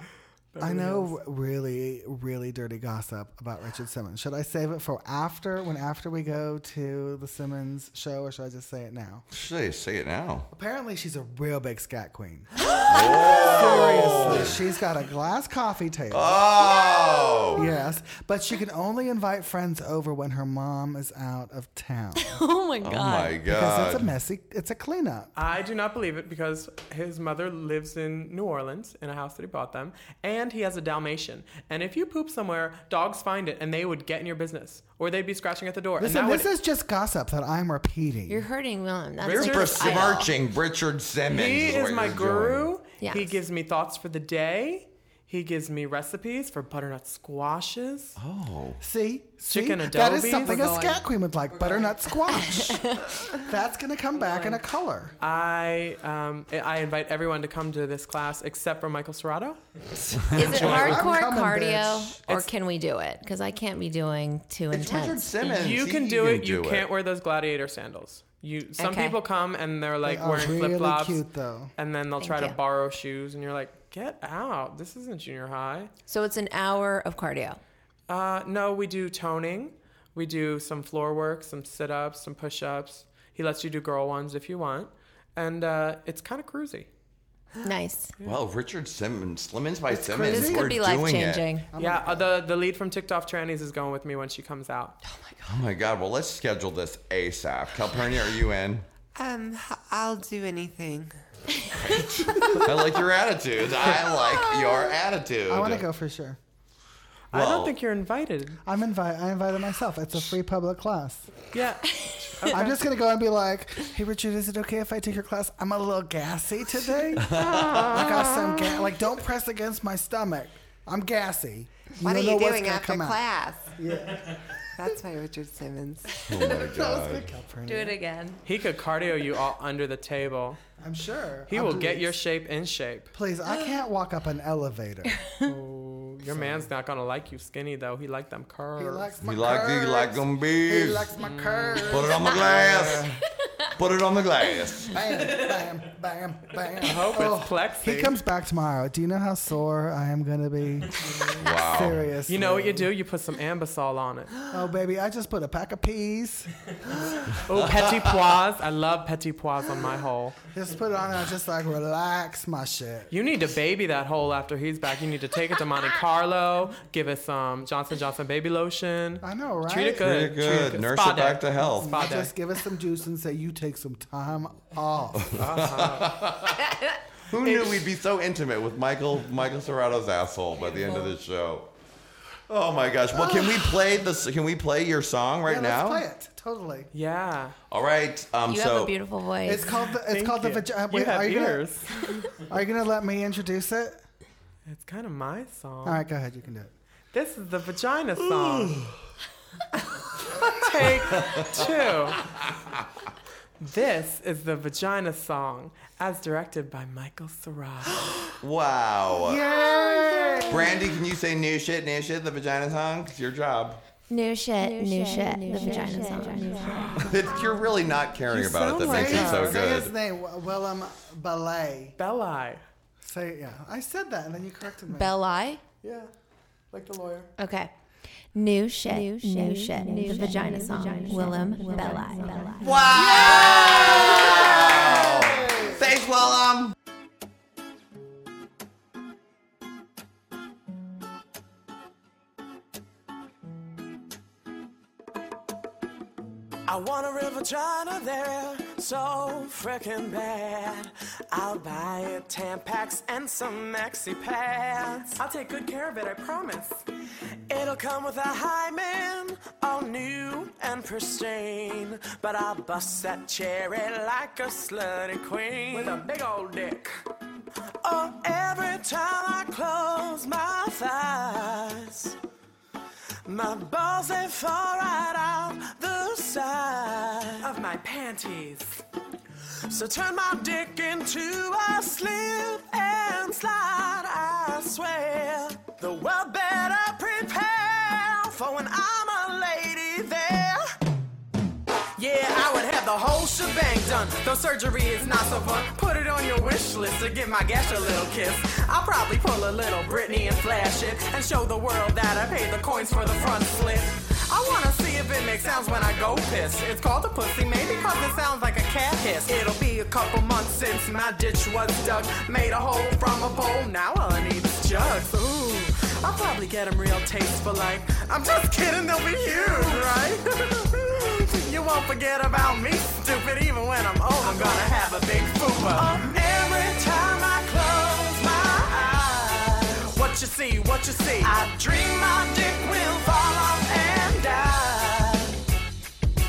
H: I know really, really dirty gossip about Richard Simmons. Should I save it for after, when after we go to the Simmons show, or should I just say it now?
C: Say, say it now.
H: Apparently, she's a real big
C: (gasps)
H: scat queen. Seriously, she's got a glass coffee table.
C: Oh,
H: Yes, but she can only invite friends over when her mom is out of
M: (laughs)
H: town
D: Oh my
C: oh
D: god.
C: my
H: because it's a
C: God.
H: messy. It's a cleanup.
M: I do not believe it because his mother lives in New Orleans in a house that he bought them, and he has a Dalmatian. And if you poop somewhere, dogs find it and they would get in your business, or they'd be scratching at the door.
H: Listen,
M: and that
H: this is just gossip that I'm repeating.
D: You're hurting Willem. That's
C: You're
D: your style.
C: besmirching Richard Simmons.
M: would, he
C: what
M: is my
C: you're
M: guru.
C: doing.
D: Yes.
M: He gives me thoughts for the day. He gives me recipes for butternut squashes. Oh.
H: See, See?
M: Chicken adobe?
H: That is something
M: We're
H: a
M: going.
H: scat queen would like
M: (laughs)
H: butternut squash. That's gonna come back in a color.
M: I um, I invite everyone to come to this class except for Michael Serrato.
D: Is it hardcore
H: I'm coming,
D: cardio
H: bitch.
D: or can we do it? Because I can't be doing too
C: It's Richard
D: intense.
C: Simmons.
M: You
C: He
M: can do it. you can't wear those gladiator sandals. You some
D: Okay.
M: people come and they're like
H: They are
M: wearing
H: Oh, really
M: flip flops,
H: cute, though.
M: and then they'll try
D: Thank
M: to
D: you.
M: borrow shoes, and you're like, get out! This isn't junior high.
D: So it's an hour of cardio.
M: Uh, no, we do toning. We do some floor work, some sit ups, some push ups. He lets you do girl ones if you want, and uh, it's kind of cruisy.
D: Nice.
C: Well, Richard Simmons, Simmons by Simmons.
D: This
C: we're
D: could be
C: doing
D: life
C: it.
D: changing.
M: yeah, uh, the the lead from TikTok Trannies is going with me when she comes out.
C: Oh my God. Well, let's schedule this ASAP. Calpurnia, are you in?
F: Um, h- I'll do anything.
C: I like your attitude. I like your attitude.
H: I want to go for sure.
M: I
C: Well-
M: don't think you're invited.
H: I'm invite. I invited myself. It's a free public class. (laughs)
M: Yeah,
H: I'm just gonna go and be like, "Hey, Richard, is it okay if I take your class? I'm a little
M: (laughs)
H: gassy today. I got some gas. Like, don't press against my stomach. I'm gassy.
F: What
H: don't
F: are you
H: know what's
F: doing
H: gonna
F: after
H: come out."
F: class? Yeah. (laughs) That's my Richard Simmons.
C: (laughs) Oh
H: (laughs)
C: my
F: (laughs)
C: God.
D: Do it again.
M: he could cardio you all under the table.
H: I'm sure
M: He
H: I'll
M: will
H: do
M: get
H: it.
M: your shape in shape.
H: Please, I can't walk up an elevator.
M: Your man's not gonna like you skinny though. He like them curves.
H: He likes my
C: You like
H: curves.
C: you like them
H: He
C: bees.
H: likes my curves.
C: Put it on the glass. Put it on the glass.
M: (laughs)
C: Oh.
H: bam, bam, bam, bam. I
M: hope it's plexi. (laughs)
H: He comes back tomorrow. Do you know how sore I am gonna be?
C: (laughs) Wow.
H: Serious.
M: you know what you do? You put some ambisol on it.
H: (gasps)
M: (gasps)
H: Oh baby, I just put a pack
M: (laughs)
H: of peas.
M: Oh, petit pois. I love petit pois on my hole.
H: (laughs) Just put it on and I just like relax my shit.
M: You need to baby that hole after he's back. You need to take it to Monte Carlo. Give it some Johnson Johnson baby lotion.
H: I know, right?
M: Treat it good.
C: Pretty
M: Treat
C: good. Nurse
M: Spa
C: it back
M: day.
C: to health.
M: Spa day.
H: Just give us some juice and say you take some time
C: (laughs)
H: off.
M: Uh-huh.
C: Who knew we'd be so intimate with Michael Michael Serrato's asshole by the end of this show? Oh my gosh. Well, can we play this? Can we play your song right
H: yeah,
C: now?
H: Let's play it. Totally.
M: Yeah.
C: All right. Um, so
D: voice.
H: It's called the. It's
M: Thank
H: called
M: you.
H: the. Vagi-
M: You
H: uh, wait,
M: have
H: are you
M: ears.
H: Gonna, (laughs) are you gonna let me introduce it?
M: It's kind of my song.
H: All right, go ahead. You can do it.
M: This is the vagina song.
C: (laughs)
M: Take two. This is the vagina song, as directed by Michael Sarah.
C: Wow.
H: Yay!
C: Brandy, can you say new shit, new shit, the vagina song? It's your job.
D: New shit, new, shit, the vagina song.
C: It's, you're really not caring
M: You
C: about it. That
M: sound
C: makes
M: like
C: it so
M: her.
H: Say his
C: good.
H: name, Wi- Willem Belay.
M: Belli.
H: Say yeah. I said that, and then you corrected me.
D: Bell Eye.
H: yeah, like the lawyer.
D: Okay. New shit, new shit, new shit, the vagina song. Willem, Bell Eye.
C: Wow. Thanks, Willem.
N: I want a real vagina there, so frickin' bad. I'll buy it Tampax and some maxi pads.
M: I'll take good care of it, I promise.
N: It'll come with a hymen, all new and pristine. But I'll bust that cherry like a slutty queen.
M: With a big old dick.
N: Oh, every time I close my thighs, my balls they fall right out the side of my panties. So turn my dick into a slip and slide. I swear the world better prepare for when I'm a lady there. Yeah, I would have the whole shebang done. Though surgery is not so fun. Put it on your wish list to give my gash a little kiss. I'll probably pull a little Britney and flash it and show the world that I paid the coins for the front slit. I wanna see if it makes sounds when I go piss. It's called a pussy, maybe cause it sounds like a cat hiss. It'll be a couple months since my ditch was dug. Made a hole from a pole, now all I need is jugs. Ooh, I'll probably get 'em real tasteful like, I'm just kidding, they'll be huge, right? (laughs) You won't forget about me, stupid, even when I'm old. I'm gonna have a big fupa. every time I close my eyes, what you see, what you see. I dream my dick will fall off and die.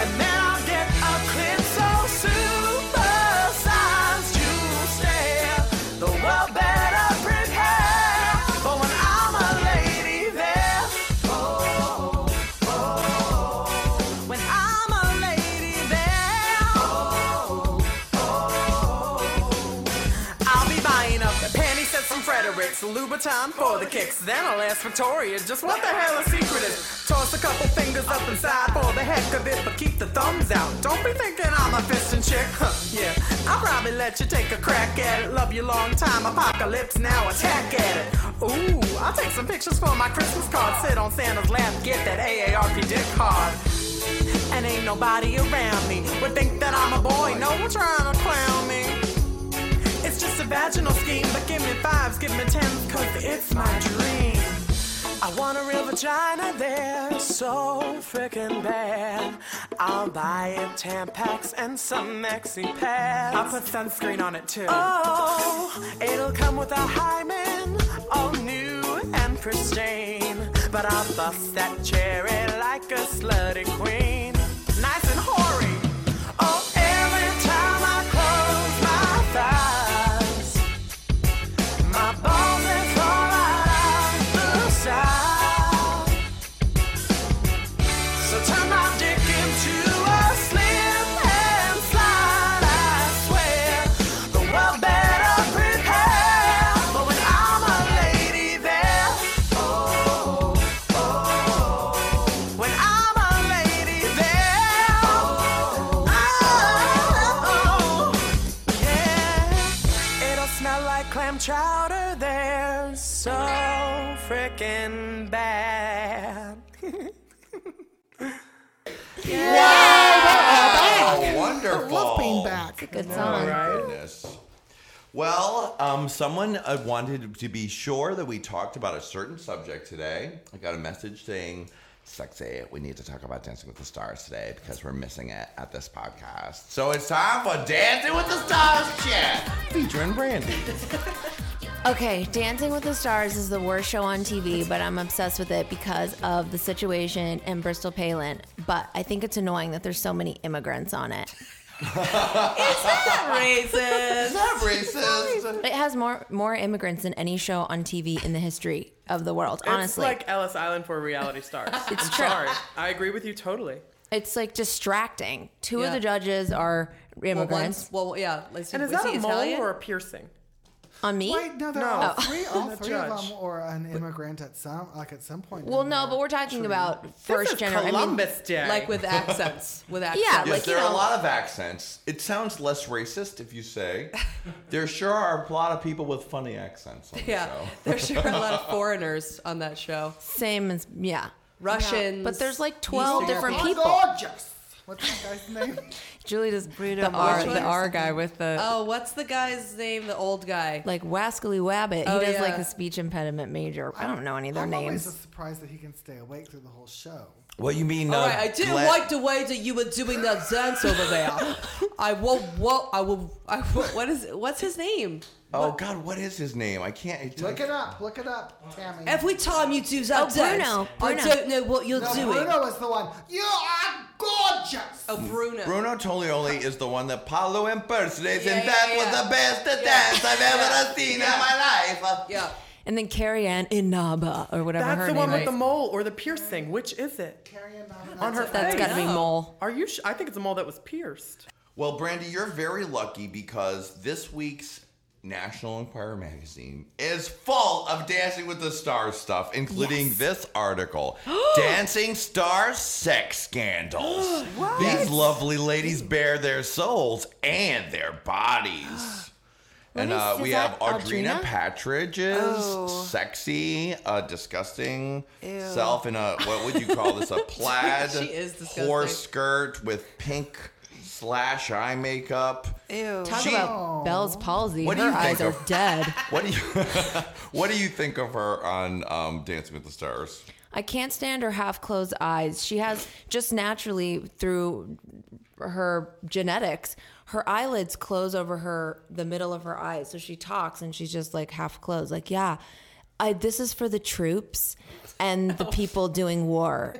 N: And then I'll get a clip so supersized you stare. The world better prepare for when I'm a lady there. Oh, oh. When I'm a lady there. Oh, oh. I'll be buying up the panty sets from Fredericks, Louboutin for the kicks. Then I'll ask Victoria just what the hell a secret is. Toss a couple fingers up inside for the heck of it, but keep the thumbs out. Don't be thinking I'm a fisting chick. Huh, yeah, I'll probably let you take a crack at it. Love you long time, apocalypse now, attack at it. Ooh, I'll take some pictures for my Christmas card. Sit on Santa's lap, get that AARP dick card. And ain't nobody around me would think that I'm a boy. No one trying to clown me. It's just a vaginal scheme, but give me fives, give me tens, cause it's my dream. I want a real vagina there, so frickin' bad. I'll buy it Tampax and some maxi pads.
M: I'll put sunscreen on it too.
N: Oh, it'll come with a hymen, all new and pristine. But I'll bust that cherry like a slutty queen, nice and hoary. Oh, every time I close my thighs, my balls they fall right out the side. So turn my dick into a slip and slide. I swear the world better prepare for when I'm a lady there. Oh, oh. When I'm a lady there. Oh, oh. yeah. It'll smell like clam chowder there. So freaking bad. (laughs)
C: Oh, wonderful. Oh,
H: Whooping back.
D: Good song.
C: Goodness. Well, um, someone uh, wanted to be sure that we talked about a certain subject today. I got a message saying, "Sexy, we need to talk about Dancing with the Stars today because we're missing it at this podcast." So it's time for Dancing with the Stars, chat featuring Brandy.
D: Okay, Dancing with the Stars is the worst show on TV, but I'm obsessed with it because of the situation in Bristol Palin. But I think it's annoying that there's so many immigrants on it.
G: Racist.
C: Not racist.
D: It has more more immigrants than any show on TV in the history of the world. honestly,
M: It's like Ellis Island for reality
G: (laughs)
M: stars.
D: It's
M: I'm
D: true.
M: sorry. I agree with you totally.
D: it's like distracting. Two
M: Yeah.
D: of the judges are immigrants.
G: Well, yeah.
M: And is that a mole or a piercing?
D: on me?
H: Wait, no, there
M: No.
H: are
D: Oh.
H: three.
M: (laughs)
H: All
M: The
H: three of
M: judge.
H: them or an immigrant at some, like at some point.
D: Well, no, but we're talking about first
M: is
D: generation.
M: Columbus Day.
G: Like
M: (laughs)
G: with accents. With accents.
D: Yeah,
C: Yes,
D: like you
C: there are
D: know,
C: a lot of accents. It sounds less racist if you
G: (laughs)
C: say. there sure are a lot of people with funny accents on the
G: Yeah. (laughs)
C: show.
G: There's sure a lot of
C: (laughs)
G: foreigners on that show.
D: same as yeah.
G: Russians.
D: But there's like 12
G: Eastern Oh
D: different
G: European-
D: people.
H: Gorgeous. What's that guy's
G: (laughs)
H: name?
D: Julie does the R,
G: Mars.
D: the R guy with the
G: Oh, what's the guy's name? The old guy.
D: like wascally wabbit.
G: Oh,
D: he does
G: yeah.
D: like the speech impediment major. I don't know any of their
H: I'm always
D: names.
H: surprised that he can stay awake through the whole show.
C: Well, you mean?
G: All
C: uh,
G: right, I didn't
C: Glenn-
G: like the way that you were doing that dance over
D: (laughs)
G: there. I will. What? I will. I will. What is? What's his name?
C: Oh God, what is his name? I can't. It,
H: Look it up. Look it up, Tammy.
G: Every time you do that
D: Oh,
G: dance,
D: Bruno,
G: I
D: Bruno.
G: don't know what you're
H: no,
G: doing.
H: Bruno is the one. You are gorgeous.
G: Oh, Bruno.
C: Bruno Toglioli is the one that Paolo impersonates,
G: Yeah,
C: and
G: yeah,
C: that
G: yeah.
C: was the best dance I've ever seen in my life.
G: Yeah.
D: And then Carrie Ann Inaba or whatever
M: That's
D: her
M: the
D: name
M: one with
D: is.
M: the mole or the piercing. Which is it? On her
D: That's
M: face.
D: got to be
G: No.
D: mole.
M: Are you? Sh- I think it's a mole that was
G: (laughs)
M: pierced.
C: Well, Brandy, you're very lucky because this week's National Enquirer magazine is full of Dancing with the Stars stuff, including this
G: (gasps)
C: article Dancing Star Sex Scandals. These lovely ladies bare their souls and their bodies. And
D: is-
C: uh,
D: is
C: we
D: that
C: have Audrina
D: Audrina?
C: Patridge's sexy, uh, disgusting self in a, what would you call this? A plaid
G: She is disgusting.
C: horse skirt with pink slash eye makeup.
F: Ew.
D: Talk
C: She-
D: about Bell's palsy.
C: What do
D: her
C: you
D: eyes
C: think
D: are
C: of-
D: dead.
C: What do you (laughs) What do you think of her on um, Dancing with the Stars?
D: I can't stand her half closed eyes. She has just naturally through her genetics, her eyelids close over her the middle of her eyes. So she talks and she's just like half closed. Like, yeah, I, this is for the troops and the people doing war.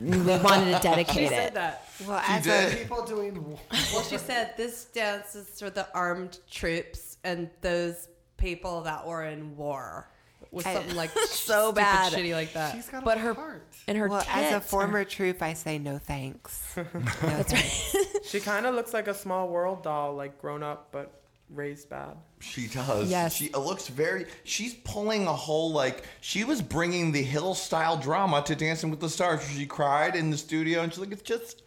D: We wanted to dedicate it.
M: That.
F: Well, as
C: did.
F: a,
H: People doing.
G: Well, she said this dance is for the armed troops and those people that were in war. Was
F: I-
G: something like
D: (laughs) So
G: stupid
D: bad.
G: shitty like that.
H: She's got a
D: But her-
H: heart.
D: And her
F: well, as a
D: tits are-
F: former troop, I say
M: (laughs)
F: no thanks. No thanks.
M: She kind of looks like a small world doll, like grown up but raised bad.
C: She does.
D: Yes.
C: She looks very. She's pulling a whole like. She was bringing the Hill style drama to Dancing with the Stars. She cried in the studio, and she's like, "It's just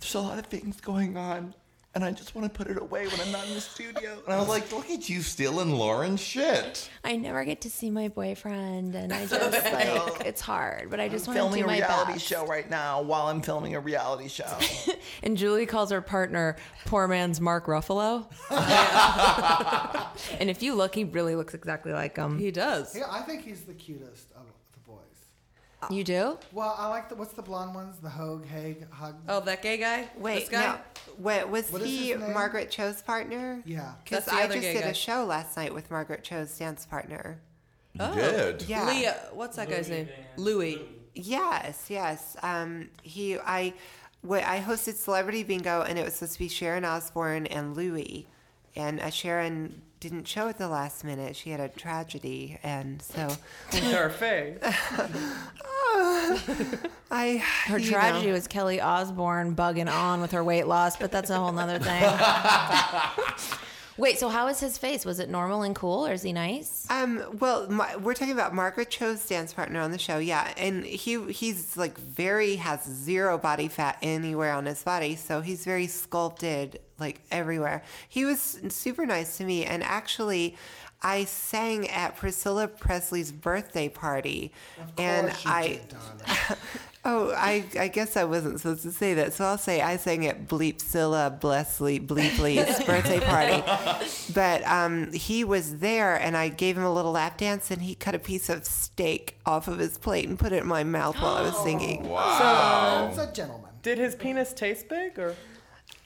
C: there's a lot of things going on, and I just want to put it away when I'm not in the studio." And I was like, "Look at you stealing Lauren's shit."
D: I never get to see my boyfriend
C: (laughs)
D: and I just like it's hard, but I just want to
C: filming
D: do
C: a
D: my
C: reality
D: best.
C: show right now while I'm filming a reality
G: (laughs)
C: show.
D: And Julie calls her partner poor man's
F: (laughs)
D: Mark Ruffalo. and if you look, he really looks exactly like him.
G: He does.
H: Yeah, I think he's the cutest of the boys.
D: You do?
H: Well, I like the what's the blonde ones? The Hogue, Hague, Hug.
G: Oh, that gay guy. this
F: Wait,
G: guy.
F: no. What was
H: What is
F: he
H: his name?
F: Margaret Cho's partner?
H: Yeah.
F: Because
G: That's the
F: I
G: other
F: just
G: gay
F: did
G: guy.
F: a show last night with Margaret Cho's dance partner.
C: You did.
F: Yeah.
G: Leah, Oh. uh, what's that guy's name? Louis.
F: Yes, yes. Um, he, I, what I hosted Celebrity Bingo, and it was supposed to be Sharon Osbourne and Louis, and uh, Sharon didn't show at the last minute. She had a tragedy, and so
M: Perfect.
F: (sighs) I.
D: Her
F: you
D: tragedy
F: know.
D: was Kelly Osborne bugging on with her weight loss, but that's a whole nother thing.
F: (laughs)
D: Wait, so how is his face? Was it normal and cool or is he nice?
F: Um, well, my, we're talking about Margaret Cho's dance partner on the show, yeah, and he he's like very has zero body fat anywhere on his body, so he's very sculpted like everywhere. He was super nice to me, and actually, I sang at Priscilla Presley's birthday party, and
H: course you
F: I.
H: did, darling.
F: (laughs) Oh, I, I guess I wasn't supposed to say that. So I'll say I sang at Bleepzilla Blessley
M: (laughs)
F: Bleepley's birthday party. But um, he was there and I gave him a little lap dance and he cut a piece of steak off of his plate and put it in
M: (gasps)
F: my mouth while I was singing.
C: Wow.
H: It's Oh. a gentleman.
M: Did his penis taste big or?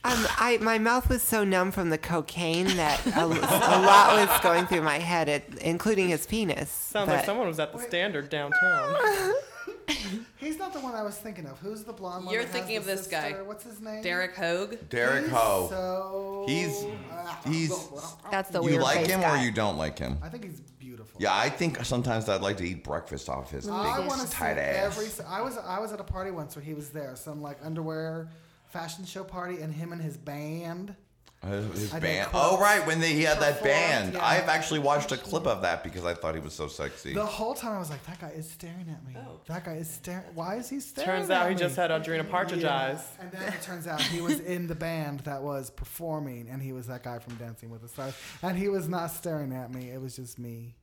F: Um, I my mouth was so numb from the cocaine that
M: (laughs)
F: a, a lot was going through my head, it, including his penis.
M: Sounds like
F: but-
M: someone was at the standard downtown.
H: (laughs) He's not the one I was thinking of. Who's the blonde one?
G: You're
H: that has
G: thinking
H: the
G: of this guy.
H: sister? What's his name?
G: Derek Hogue.
C: Derek
H: He's
C: Ho.
H: so- uh,
C: He's he's.
D: That's the
C: You
D: weird
C: like
D: face
C: him
D: guy.
C: or you don't like him?
H: I think he's beautiful.
C: Yeah, I think sometimes I'd like to eat breakfast off his big
H: I want to see
C: tight ass.
H: every. I was I was at a party once where he was there, some like underwear fashion show party, and him and his band.
C: Uh, His
H: I did
C: band.
H: quotes.
C: Oh right, when they, he had that
H: Performed,
C: band.
H: yeah.
C: I've actually watched a clip of that because I thought he was so sexy.
H: The whole time I was like, that guy is staring at me.
G: Oh.
H: That guy is staring. Why is he staring?
M: Turns out
H: at
M: he
H: me?"
M: just had Audrina Partridge
H: Yeah.
M: eyes.
H: And then it turns out (laughs) he was in the band that was performing, and he was that guy from Dancing with the Stars, and he was not staring at me. It was just me.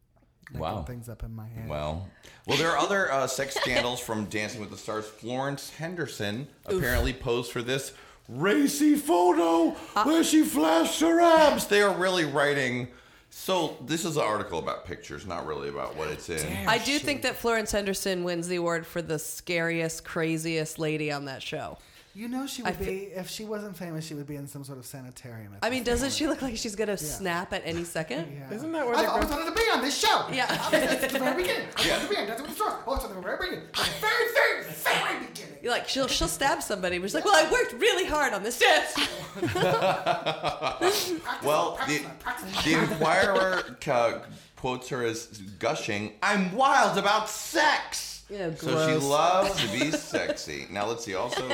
H: making
C: Wow.
H: Things up in my head.
C: Well, well, there are other uh, sex scandals from Dancing with the Stars. Florence Henderson apparently posed for this racy photo where she flashed her abs. They are really writing. So this is an article about pictures, not really about what it's in.
G: I do think that Florence Henderson wins the award for the scariest, craziest lady on that show.
H: You know she
G: I
H: would be if she wasn't famous. She would be in some sort of sanitarium. at
G: I
H: this
G: mean, doesn't
H: moment.
G: she look like she's gonna snap at any second?
M: Isn't that where
H: I've
M: they
H: always wanted to be on this show.
G: Yeah.
H: I was at the very
G: (laughs)
H: beginning. I
C: Yeah.
H: wanted to be on Dancing with the Stars. I was at the very beginning. At the very, very, very beginning.
G: You're like she'll she'll stab somebody. But she's like, well, I worked really hard on this dance. (laughs)
C: well, the, the Inquirer uh, quotes her as gushing, I'm wild about sex.
G: Yeah,
C: So she
G: gross.
C: loves to (laughs)
G: (laughs)
C: be sexy. Now let's see. Also,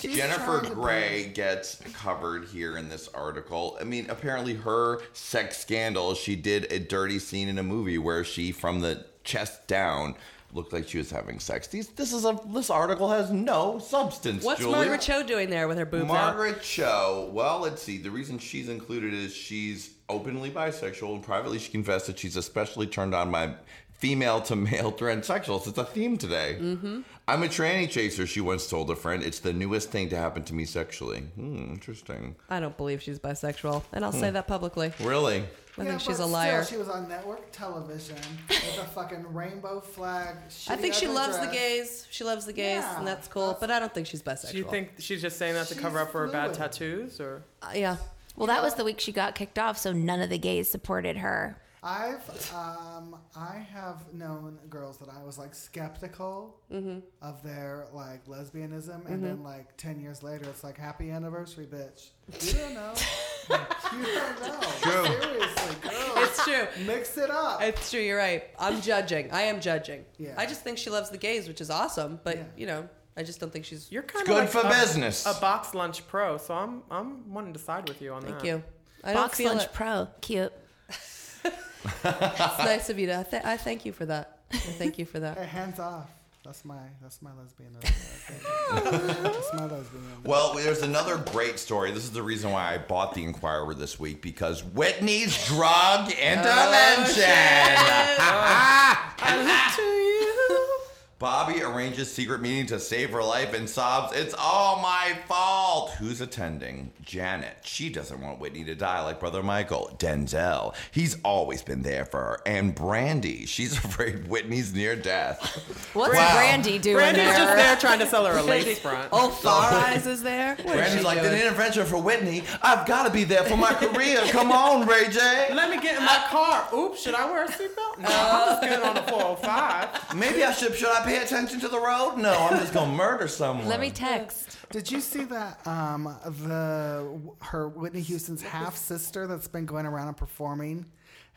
C: Jennifer
H: trying to
C: Grey gets covered here in this article. I mean, apparently her sex scandal. She did a dirty scene in a movie where she, from the chest down, looked like she was having sex. These, this is a this article has no substance.
G: What's
C: Julie.
G: Margaret Cho doing there with her boobs out?
C: Margaret Cho. Well, let's see. The reason she's included is she's openly bisexual and privately she confessed that she's especially turned on by female to male (laughs) transsexuals. It's a theme today. Mm-hmm. I'm a tranny chaser, she once told a friend. It's the newest thing to happen to me sexually. Hmm, interesting.
G: I don't believe she's bisexual, and I'll say that publicly.
C: Hmm. Really?
G: I
H: Yeah,
G: think she's
H: but
G: a liar.
H: Still, she was on network television with a fucking rainbow flag.
G: I think
H: shitty
G: she
H: ugly
G: loves the
H: dress.
G: gays. She loves the gays,
H: Yeah,
G: and that's cool. But I don't think she's bisexual.
M: Do you think she's just saying that to cover up for her bad
H: fluid.
M: tattoos, or
G: Uh, yeah.
D: Well, that was the week she got kicked off, so none of the gays supported her.
H: I've um I have known girls that I was like skeptical
G: Mm-hmm.
H: of their like lesbianism, and then like ten years later, it's like happy anniversary,
G: (laughs)
H: bitch. You don't know. you don't know. Seriously, girl.
G: (laughs) It's true.
H: Mix it up.
G: It's true. You're right. I'm judging. I am judging.
H: Yeah.
G: I just think she loves the gays, which is awesome. But
H: Yeah.
G: you know, I just don't think she's.
M: you're kind
C: good
M: of
C: for business.
M: A box lunch pro. So I'm I'm wanting to side with you on
G: Thank
M: that.
G: you. I don't
D: Box
G: feel
D: Lunch
G: it.
D: Pro, cute.
G: (laughs) It's nice of you to. I, th- I thank you for that. I thank you for
H: Hey,
G: that.
H: hands off. That's my that's my lesbianism.
G: (laughs)
H: that's my lesbianism.
C: Well, there's another great story. This is the reason why I bought the Inquirer this week because Whitney's drug (laughs) intervention. Bobby arranges secret meeting to save her life and sobs, It's all my fault. Who's attending? Janet. She doesn't want Whitney to die like brother Michael. Denzel. He's always been there for her. And Brandy. She's (laughs) afraid Whitney's near death.
D: What's
C: Wow.
D: Brandy doing
M: Brandy's
D: there?
M: just there trying to sell
G: (laughs)
M: her a lace front.
G: Oh, Far Eyes is there. What is
C: Brandy's
G: she
C: like,
G: doing?
C: an intervention for Whitney. I've got to be there for
H: (laughs)
C: my career. Come on, Ray J.
M: Let me get in my car. Oops, should I wear a seatbelt? No, I'm just good on oh the 405.
C: Maybe I should. Should I pay attention to the road? No, I'm just gonna murder someone.
D: Let me text.
H: Did you see that um, the her Whitney Houston's half sister that's been going around and performing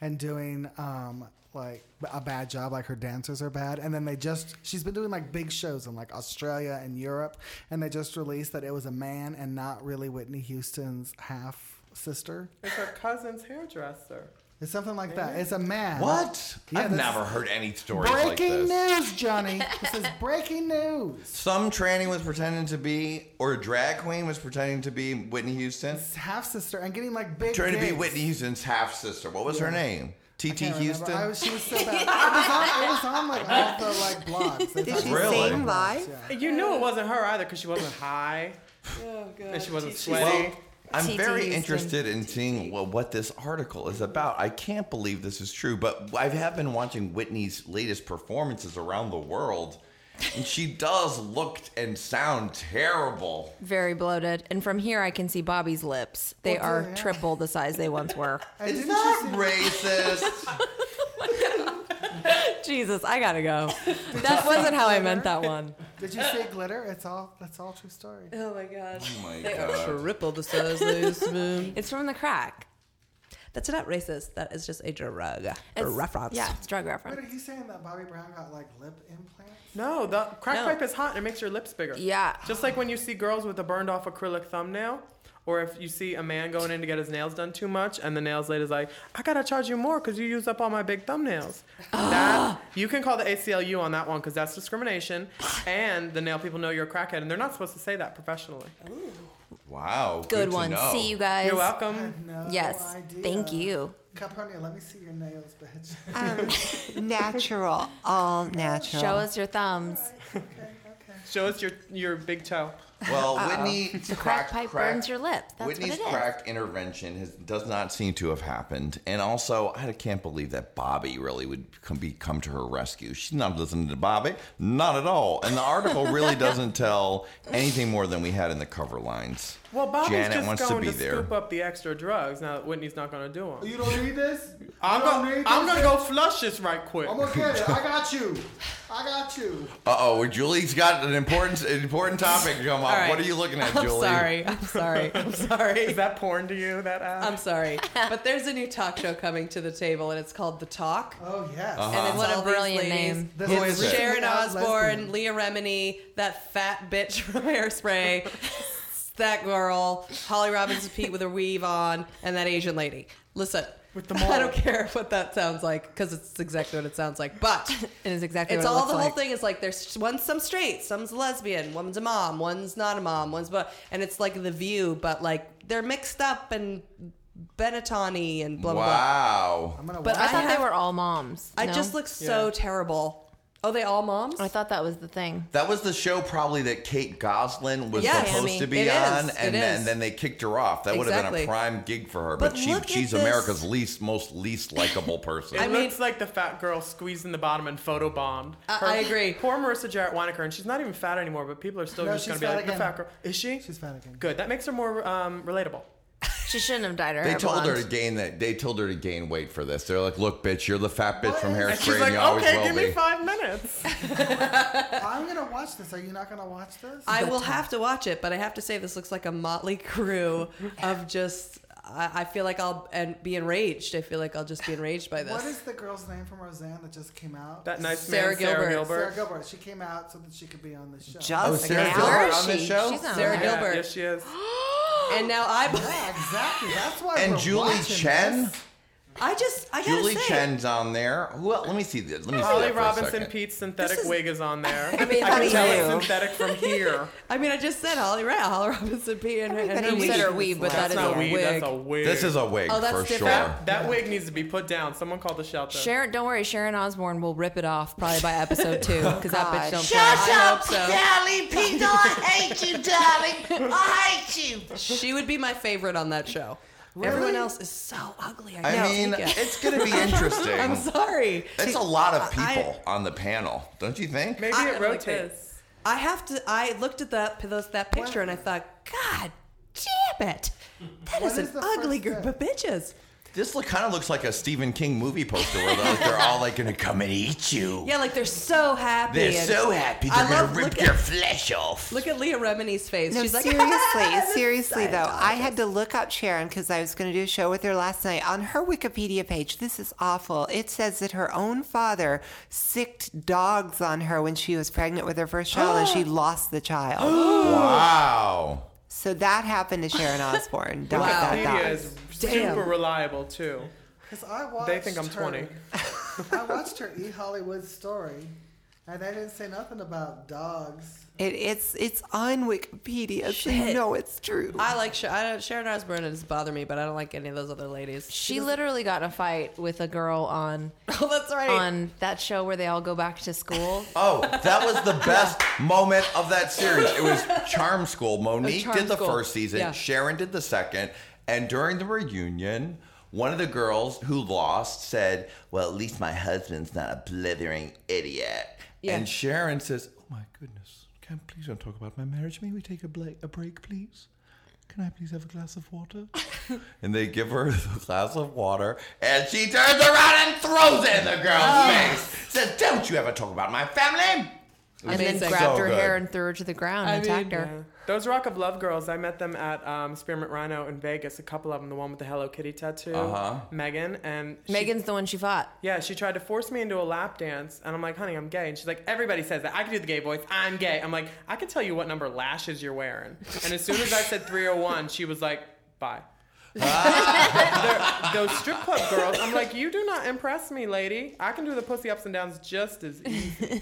H: and doing um, like a bad job, like her dancers are bad, and then they just she's been doing like big shows in like Australia and Europe, and they just released that it was a man and not really Whitney Houston's half sister.
M: It's her cousin's hairdresser.
H: It's something like that. It's a man.
C: What?
H: Yeah,
C: I've
H: that's-
C: never heard any stories like
H: Breaking
C: this.
H: news, Johnny. This is breaking news.
C: Some tranny was pretending to be, or a drag queen was pretending to be Whitney Houston.
H: Half sister and getting like big.
C: Trying to be
H: gigs.
C: Whitney Houston's half sister. What was her name? TT
H: I remember.
C: Houston?
H: I was, she was so
D: (laughs)
H: bad. I was on, I was on like all the like blogs. They
F: Did
H: thought-
F: she
C: Really?
F: sing live?
M: You knew it wasn't her either because she wasn't high
G: Oh, God.
M: and she wasn't
C: well,
M: sweaty.
C: I'm
D: TT
C: very
D: Houston.
C: interested in seeing well, what this article is about. I can't believe this is true, but I have been watching Whitney's latest performances around the world. And she does look and sound terrible.
D: Very bloated. And from here, I can see Bobby's lips. They
C: Well,
D: are
C: yeah.
D: triple the size they once
G: (laughs)
D: were.
C: Is that racist?
D: (laughs) Jesus, I gotta go. That wasn't how I meant that one.
H: Did you say glitter? It's all. That's all true story.
G: Oh my god.
D: Oh (laughs) my
G: They are
D: God.
G: Triple the size they used
D: (laughs)
G: to be.
D: It's from the crack.
G: That's not racist. That is just a drug
M: It's-
G: reference.
M: yeah, it's a drug
H: Wait, are you saying that Bobby Brown got like lip implants?
M: No, the crack
H: No.
M: pipe is hot and it makes your lips bigger.
D: Yeah.
M: Just like when you see girls with a burned off acrylic thumbnail, or if you see a man going in to get his nails done too much, and the nails lady's like, I gotta charge you more because you used up all my big thumbnails. that, you can call the ACLU on that one because that's discrimination, and the nail people know you're a crackhead, and they're not supposed to say that professionally.
C: Wow.
D: Good, one. See you guys.
M: You're welcome.
D: yes.
H: idea.
D: Thank you. Um,
H: Capernia, let me see your nails, bitch.
D: (laughs)
F: um, natural,
M: (laughs)
F: all natural.
D: Show us your thumbs.
F: (laughs)
M: Show us your your big toe.
C: Well, Whitney,
D: The crack pipe
C: crack-
D: burns your lip. That's
C: Whitney's
D: what it is.
C: crack intervention has, does not seem to have happened, and also I can't believe that Bobby really would come, be come to her rescue. She's not listening to Bobby, not at all. And the article really doesn't tell anything more than we had in the cover lines.
M: Well, Bobby's
C: Janet
M: just
C: wants
M: going
C: to be
M: to,
C: there.
M: scoop up the extra drugs now that Whitney's not going to do them.
H: You don't need this.
M: I'm
H: You don't
M: gonna,
H: need
M: I'm gonna
H: this?
M: go flush this right quick.
H: I'm gonna get it. I got you. I got you.
C: Uh oh, Julie's got an important an important topic to come up.
G: All right.
C: What are you looking at,
G: (laughs) I'm
C: Julie?
G: sorry. I'm sorry.
C: (laughs)
G: I'm sorry. Is
M: that porn to you? That ad?
G: I'm sorry. But there's a new talk show coming to the table, and it's called The Talk.
H: (laughs) Oh yes.
C: Uh-huh.
G: And it's
D: What a
G: all these
D: brilliant
G: ladies.
D: name.
G: It's
D: Who is it?
G: Sharon
D: Recently out
G: Osbourne, Leah Remini, that fat bitch from Hairspray, that girl, Holly Robinson Pete with her weave on, and that Asian lady. Listen. With the I don't care what that sounds like because it's exactly what it sounds like. But
D: It is exactly
G: it's
D: what it
G: all
D: looks
G: the
D: like.
G: whole thing is like there's one's some straight, some's lesbian, one's a mom, one's not a mom, one's but and it's like the view, but like they're mixed up and Benetton and blah blah
C: Wow.
G: blah.
D: But I, thought
G: have-
D: they were all moms.
G: I
D: no?
G: just look so terrible. Oh, they all moms?
D: I thought that was the thing.
C: That was the show probably that Kate Goslin was
D: Yes.
C: supposed
D: Tammy.
C: to be
D: It is.
C: on,
D: It
C: and then,
D: is.
C: then they kicked her off. That would have been
M: Exactly.
C: a prime gig for her,
M: But
C: but, she
M: look at
C: she's
M: this-
C: America's least most least likable person.
M: (laughs) (laughs) It looks like the fat girl squeezing the bottom and photobombed.
G: I- I agree.
M: Poor Marissa Jarrett Weineker, and she's not even fat anymore, but people are still
H: No,
M: just going
H: she's
M: to be
H: fat
M: like,
H: again.
M: the fat girl. Is she? She's
H: fat again.
M: Good. That makes her more um,
G: (laughs)
M: relatable.
D: She shouldn't have dyed her
C: They
D: hair
C: told her to
D: blonde.
C: gain that. They told her to gain weight for this. They're like, "Look, bitch, you're the fat bitch from Hairspray,
M: And
C: and,
M: she's like,
C: you always
M: okay,
C: will
M: give
C: be."
M: me five minutes.
H: (laughs) I'm gonna watch this. Are you not gonna watch this?
G: I
D: uh,
G: will have to watch it, but I have to say this looks like a motley (laughs) crew of just. I, I feel like I'll and be enraged. I feel like I'll just be enraged by this.
H: What is the girl's name from Roseanne that just came out?
M: That nice man, Sarah Sarah Gilbert. Gilbert.
H: Sarah Gilbert. She came out so that she could be on this show.
M: Just Oh, Sarah now? Gilbert Where is on this she? show? She's not
G: Sarah
M: on
G: Gilbert.
M: Yeah, yes, she is.
G: and now I.
H: Yeah, exactly. That's why.
C: And
H: we're
C: Julie
H: watching
C: Chen,
G: I just. I gotta
C: Julie
G: say.
C: Chen's on there. Who? el- Let me see this. Let me see
M: Holly
C: that for a
M: Robinson
C: second.
M: Pete's synthetic
G: This is-
M: wig is on there.
G: (laughs) I mean,
M: I
G: how do
M: can tell
G: you-
M: it's synthetic from here.
G: I mean, I just said Holly Right, Holly Robinson P. And, and
M: Everybody
G: her
M: weaves.
G: weave. but
M: That's
G: that is
M: not
G: a
M: weave,
G: wig.
M: that's a wig.
C: This is a wig
G: Oh, that's
C: for
G: different.
C: sure.
M: That, that wig needs to be put down. Someone called the shelter.
D: Sharon, don't worry. Sharon Osborne will rip it off probably by episode two
G: Oh,
D: because that bitch
B: (laughs)
D: don't.
B: Shut
D: care.
B: up, darling Pinto. I hate you, darling. I hate you.
G: She would be my favorite on that show. Everyone else is so
H: (laughs)
G: ugly.
C: I
G: can't
C: mean,
G: take it.
C: it's gonna be interesting.
G: I'm sorry.
C: It's a lot of people on the panel, don't you think?
G: I- like this. I have to. I looked at that those, that picture and I thought, God damn it, that
H: What
G: is
H: is
G: an
H: the
G: ugly
H: first
G: group of bitches.
C: This look kind of looks like a Stephen King movie poster where they're, they're all like gonna come and eat you.
G: Yeah, like they're so happy.
C: They're
G: and-
C: so happy
G: I
C: they're gonna
G: love-
C: rip
G: look
C: your
G: at-
C: flesh off.
G: Look at Leah Remini's face.
F: No,
G: She's like, (laughs)
F: seriously, seriously though, I had to look up Sharon because I was going to do a show with her last night. On her Wikipedia page, this is awful. It says that her own father sicked dogs on her when she was pregnant with her first child,
G: (gasps)
F: and she lost the child.
C: Wow.
F: So that happened to
G: (laughs)
F: Sharon Osbourne. Dot, dot, dot.
M: Wikipedia is super reliable too.
H: Because I watched.
M: They think I'm
H: her- (laughs)
M: 20.
H: I watched her E Hollywood story, and they didn't say nothing about dogs.
F: It, it's it's on Wikipedia, so you
G: Shit.
F: know it's true.
G: I like Sha- I don't, Sharon Osbourne. It doesn't bother me, but I don't like any of those other ladies.
D: She literally got in a fight with a girl on.
G: (laughs) Oh, that's right.
D: On that show where they all go back to school.
C: Oh, that was the best moment of that series. It was Charm School. Monique
D: Charm
C: did the
D: School.
C: first season,
D: Yeah.
C: Sharon did the second, and during the reunion, One of the girls who lost said, Well, at least my husband's not a blithering idiot.
O: Yeah.
C: And Sharon says,
O: Oh my goodness. Can please don't talk about my marriage. May we take a, bla- a break, please? Can I please have a glass of
B: (laughs)
O: water?
C: and they give her (laughs) a glass of water, and she turns around and throws it in the girl's
B: Oh.
D: Yes.
C: face. Says, "Don't you ever talk about my family?" It was
D: and then
C: so
D: grabbed her
C: good.
D: hair and threw her to the ground and attacked her.
M: Those Rock of Love girls, I met them at um, Spearmint Rhino in Vegas. A couple of them, the one with the Hello Kitty tattoo,
C: Uh-huh.
M: Megan, and she-
D: Megan's the one she fought.
M: yeah, she tried to force me into a lap dance, and I'm like, "Honey, I'm gay." And she's like, "Everybody says that. I can do the gay voice. I'm gay." I'm like, "I can tell you what number lashes you're wearing." And as soon as I said 301, she was like, "Bye." They're- those strip club girls, I'm like, "You do not impress me, lady. I can do the pussy ups and downs just as easy."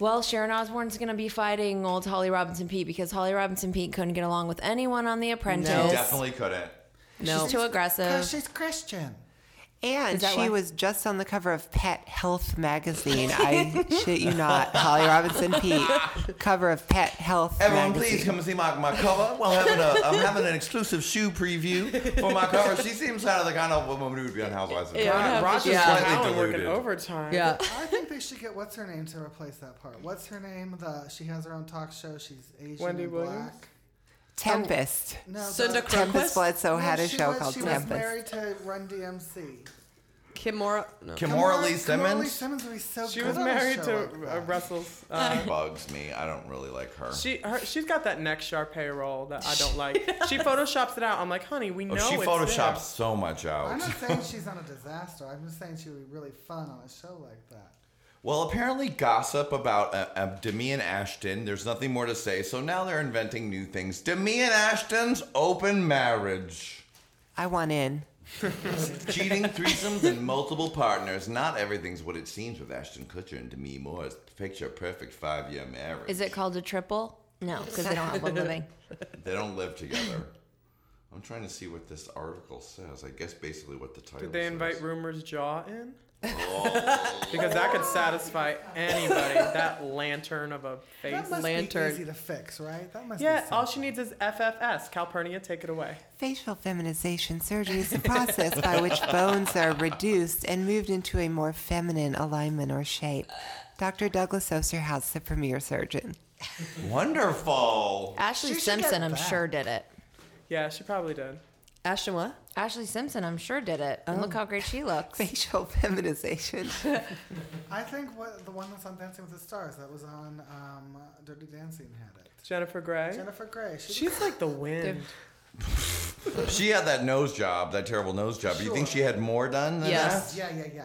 D: Well, Sharon Osbourne's going to be fighting old Holly Robinson Pete because Holly Robinson Pete couldn't get along with anyone on The Apprentice.
C: She definitely couldn't.
D: She's too aggressive.
H: Because she's Christian.
F: And
D: Is
F: she
D: that why?
F: was just on the cover of Pet Health magazine. I shit you not, Holly Robinson Pete, cover of Pet Health
C: Everyone,
F: magazine.
C: please come and see my, my cover. Well, I'm having, a, I'm having an exclusive shoe preview for my cover. She seems kind of the kind of woman who would be on Housewives. of
M: Yeah,
C: Drag.
M: I have
C: Roger's
M: to- yeah.
C: slightly
M: Howard working
C: diluted.
M: overtime.
H: I think they should get what's her name to replace that part. What's her name? The she has her own talk show. She's Asian
M: Wendy
H: and
M: Williams?
H: black. Oh,
F: Tempest.
H: No,
G: Cinda
H: the-
F: Tempest Bledsoe had
H: No,
F: a
H: she
F: show
H: was-
F: called
H: she
F: Tempest.
H: was married to Run DMC.
G: Kimora.
C: Kimora
G: No.
C: Lee
H: Kimora Lee
C: Simmons.
H: Simmons would be so
M: She
H: good
M: was
H: on a
M: married
H: show
M: to
H: like
M: uh,
H: that.
M: Russell's. Uh,
C: She bugs me. I don't really like her.
M: She her, she's got that neck sharp payroll that I
C: (laughs)
M: don't like. She photoshops it out. I'm like, honey, we know
C: oh, she
M: it's
C: photoshops
M: there."
C: so much out. (laughs)
H: I'm not saying she's on a disaster. I'm just saying she would be really fun on a show like that.
C: Well, apparently, gossip about uh, uh, Demi and Ashton. There's nothing more to say, so now they're inventing new things. Demi and Ashton's open marriage,
F: I want in.
C: cheating threesomes and multiple partners. Not everything's what it seems with Ashton Kutcher and Demi Moore's picture perfect five year marriage.
D: Is it called a triple? No, because they don't have one living.
C: They don't live together. I'm trying to see what this article says. I guess basically what the title.
M: Did they
C: says.
M: invite rumors jaw in?
C: Oh.
M: (laughs) because that could satisfy anybody. That lantern of a face.
H: That must be easy to fix, right? That must
M: Yeah,
H: be
M: all she needs is FFS. Calpurnia, take it away.
F: Facial feminization surgery is the process by which bones are reduced and moved into a more feminine alignment or shape. Dr. Douglas Osterhaus, the premier surgeon.
C: Wonderful.
D: Ashley
H: She should get
D: Simpson, I'm
H: that.
D: sure, did it.
M: Yeah, she probably did.
O: Ashton, what?
D: Ashley Simpson, I'm sure, did it. And look how great she looks.
F: Facial feminization.
D: (laughs)
H: I think what the one that's on Dancing with the Stars that was on um, Dirty Dancing had it.
M: Jennifer Grey.
H: Jennifer Grey. She,
M: She's like the wind.
C: She had that nose job, that terrible nose job. You think
H: Sure.
C: she had more done? Than
O: Yes.
C: That?
H: yeah, yeah, yeah.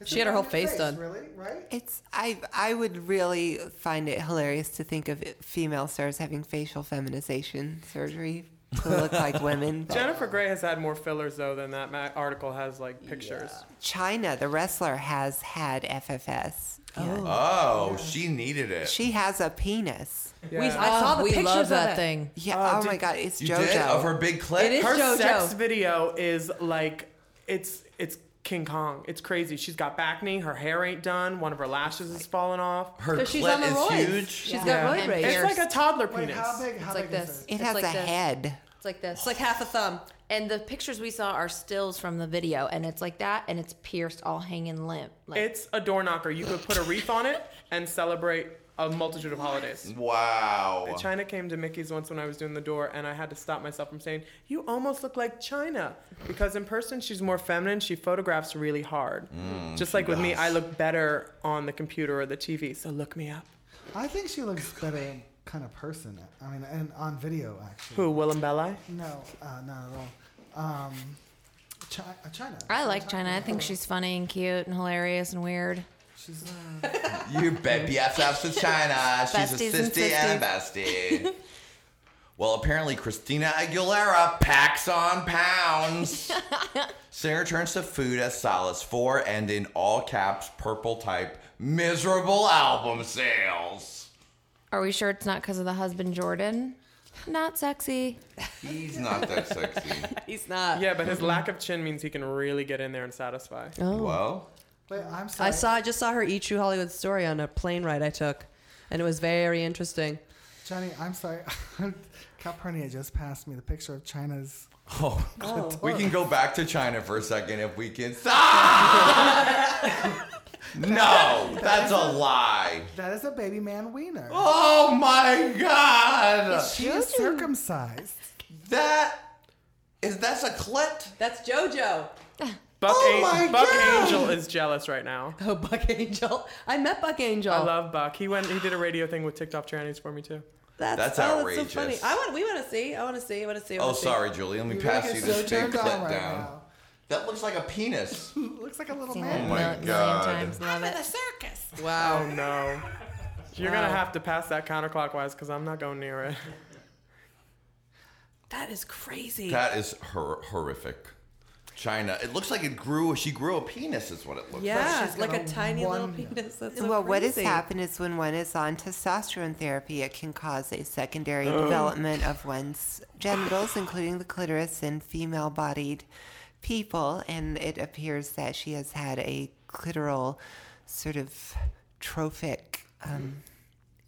H: It's
O: She had her
H: on
O: whole
H: your
O: face done.
H: Really, right?
F: It's I I would really find it hilarious to think of female stars having facial feminization surgery to
O: (laughs)
F: look like women.
M: (laughs)
F: But
M: Jennifer Grey has had more fillers though than that ma- article has like pictures.
F: China, the wrestler, has had FFS. Yeah.
C: Oh, she needed it.
F: She has a penis.
O: We, I
M: Yeah.
O: saw the
D: we
O: pictures
D: love
O: of
D: that
O: it. Uh,
D: thing.
F: Yeah.
M: Oh,
F: Oh,
M: did-
F: my God, it's
C: you
F: JoJo.
C: did of her big clit.
O: It is
M: her
O: JoJo.
M: sex video is like it's it's King Kong. It's crazy. She's got back knee. Her hair ain't done. One of her lashes is falling off.
C: Her
O: So she's on the
C: clit
O: roids.
C: is huge.
O: She's
D: Yeah.
O: got roid
D: And
O: rage.
M: It's like a toddler
H: Wait,
M: penis.
H: how big? How
D: It's
H: big
D: like
H: is
D: this.
H: it?
F: it has
O: like
F: a
O: this.
F: head.
D: It's like this.
O: It's like half a thumb.
D: And the pictures we saw are stills from the video, and it's like that, and it's pierced, all hanging limp. Like,
M: It's a door knocker. You could put a wreath on it and celebrate a multitude of holidays.
C: Oh, Wow.
M: China came to Mickey's once when I was doing the door, and I had to stop myself from saying, You almost look like China. Because in person, she's more feminine. She photographs really hard.
C: Mm,
M: Just like with me, I look better on the computer or the TV. So look me up.
H: I think she looks better in kind of person. I mean, and on video actually.
M: Who, Willem Belli?
H: No, uh, not at all. Um, Chi- uh, China.
D: I like China. I think she's funny and cute and hilarious and weird.
H: She's uh,
B: (laughs)
C: You bet BFFs with China. She's
D: Besties
C: a
D: and
C: sissy and a bestie. well, apparently Christina Aguilera packs on pounds. Singer turns to food as solace for and in all caps purple type miserable album sales.
D: (laughs) Are we sure it's not because of the husband, Jordan? Not sexy.
C: He's not that
G: (laughs)
C: sexy.
O: He's not.
M: Yeah, but his lack of chin means he can really get in there and satisfy.
G: Oh.
C: Well,
H: Wait, I'm sorry.
O: I saw. I just saw her eat True Hollywood Story on a plane ride I took, and it was very interesting.
H: Johnny, I'm sorry. (laughs) Calpurnia just passed me the picture of China's.
C: Oh,
H: Oh.
C: (laughs) we can go back to China for a second if we can. (laughs) No, that's a lie.
H: That is a baby man wiener.
C: Oh my God!
H: She is circumcised.
C: That is that's a clit.
G: That's JoJo.
M: Buck,
G: Oh
M: An-
G: my
M: Buck
G: God.
M: Angel is jealous right now.
G: Oh, Buck Angel! I met Buck Angel.
M: I love Buck. He went. He did a radio thing with TikTok trannies for me too.
G: That's, oh, so funny. I want. We want to see. I want to see. I want to see. I
C: Oh,
G: wanna see.
C: sorry, Julie. Let me pass you
G: guys
C: this
G: so
C: big
G: turned on
C: clit
G: right
C: down. That looks like a penis.
H: Looks like a little
C: Seen
H: man.
C: it Oh my a million God. times.
D: Love it.
G: circus.
M: Wow. Oh no. You're
G: Wow.
M: gonna have to pass that counterclockwise because I'm not going near it.
G: That is crazy.
C: That is hor- horrific. China. It looks like it grew. She grew a penis. Is what it looks
G: yeah,
C: like.
G: like a tiny little penis. That's so
F: well, what has
G: crazy.
F: happened is when one is on testosterone therapy, it can cause a secondary
G: Oh.
F: development of one's genitals, including the clitoris, in female bodied people. And it appears that she has had a clitoral sort of trophic um,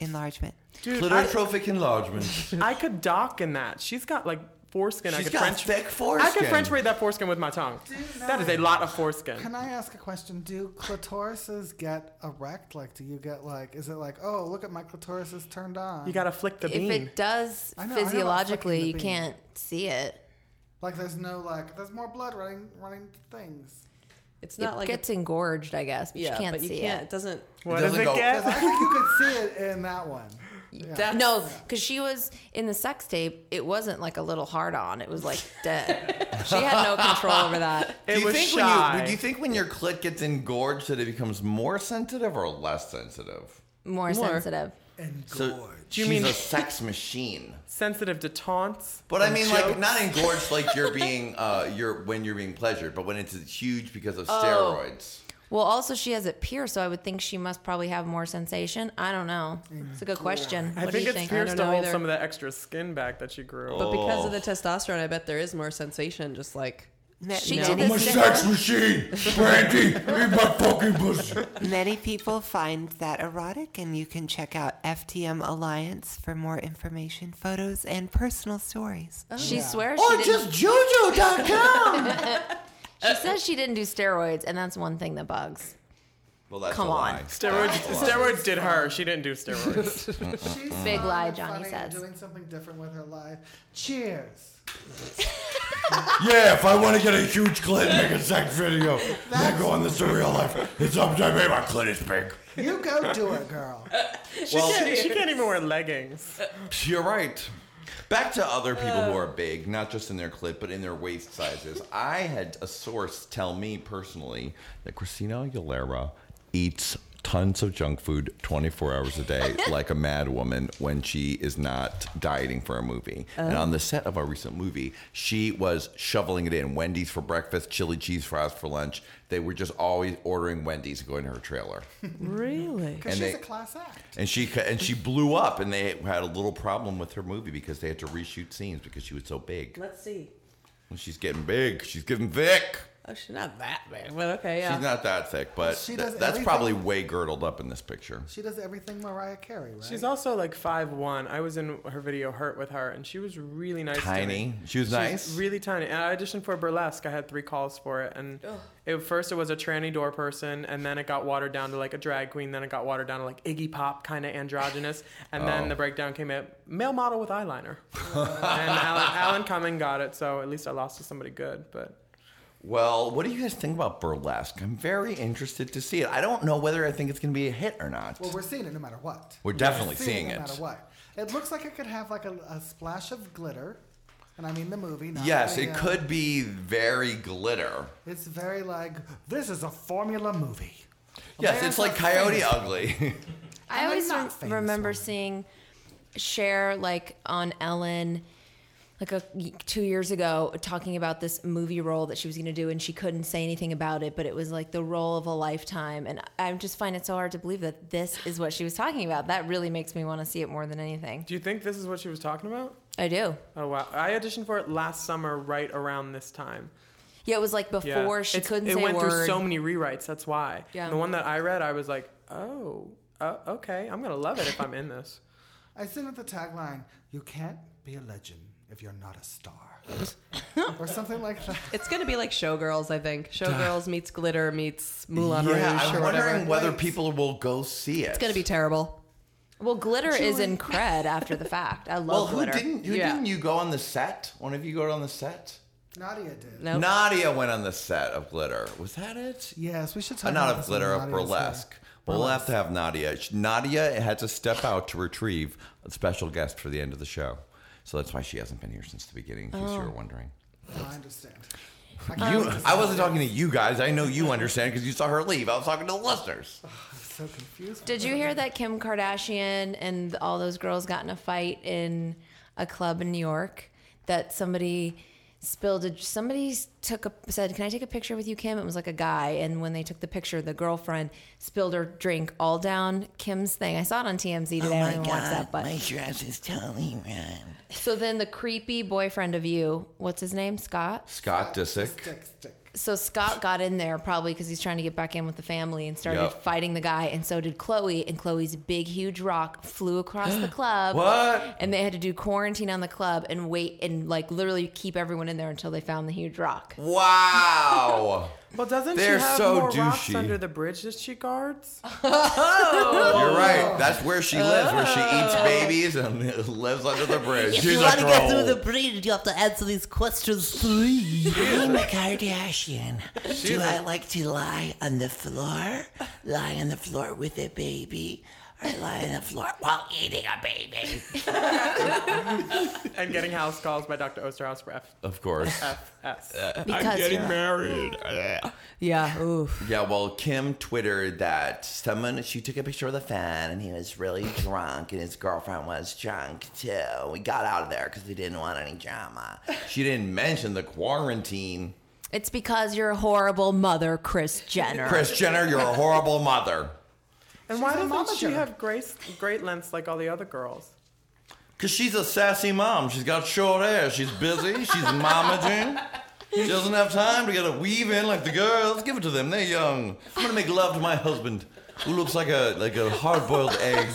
F: enlargement.
C: Clitotrophic enlargement.
M: (laughs) I could dock in that. She's got like foreskin. I
C: She's
M: could
C: got
M: French
C: thick
M: I
C: foreskin.
M: could French braid that foreskin with my tongue. That is a lot of foreskin.
H: Can I ask a question? Do clitorises get erect? Like, do you get like? Is it like, oh, look at my clitoris is turned on?
M: You gotta flick the
D: if
M: bean.
D: it does
H: I know, I know about flicking
D: physiologically,
H: the
D: you
H: bean.
D: can't see it.
H: Like, there's no like, there's more blood running running things.
D: It's not like gets engorged, I guess, but you can't see it.
G: doesn't.
M: What It does doesn't it go- get?
H: (laughs) 'Cause I think you could see it in that one. Yeah.
D: No, because she was in the sex tape. It wasn't like a little hard on. It was like
H: (laughs)
D: dead. she had no control
C: (laughs)
D: over that.
C: do you think When you, do you think when your clit gets engorged that it becomes more sensitive or less sensitive?
D: more,
M: More.
D: sensitive.
C: So
M: Do you
C: she's (laughs)
M: mean-
C: a sex machine?
M: Sensitive to taunts.
C: But I
M: and
C: mean, like
M: jokes.
O: (laughs)
C: not engorged,
M: (laughs)
C: like you're being, uh, you're when you're being pleasured, but when it's huge because of
D: Oh.
C: steroids.
D: Well, also she has it pierced, so I would think she must probably have more sensation. I don't know. It's a good question.
M: I think
D: what do you
M: it's
D: think?
M: pierced to
G: know
M: hold
G: either.
M: some of that extra skin back that she grew.
G: But because of
C: Oh.
G: the testosterone, I bet there is more sensation. Just like
F: She
G: No.
F: did this to her. Many people find that erotic, and you can check out FTM Alliance for more information, photos, and personal stories.
D: Oh, She swears
C: Or
D: she didn't-
C: just
F: (laughs)
C: jojo.com.
D: she says she didn't do steroids, and that's one thing that bugs.
C: Oh, Well, that's
D: Come
C: a lie.
D: on.
M: Steroids,
C: That's a lie.
M: steroids did her. She didn't
C: (laughs)
M: do steroids.
H: She's
D: Big
H: fun
D: lie,
H: and
D: Johnny
H: funny and
D: says.
H: Doing something different with her life. Cheers. (laughs)
O: Yeah, if I want to get a huge clit and make a sex video, then go on this in real life. It's up to me. My clit is big.
H: You go do it, girl.
M: she, can't, (laughs) she can't even wear leggings.
C: You're right. Uh. Back to other people who are big, not just in their clit, but in their waist (laughs) sizes. I had a source tell me personally that Christina Aguilera eats tons of junk food 24 hours a (laughs) day like a mad woman when she is not dieting for a movie. And
A: Oh.
C: on the set of our recent movie, she was shoveling it in Wendy's for breakfast, chili cheese fries for lunch. They were just always ordering Wendy's and going to her trailer.
G: (laughs) really?
H: Because
C: And
H: she's
C: they-
H: a class act.
C: And she ca- and she blew up, and they had a little problem with her movie because they had to reshoot scenes because she was so big.
G: Let's see.
C: And she's getting big. She's getting thick.
G: Oh, she's not that big, but okay, yeah.
C: She's not that thick, but
H: She
C: th-
H: does
C: that's
H: everything-
C: probably way girdled up in this picture.
H: She does everything Mariah Carey, right?
M: She's also like five one. I was in her video "Hurt" with her, and she was really nice. to
C: Tiny?
M: me.
C: She was nice?
M: really tiny. And I auditioned for burlesque. I had three calls for it, and
G: Ugh.
M: it, first it was a tranny door person, and then it got watered down to like a drag queen. Then it got watered down to like Iggy Pop, kind of androgynous, and
C: Oh.
M: then the breakdown came at male model
C: (laughs)
M: with eyeliner. and Alan, Alan Cumming got it, so at least I lost to somebody good. But
C: Well, what do you guys think about burlesque? I'm very interested to see it. I don't know whether I think it's going to be a hit or not.
H: Well, we're seeing it no matter what.
C: We're definitely seeing
H: No
C: it.
H: matter what. It looks like it could have like a, a splash of glitter, and I mean the movie. Not
C: yes,
H: the,
C: it
H: uh,
C: could be very glitter.
H: It's very like this is a formula movie.
C: Yes, it's like Coyote Ugly. (laughs)
D: I always
H: not
D: rem-
H: famous
D: remember seeing Cher like on Ellen like a, two years ago talking about this movie role that she was going to do and she couldn't say anything about it but it was like the role of a lifetime and i just find it so hard to believe that this is what she was talking about that really makes me want to see it more than anything
M: do you think this is what she was talking about?
D: i do
M: Oh wow! I auditioned for it last summer, right around this time.
D: yeah it was like
M: Yeah.
D: before she
M: It's-
D: couldn't
M: it
D: say
M: went
D: a word
M: through so many rewrites that's why
D: Yeah.
M: the one that i read i was like oh uh, okay i'm gonna love it if i'm in this
H: I sent it the tagline, You can't be a legend if you're not a star. or something like that.
G: It's going to be like Showgirls, I think. Showgirls meets Glitter meets Moulin
C: yeah,
G: Rouge
C: I'm
G: or
C: wondering
G: whatever.
C: whether people will go see it.
G: it's going to be terrible.
D: Well, glitter is
G: Julie.
M: (laughs)
D: in cred after the fact. I
C: Well,
D: love
C: who
D: glitter.
C: didn't? Who didn't you go on the set? One of you go on the set?
H: Nadia did.
C: Nadia went on the set of Glitter. Was that it?
H: Yes, we should
C: Uh,
H: talk
C: not
H: about
C: of
H: this
C: Glitter, of
H: when Nadia is here.
C: Burlesque. But we'll have to have Nadia. Sh- Nadia had to step out to retrieve a special guest for the end of the show. So that's why she hasn't been here since the beginning, in case you
H: Oh.
C: were wondering.
H: Oh, I understand. I can't
C: You,
H: understand.
C: I wasn't talking to you guys. I know you understand because you saw her leave. I was talking to the listeners.
H: I'm so confused.
D: Did you hear that Kim Kardashian and all those girls got in a fight in a club in New York? That somebody spilled a somebody took a said, "Can I take a picture with you, Kim?" It was like a guy, and when they took the picture, the girlfriend spilled her drink all down Kim's thing. I saw it on TMZ today. I don't even watch that, but
B: my dress is totally red.
D: so then the creepy boyfriend of you, what's his name, Scott?
C: Scott Disick.
D: So Scott got in there probably because he's trying to get back in with the family and started
C: Yep.
D: fighting the guy, and so did Chloe. And Chloe's big, huge rock flew
C: (gasps)
D: across the club.
C: What?
D: And they had to do quarantine on the club and wait and like literally keep everyone in there until they found the huge rock.
B: (laughs)
C: Wow.
M: (laughs) Well, doesn't
C: They're
M: she have
C: so
M: more rocks
C: douchey.
M: under the bridge that she
D: (laughs)
M: guards?
D: Oh.
C: You're
H: Oh.
C: right. That's where she lives, where she eats babies and (laughs) lives under the bridge.
P: Oh. If you want to get through the bridge, you have to answer these questions three.
B: I'm a Kardashian.
P: She's
B: Do I
P: a-
B: like to lie on the floor? Lie on the floor with a baby? Or lie on the floor while eating a baby?
M: (laughs) and getting house calls by Dr. Osterhaus for F.
C: Of course.
P: Oh.
C: Uh,
M: FS.
D: Because getting you're-
C: married.
G: Yeah.
C: Yeah. Well, Kim twittered that someone she took a picture with a fan and he was really drunk and his girlfriend was drunk too. We got out of there because we didn't want any drama. She didn't mention the quarantine.
D: It's because you're a horrible mother, Chris Jenner.
C: Chris Jenner, you're a horrible mother.
M: And why doesn't she
D: momager.
M: have grace, great lengths like all the other girls?
C: Cause she's a sassy mom. She's got short hair. She's busy. She's
M: (laughs)
C: momaging. She doesn't have time to get a weave in like the girls. Give it to them. They're young. I'm gonna make love to my husband, who looks like a like a hard-boiled egg.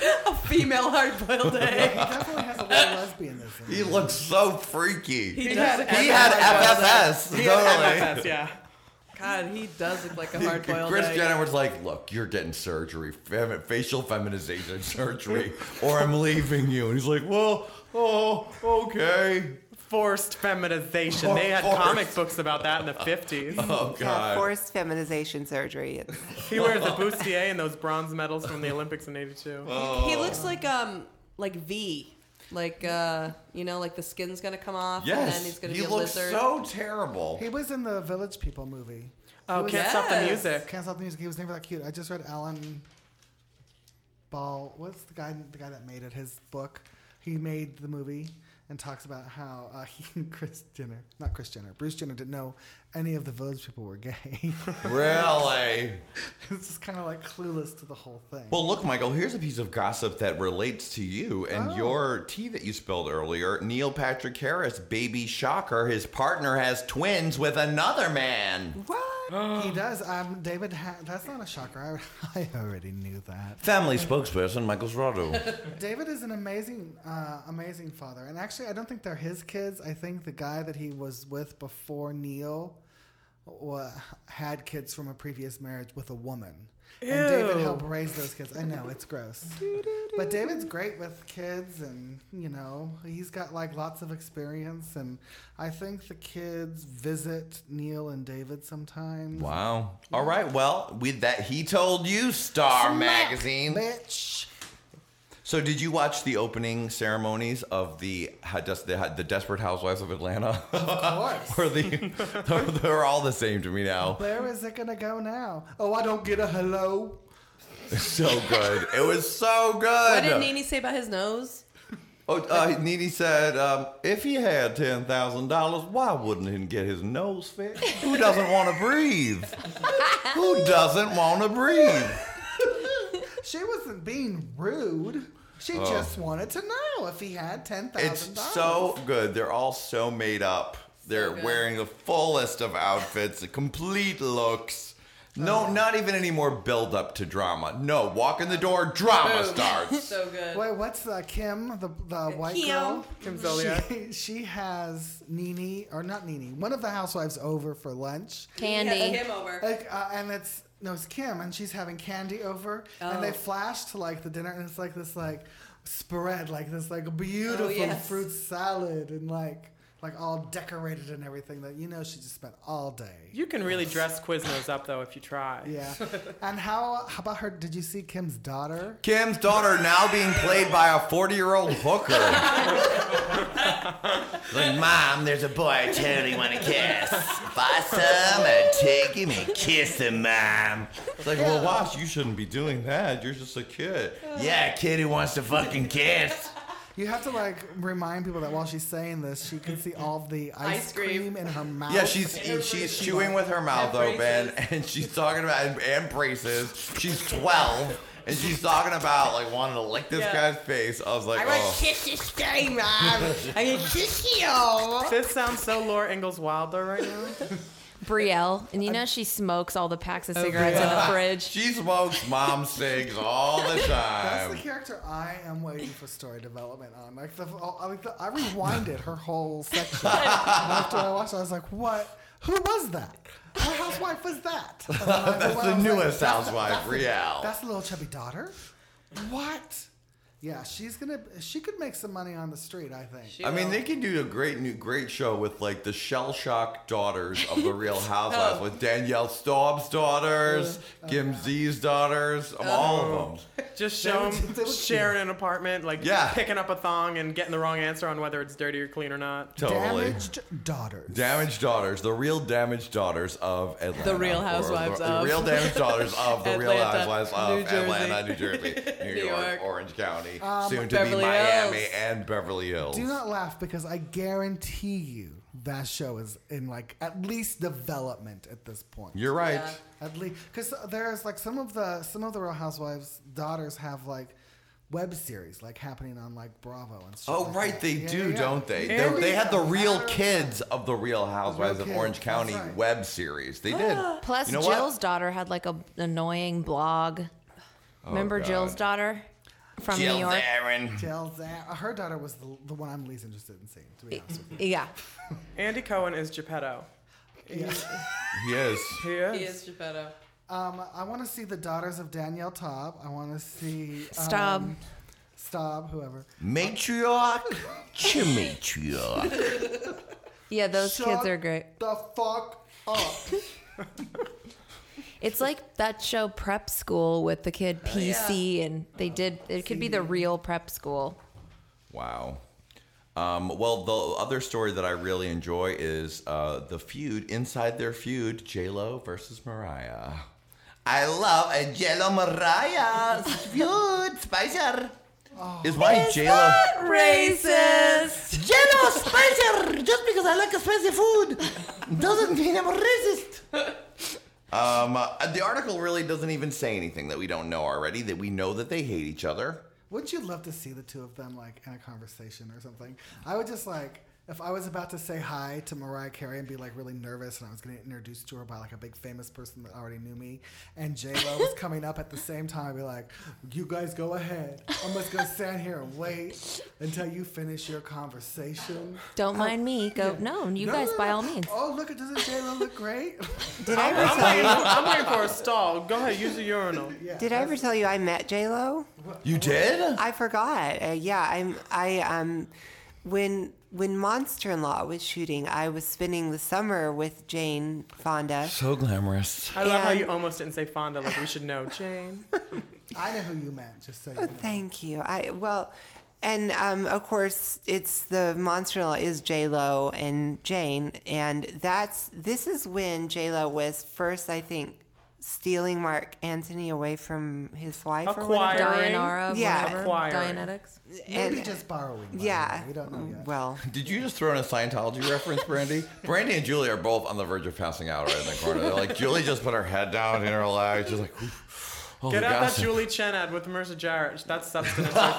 G: (laughs) Female hard
C: (laughs)
G: boiled egg.
C: He looks so freaky.
G: He does.
C: He had FFS.
G: He
C: totally.
G: had FFS, yeah. God, he does look like a hard boiled
C: Chris
G: egg.
C: Jenner was like, "Look, you're getting surgery, fem- facial feminization (laughs) surgery, or I'm leaving you." And he's like, "Well, oh, okay."
M: Forced feminization. they had
C: Forced.
M: comic books about that in the 50s.
C: Oh,
F: Yeah, forced feminization surgery. It's-
M: He wears
F: (laughs)
M: a bustier and those bronze medals from the Olympics in 82.
G: He
C: Oh.
G: looks like um like V. Like uh you know, like the skin's gonna come off and then he's gonna be a lizard.
C: terrible.
H: He was in the Village People movie.
M: Oh,
H: He was-
M: Can't Stop the Yes. Music.
H: Can't Stop the Music. He was never that cute. I just read Alan Ball. What's the guy? The guy that made it. His book. He made the movie and talks about how uh, (laughs) he and Chris Jenner, not Chris Jenner, Bruce Jenner didn't know any of the Village People were gay. (laughs)
C: Really?
H: it's just kind of like clueless to the whole thing.
C: Well, look, Michael. Here's a piece of gossip that relates to you
G: Oh.
C: and your tea that you spilled earlier. Neil Patrick Harris, baby shocker, his partner has twins with another man.
H: What? he does. Um, David, ha- that's not a shocker. I, I already knew that.
C: Family spokesperson Michael (laughs)
G: (laughs)
C: Serrato.
H: David is an amazing, uh, amazing father. And actually, I don't think they're his kids. I think the guy that he was with before Neil wa had kids from a previous marriage with a woman. And David
N: Ew.
H: helped raise those kids. I know, it's gross. But David's great with kids, and, you know, he's got like lots of experience. And I think the kids visit Neil and David sometimes.
C: Wow. All right. Well, with that, he told you Star Magazine.
H: Bitch.
C: So, did you watch the opening ceremonies of the how does the, the Desperate Housewives of Atlanta? Of (laughs) course. or the they're, they're all the same to me now.
H: Where is it going to go now? Oh, I don't get a hello.
C: So good. It was so good.
G: What did Nene say about his nose?
C: Oh, uh, Nene said, um, if he had ten thousand dollars, why wouldn't he get his nose fixed? Who doesn't want to breathe? (laughs) Who doesn't want to breathe?
H: She wasn't being rude. She
C: Oh.
H: just wanted to know if he had ten thousand
C: It's
H: dollars.
C: so good. They're all so made up. They're
H: good.
C: wearing the fullest of outfits, the complete looks. No, not even any more build up to drama. No, walk in the door,
A: (laughs)
C: drama starts.
G: Oh, so good.
H: Wait, what's uh, Kim, the the white
G: Kim.
H: girl?
M: Kim Zolciak.
H: She, (laughs) she has Nene or not Nene, one of the housewives over for lunch.
D: Candy. Yeah, Kim
G: over.
H: Like, uh, and it's no, it's Kim, and she's having Candy over,
G: Oh.
H: and they flash to like the dinner, and it's like this like spread, like this like beautiful
G: Oh, yes.
H: fruit salad, and like like all decorated and everything that you know she just spent all day.
M: You can really dress Quiznos up though if you try.
H: Yeah. and how how about her? Did you see Kim's daughter?
C: Kim's daughter now being played by a 40 year old
A: (laughs)
C: hooker.
A: Like, Mom, there's a boy I totally want to kiss. If I saw him, I'd take him and kiss him, Mom.
C: It's like, well, Wash, you shouldn't be doing that. You're just a kid.
A: Yeah, a kid who wants to fucking kiss.
H: You have to like remind people that while she's saying this, she can see all of the ice,
G: Ice cream.
H: cream. in her mouth.
C: Yeah, (laughs) she's she's chewing with her mouth open, and she's talking about and, and braces. She's 12, and she's talking about like wanting to lick this
G: Yeah.
C: guy's face. I was like,
G: I
D: (laughs)
G: want
C: oh.
G: kiss this guy, mom. I mean, kiss
H: Oh,
G: you.
M: This sounds so Laura Ingalls Wilder right now.
D: Brielle, and you know she smokes all the packs of
H: Oh,
C: Oh,
D: cigarettes in the fridge.
C: She smokes mom cigs all the
H: That's
C: (laughs)
H: the
C: time.
H: character I am waiting for story development on. Like the, I- like the I rewinded her
C: (laughs)
H: whole section after I watched. it, I was like, what? Who was that? What housewife
C: (laughs)
H: was that? And then I-
C: That's the
H: when I was like,
C: newest
H: that's the-
C: housewife,
H: that's the-
C: Rial.
H: That's the little chubby daughter. What? Yeah, she's gonna. She could make some money on the street. I think.
C: I mean, they can do a great new great show with like the shell shock daughters of the
H: (laughs)
C: Real Housewives,
H: Oh.
C: with Danielle Staub's daughters, Kim Z's daughters, um,
H: Oh.
C: all of them.
M: Just
C: They
M: show
C: would-
M: them
C: they would-
M: sharing an apartment, like
C: Yeah.
M: picking up a thong and getting the wrong answer on whether it's dirty or clean or not.
C: Totally.
H: Damaged daughters.
C: Damaged daughters, the real damaged daughters of Atlanta.
G: The Real
C: Or
G: Housewives
C: the,
G: of-
C: real damaged daughters of the Real
G: Atlanta,
C: Housewives
G: New
C: of
G: Jersey.
C: Atlanta, New
G: (laughs)
C: Jersey, New,
G: New
C: York,
G: York.
C: Orange County,
H: Um,
C: soon to
H: Beverly
C: be Miami
H: Hills.
C: and Beverly Hills.
H: Do not laugh because I guarantee you that show is in like at least development at this point.
C: You're right. Yeah.
H: At least because there's like some of the some of the Real Housewives daughters have like web series like happening on like Bravo and stuff.
C: Oh right, they do, don't they?
H: Yeah,
C: They, they had the
H: yeah.
C: real kids of the Real Housewives of
H: kids,
C: Orange
H: that's
C: County
H: right.
C: web series. They
G: (gasps)
C: did.
D: (gasps) Plus,
C: you know what?
D: Jill's daughter had like a annoying blog.
C: Oh,
D: Remember
C: God.
D: Jill's daughter from New York?
H: Jill Zarin. Uh, Her daughter was the, the one I'm least interested in seeing. To be honest with you.
D: Yeah.
M: Andy Cohen is Geppetto.
C: He is.
M: He is.
G: He is Geppetto.
H: Um, I want to see the daughters of Danielle Taub. I want to see
D: Staub.
H: um, Staub, whoever.
A: Matriarch to matriarch.
D: Yeah, those kids
H: Shut
D: are great.
H: The fuck up. (laughs)
D: It's like that show Prep School with the kid
C: Oh,
D: PC, and they did. It could be the real prep school.
C: Wow. Um, well, the other story that I really enjoy is uh, the feud inside their feud: J Lo versus Mariah. I love a J Lo Mariah feud, Ah, Spicer. Is my J Lo?
A: Racist! Jello Spicer! Just because I like spicy food doesn't mean I'm a racist!
C: Um, uh, the article really doesn't even say anything that we don't know already. That we know that they hate each other.
H: Wouldn't you love to see the two of them like in a conversation or something? I would just like if I was about to say hi to Mariah Carey and be like really nervous, and I was getting introduced to her by like a big famous person that already knew me, and J Lo
D: (laughs)
H: was coming up at the same time, I'd be like, "You guys go ahead. I'm just gonna stand here and wait until you finish your conversation."
D: Don't
H: Oh,
D: mind me. Go.
H: yeah.
D: No, you guys, by all means.
H: Oh, look! Doesn't J Lo look great?
F: Did
M: I'm,
F: I ever
M: I'm
F: tell
M: waiting for,
F: you?
M: I'm waiting for a stall. Go ahead, use the urinal.
F: Did I ever tell you I met J Lo?
C: You did?
F: I forgot. Uh, yeah, I'm. I um, when when Monster in Law was shooting, I was spending the summer with Jane Fonda.
C: So glamorous.
M: I love how
F: And-
M: you almost didn't say Fonda, like we should know. Jane.
H: I know who you meant. Just so you know.
F: Oh, Thank you. I well, and um, of course, it's the monster in law is J Lo and Jane, and that's this is when J Lo was first, I think, stealing Mark Anthony away from his wife or whatever.
M: Acquiring. Dayanara,
F: yeah,
M: whatever. Acquiring. Dianetics.
H: Maybe
F: And-
H: just borrowing. money.
F: Yeah.
H: we don't know yet.
F: Well,
C: Did you just throw in a Scientology reference,
M: (laughs)
C: Brandy? Brandy and Julie are both on the verge of passing out right in the corner. They're like, Julie just put her head down in her lap. She's like, "Oof, Oh
M: Get
C: my
M: out
C: gosh.
M: that Julie Chen ad with Mercer Jarrett. That's substance right there.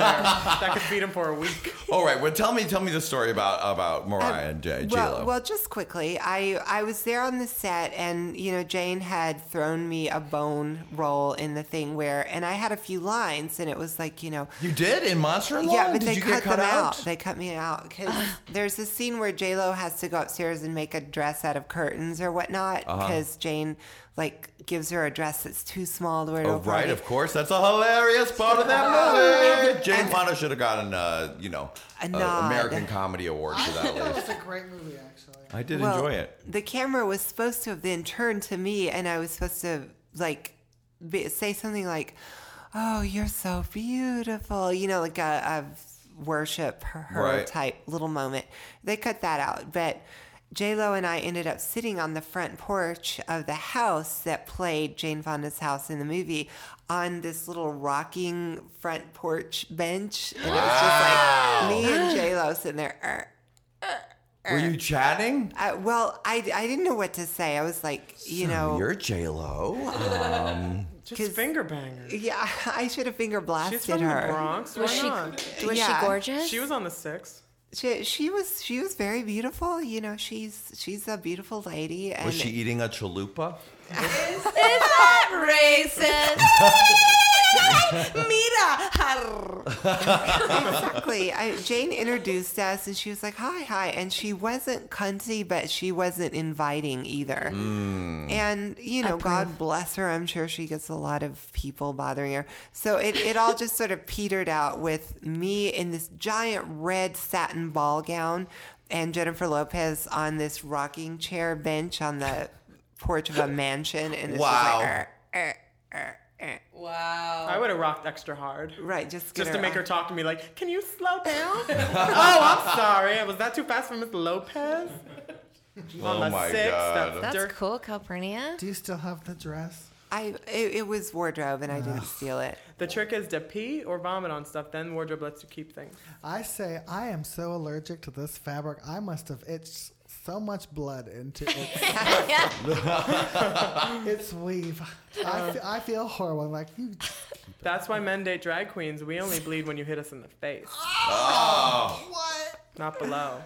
M: that could feed him for a week.
C: (laughs) All right. Well, tell me, tell me the story about about Mariah and J.
F: Um, Well,
C: J-Lo.
F: well, just quickly, I I was there on the set, and you know Jane had thrown me a bone roll in the thing where, and I had a few lines, and it was like you know
C: you did in Monster Law.
F: Yeah, but
C: did
F: they
C: you
F: cut,
C: get cut
F: them
C: out?
F: They cut me
C: (sighs)
F: out because there's a scene where J Lo has to go upstairs and make a dress out of curtains or whatnot
C: Uh-huh.
F: because Jane like gives her a dress that's too small to wear to
C: Oh,
F: a
C: right,
F: party.
C: of course. That's a hilarious part of that movie. Jane Fonda should have gotten, uh, you know,
F: Oh, A
C: a
F: nod.
C: American Comedy Award for
F: (laughs)
C: that.
H: That
C: at
H: was
C: least.
H: a great movie, actually.
C: I did
F: Well,
C: enjoy it.
F: The camera was supposed to have then turned to me, and I was supposed to like be, say something like, "Oh, you're so beautiful," you know, like a, a worship her, her
I: Right.
F: type little moment. They cut that out, but. J Lo and I ended up sitting on the front porch of the house that played Jane Fonda's house in the movie on this little rocking front porch bench. And it was just like me and J Lo sitting there. "Er,
C: Were you chatting?
F: uh, well, I, I didn't know what to say. I was like, you
C: So
F: know,
C: you're J
F: (laughs)
C: Lo. Um,
M: Just finger bangers.
F: yeah, (laughs) I should have finger blasted
M: She's from
F: her.
M: the Bronx. Why not?
F: Yeah.
M: She was on the six.
F: She, she was she was very beautiful. You know, she's she's a beautiful lady. And
C: was
F: (laughs)
C: she eating a chalupa?
F: is that
G: racist?
F: exactly. I, Jane introduced us, and she was like, "Hi, hi," and she wasn't cunty, but she wasn't inviting either.
K: Mm.
F: And you know, God bless her. I'm sure she gets a lot of people bothering her. So it, it all just sort of petered out with me in this giant red satin ball gown and Jennifer Lopez on this rocking chair bench on the porch of a mansion. And it's just
M: Wow.
F: like, "Er, er, er, er."
G: Wow.
M: I would have rocked extra hard.
F: Right, just get
M: just to
F: her
M: make her
F: off.
M: talk to me (laughs) like, "Can you slow
C: (laughs)
M: down?" oh, I'm sorry. Was that too fast for Miss Lopez?
C: Oh
M: the
C: my
M: six,
C: god.
D: That's cool, Calpurnia.
H: Do you still have the dress?
F: I it, it was wardrobe, and I didn't
H: Ugh.
F: steal it.
M: The trick is to pee or vomit on stuff. Then wardrobe lets you keep
C: (laughs)
M: things.
H: I say I am so allergic to this fabric. I must have itched so much blood into (laughs) its, its weave. I, fe- I feel horrible. I'm like you.
M: That's why men date drag queens. We only bleed when you hit us in the face,
G: (gasps)
C: Oh.
M: not below.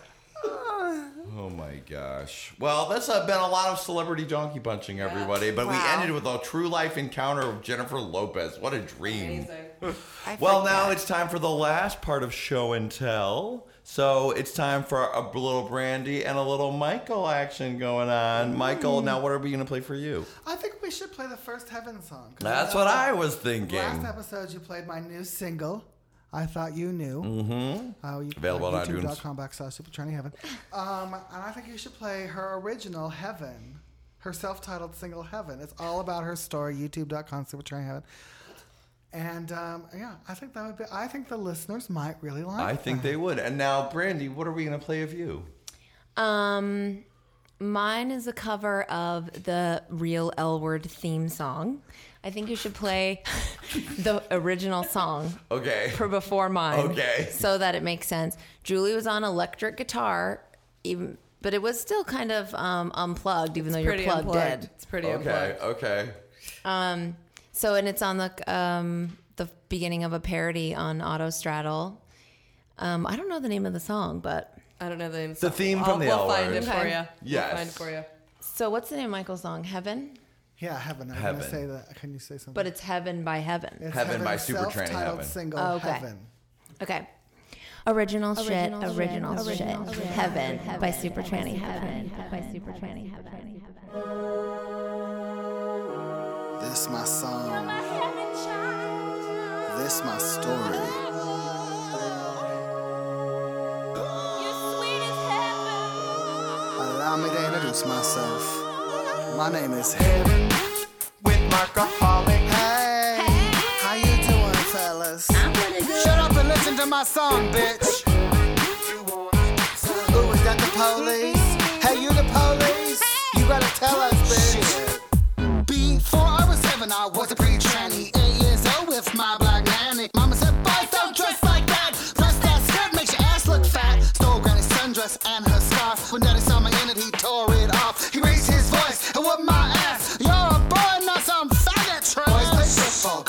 C: Oh my gosh. Well, that's uh, been a lot of celebrity donkey punching, everybody. But we
M: Wow.
C: ended with a true life encounter of Jennifer Lopez. What a dream. (laughs)
F: I
C: well, now it's time for the last part of show and tell. So it's time for a little Brandy and a little Michael action going on. Michael, now what are we going to play for you?
H: I think we should play the first Heaven song. 'cause
C: That's
H: know
C: what
H: that
C: I was thinking.
H: Last episode, you played my new single. I thought you knew.
C: Mm-hmm.
H: Oh, you
C: Available on iTunes.
H: YouTube.com backslash Super Tranny Heaven. Um, and I think you should play her original Heaven, her self-titled single Heaven. It's all about her story. YouTube.com Super Tranny Heaven. And um, yeah, I think that would be. I think the listeners might really like.
C: I think they would. And now, Brandy, what are we going to play of you?
D: Um, mine is a cover of the Real L Word theme song. I think you should play the original song.
C: Okay.
D: For before mine.
C: Okay.
D: So that it makes sense. Julie was on electric guitar, even, but it was still kind of um, unplugged, even though you're plugged in.
C: Okay, okay.
D: Um, so and it's on the um, the beginning of a parody on Auto Straddle. Um, I don't know the name of the song, but
G: I don't know the name.
C: The theme from the L
G: We'll find
C: Word.
G: it for
C: Okay.
G: you.
C: Yes.
G: We'll find it for you.
D: So what's the name of Michael's song? Heaven,
H: Yeah, Heaven. I'm
C: Heaven.
H: gonna say that. Can you say something?
D: but it's Heaven by Heaven.
H: It's
C: Heaven by Supertramp,
H: self-titled
C: Heaven.
H: single
D: Oh, okay.
H: Heaven.
D: Okay. Original,
K: Original
D: shit,
K: shit,
D: original shit,
K: original shit.
D: Heaven,
K: Heaven
D: by Super
K: by
D: Tranny
K: Super
D: Heaven.
K: by Super Tranny Heaven.
Q: This my song. This my story. Allow me to introduce myself. My name is Heaven with Markaholic. Hey, how you doing, fellas? I'm pretty good. Shut up and listen to my song, bitch. Ooh, is that the police? Hey, you the police? You gotta tell us, bitch. Before I was seven, I was a pretty tranny. Eight years old with my black nanny. Mama said, boys, don't dress like that. Plus, that skirt makes your ass look fat. Stole Granny's sundress and her scarf. When Daddy saw my innit, he tore it off. He raised his voice and whooped my ass. You're a boy, not some faggot trash. Boys play football,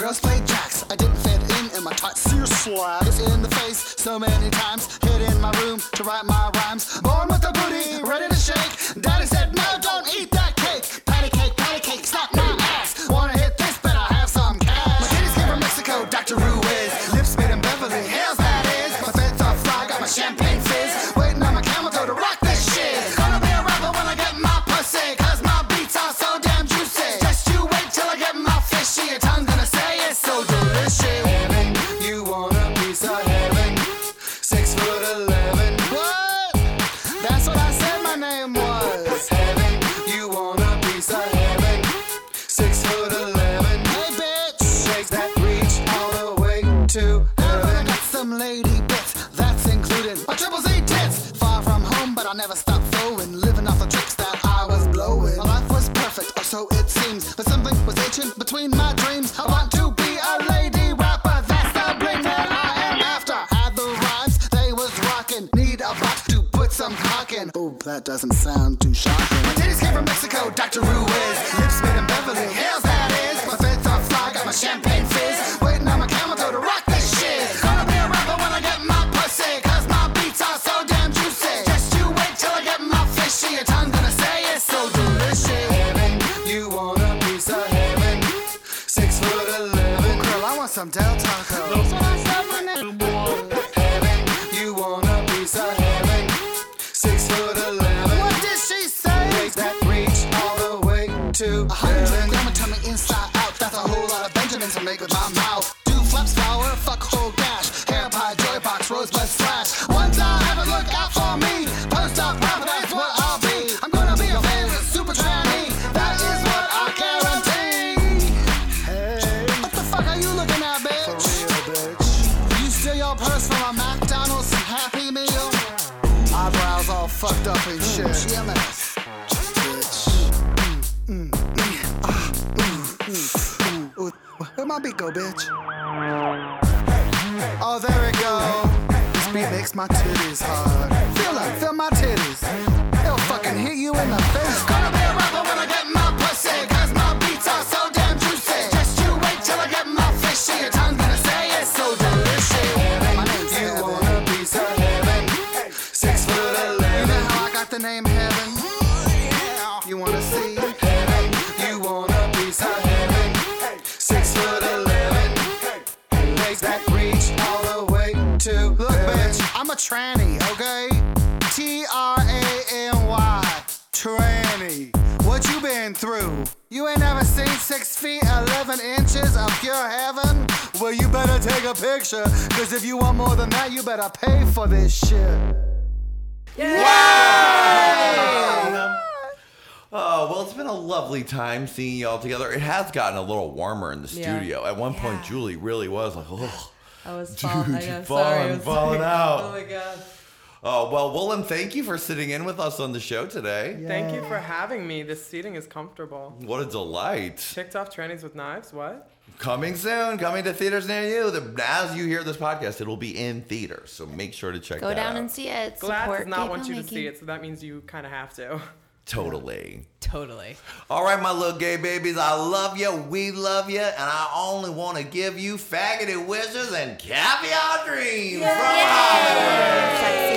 Q: so many times. Hid in my room to write my rhymes. Born with a booty, ready to shake. Daddy said, no, don't eat that cake. Patty cake, patty cake, slap my ass. Wanna hit this, better have some cash. My titties came from Mexico, Dr. Ruiz. Lips made in Beverly Hills, that is. My feds are fly, got my champagne fizz. Waiting on my camel toe to rock this shit. Gonna be a rapper when I get my pussy. Cause my beats are so damn juicy. Just you wait till I get my fishy. Your tongue's gonna say it's so delicious. Herring, you want a piece of herring. Six foot eleven. What? That's what I said my name was. Herring, you want a piece of herring. Six foot eleven. Hey bitch, shake that reach all the way to heaven. I got some lady bits, that's including my triple Z tits. Far from home, but I never stopped flowing, living off the tricks that I was blowing. My life was perfect, or so it seems, but something was itching between my dreams. I want to be a lady rapper, that's the bling that I am after. Had the rhymes, they was rocking. Need a box to put some cock in. Oh, that doesn't sound too shocking. My titties came from Mexico, Dr. Ruiz. Lips made in Beverly Hills, that is. My feds are fly, got my champagne fizz. Waiting on my camel toe to rock this shit. Gonna be a rapper when I get my pussy, cause my beats are so damn juicy. Just you wait till I get my fishy. Your tongue's gonna say it's so delicious. Heaven, you want a piece of heaven. Six foot eleven. Girl, I want some Del Taco. That's what I said my name was. Heaven, you want a piece of heaven. Six foot eleven. What did she say? Legs that reach all the way to a hundred. Grandma turned me inside out. That's a whole lot of Benjamins to make with my mouth. Do flaps, flower, fuck whole gash. Hair pie, joy box, rosebud splash. One time, have a look out for me. Post up, rapper, that's what I'll be. I'm gonna be a favorite super tranny. That is what I guarantee. Hey, what the fuck are you looking at, bitch? For real, bitch. You steal your purse from a McDonald's and Happy Meal? Eyebrows all fucked up and shit. GMS. Mm, Bitch. mm, Where my beat go, bitch? Oh, there it go. This beat makes my titties hard. Feel it, feel my titties. It'll fucking hit you in the face. Gonna be a rapper when I get my pussy, cause my beats are so damn juicy. Just you wait till I get my fishy. Your tongue's gonna say it's so delicious. My name's you Heaven. want a piece of heaven. Six foot eleven. You know how I got the name Heaven? You wanna see? Heaven. You want a piece of heaven. Six foot eleven legs that reach all the way to Look, bitch, I'm a tranny, okay? T R A N Y, tranny. What you been through? You ain't never seen six feet, 11 inches of pure heaven? Well, you better take a picture, cause if you want more than that, you better pay for this shit.
C: Oh, well, it's been a lovely time seeing y'all together. It has gotten a little warmer in the
G: Yeah.
C: studio. At one point, Julie really was like, oh.
G: I was
C: Dude,
G: falling.
C: you're
G: I am
C: falling,
G: sorry. I'm
C: falling
G: sorry.
C: out.
G: Oh my god.
C: Oh, well, Willem, thank you for sitting in with us on the show today.
M: Thank you for having me. This seating is comfortable.
C: What a delight.
M: Kicked off trannies with knives? What?
C: Coming soon, coming to theaters near you. The, as you hear this podcast, it'll be in theaters. So make sure to check
D: Go
C: that
D: down
C: out.
D: and see it.
M: Glad
D: Support
M: does not want you
D: gay
M: to see
D: filmmaking.
M: it, so that means you kind of have to.
C: Totally.
G: Totally.
C: All right, my little gay babies, I love you. We love you. And I only want to give you faggoty wishes and caviar dreams from Hollywood.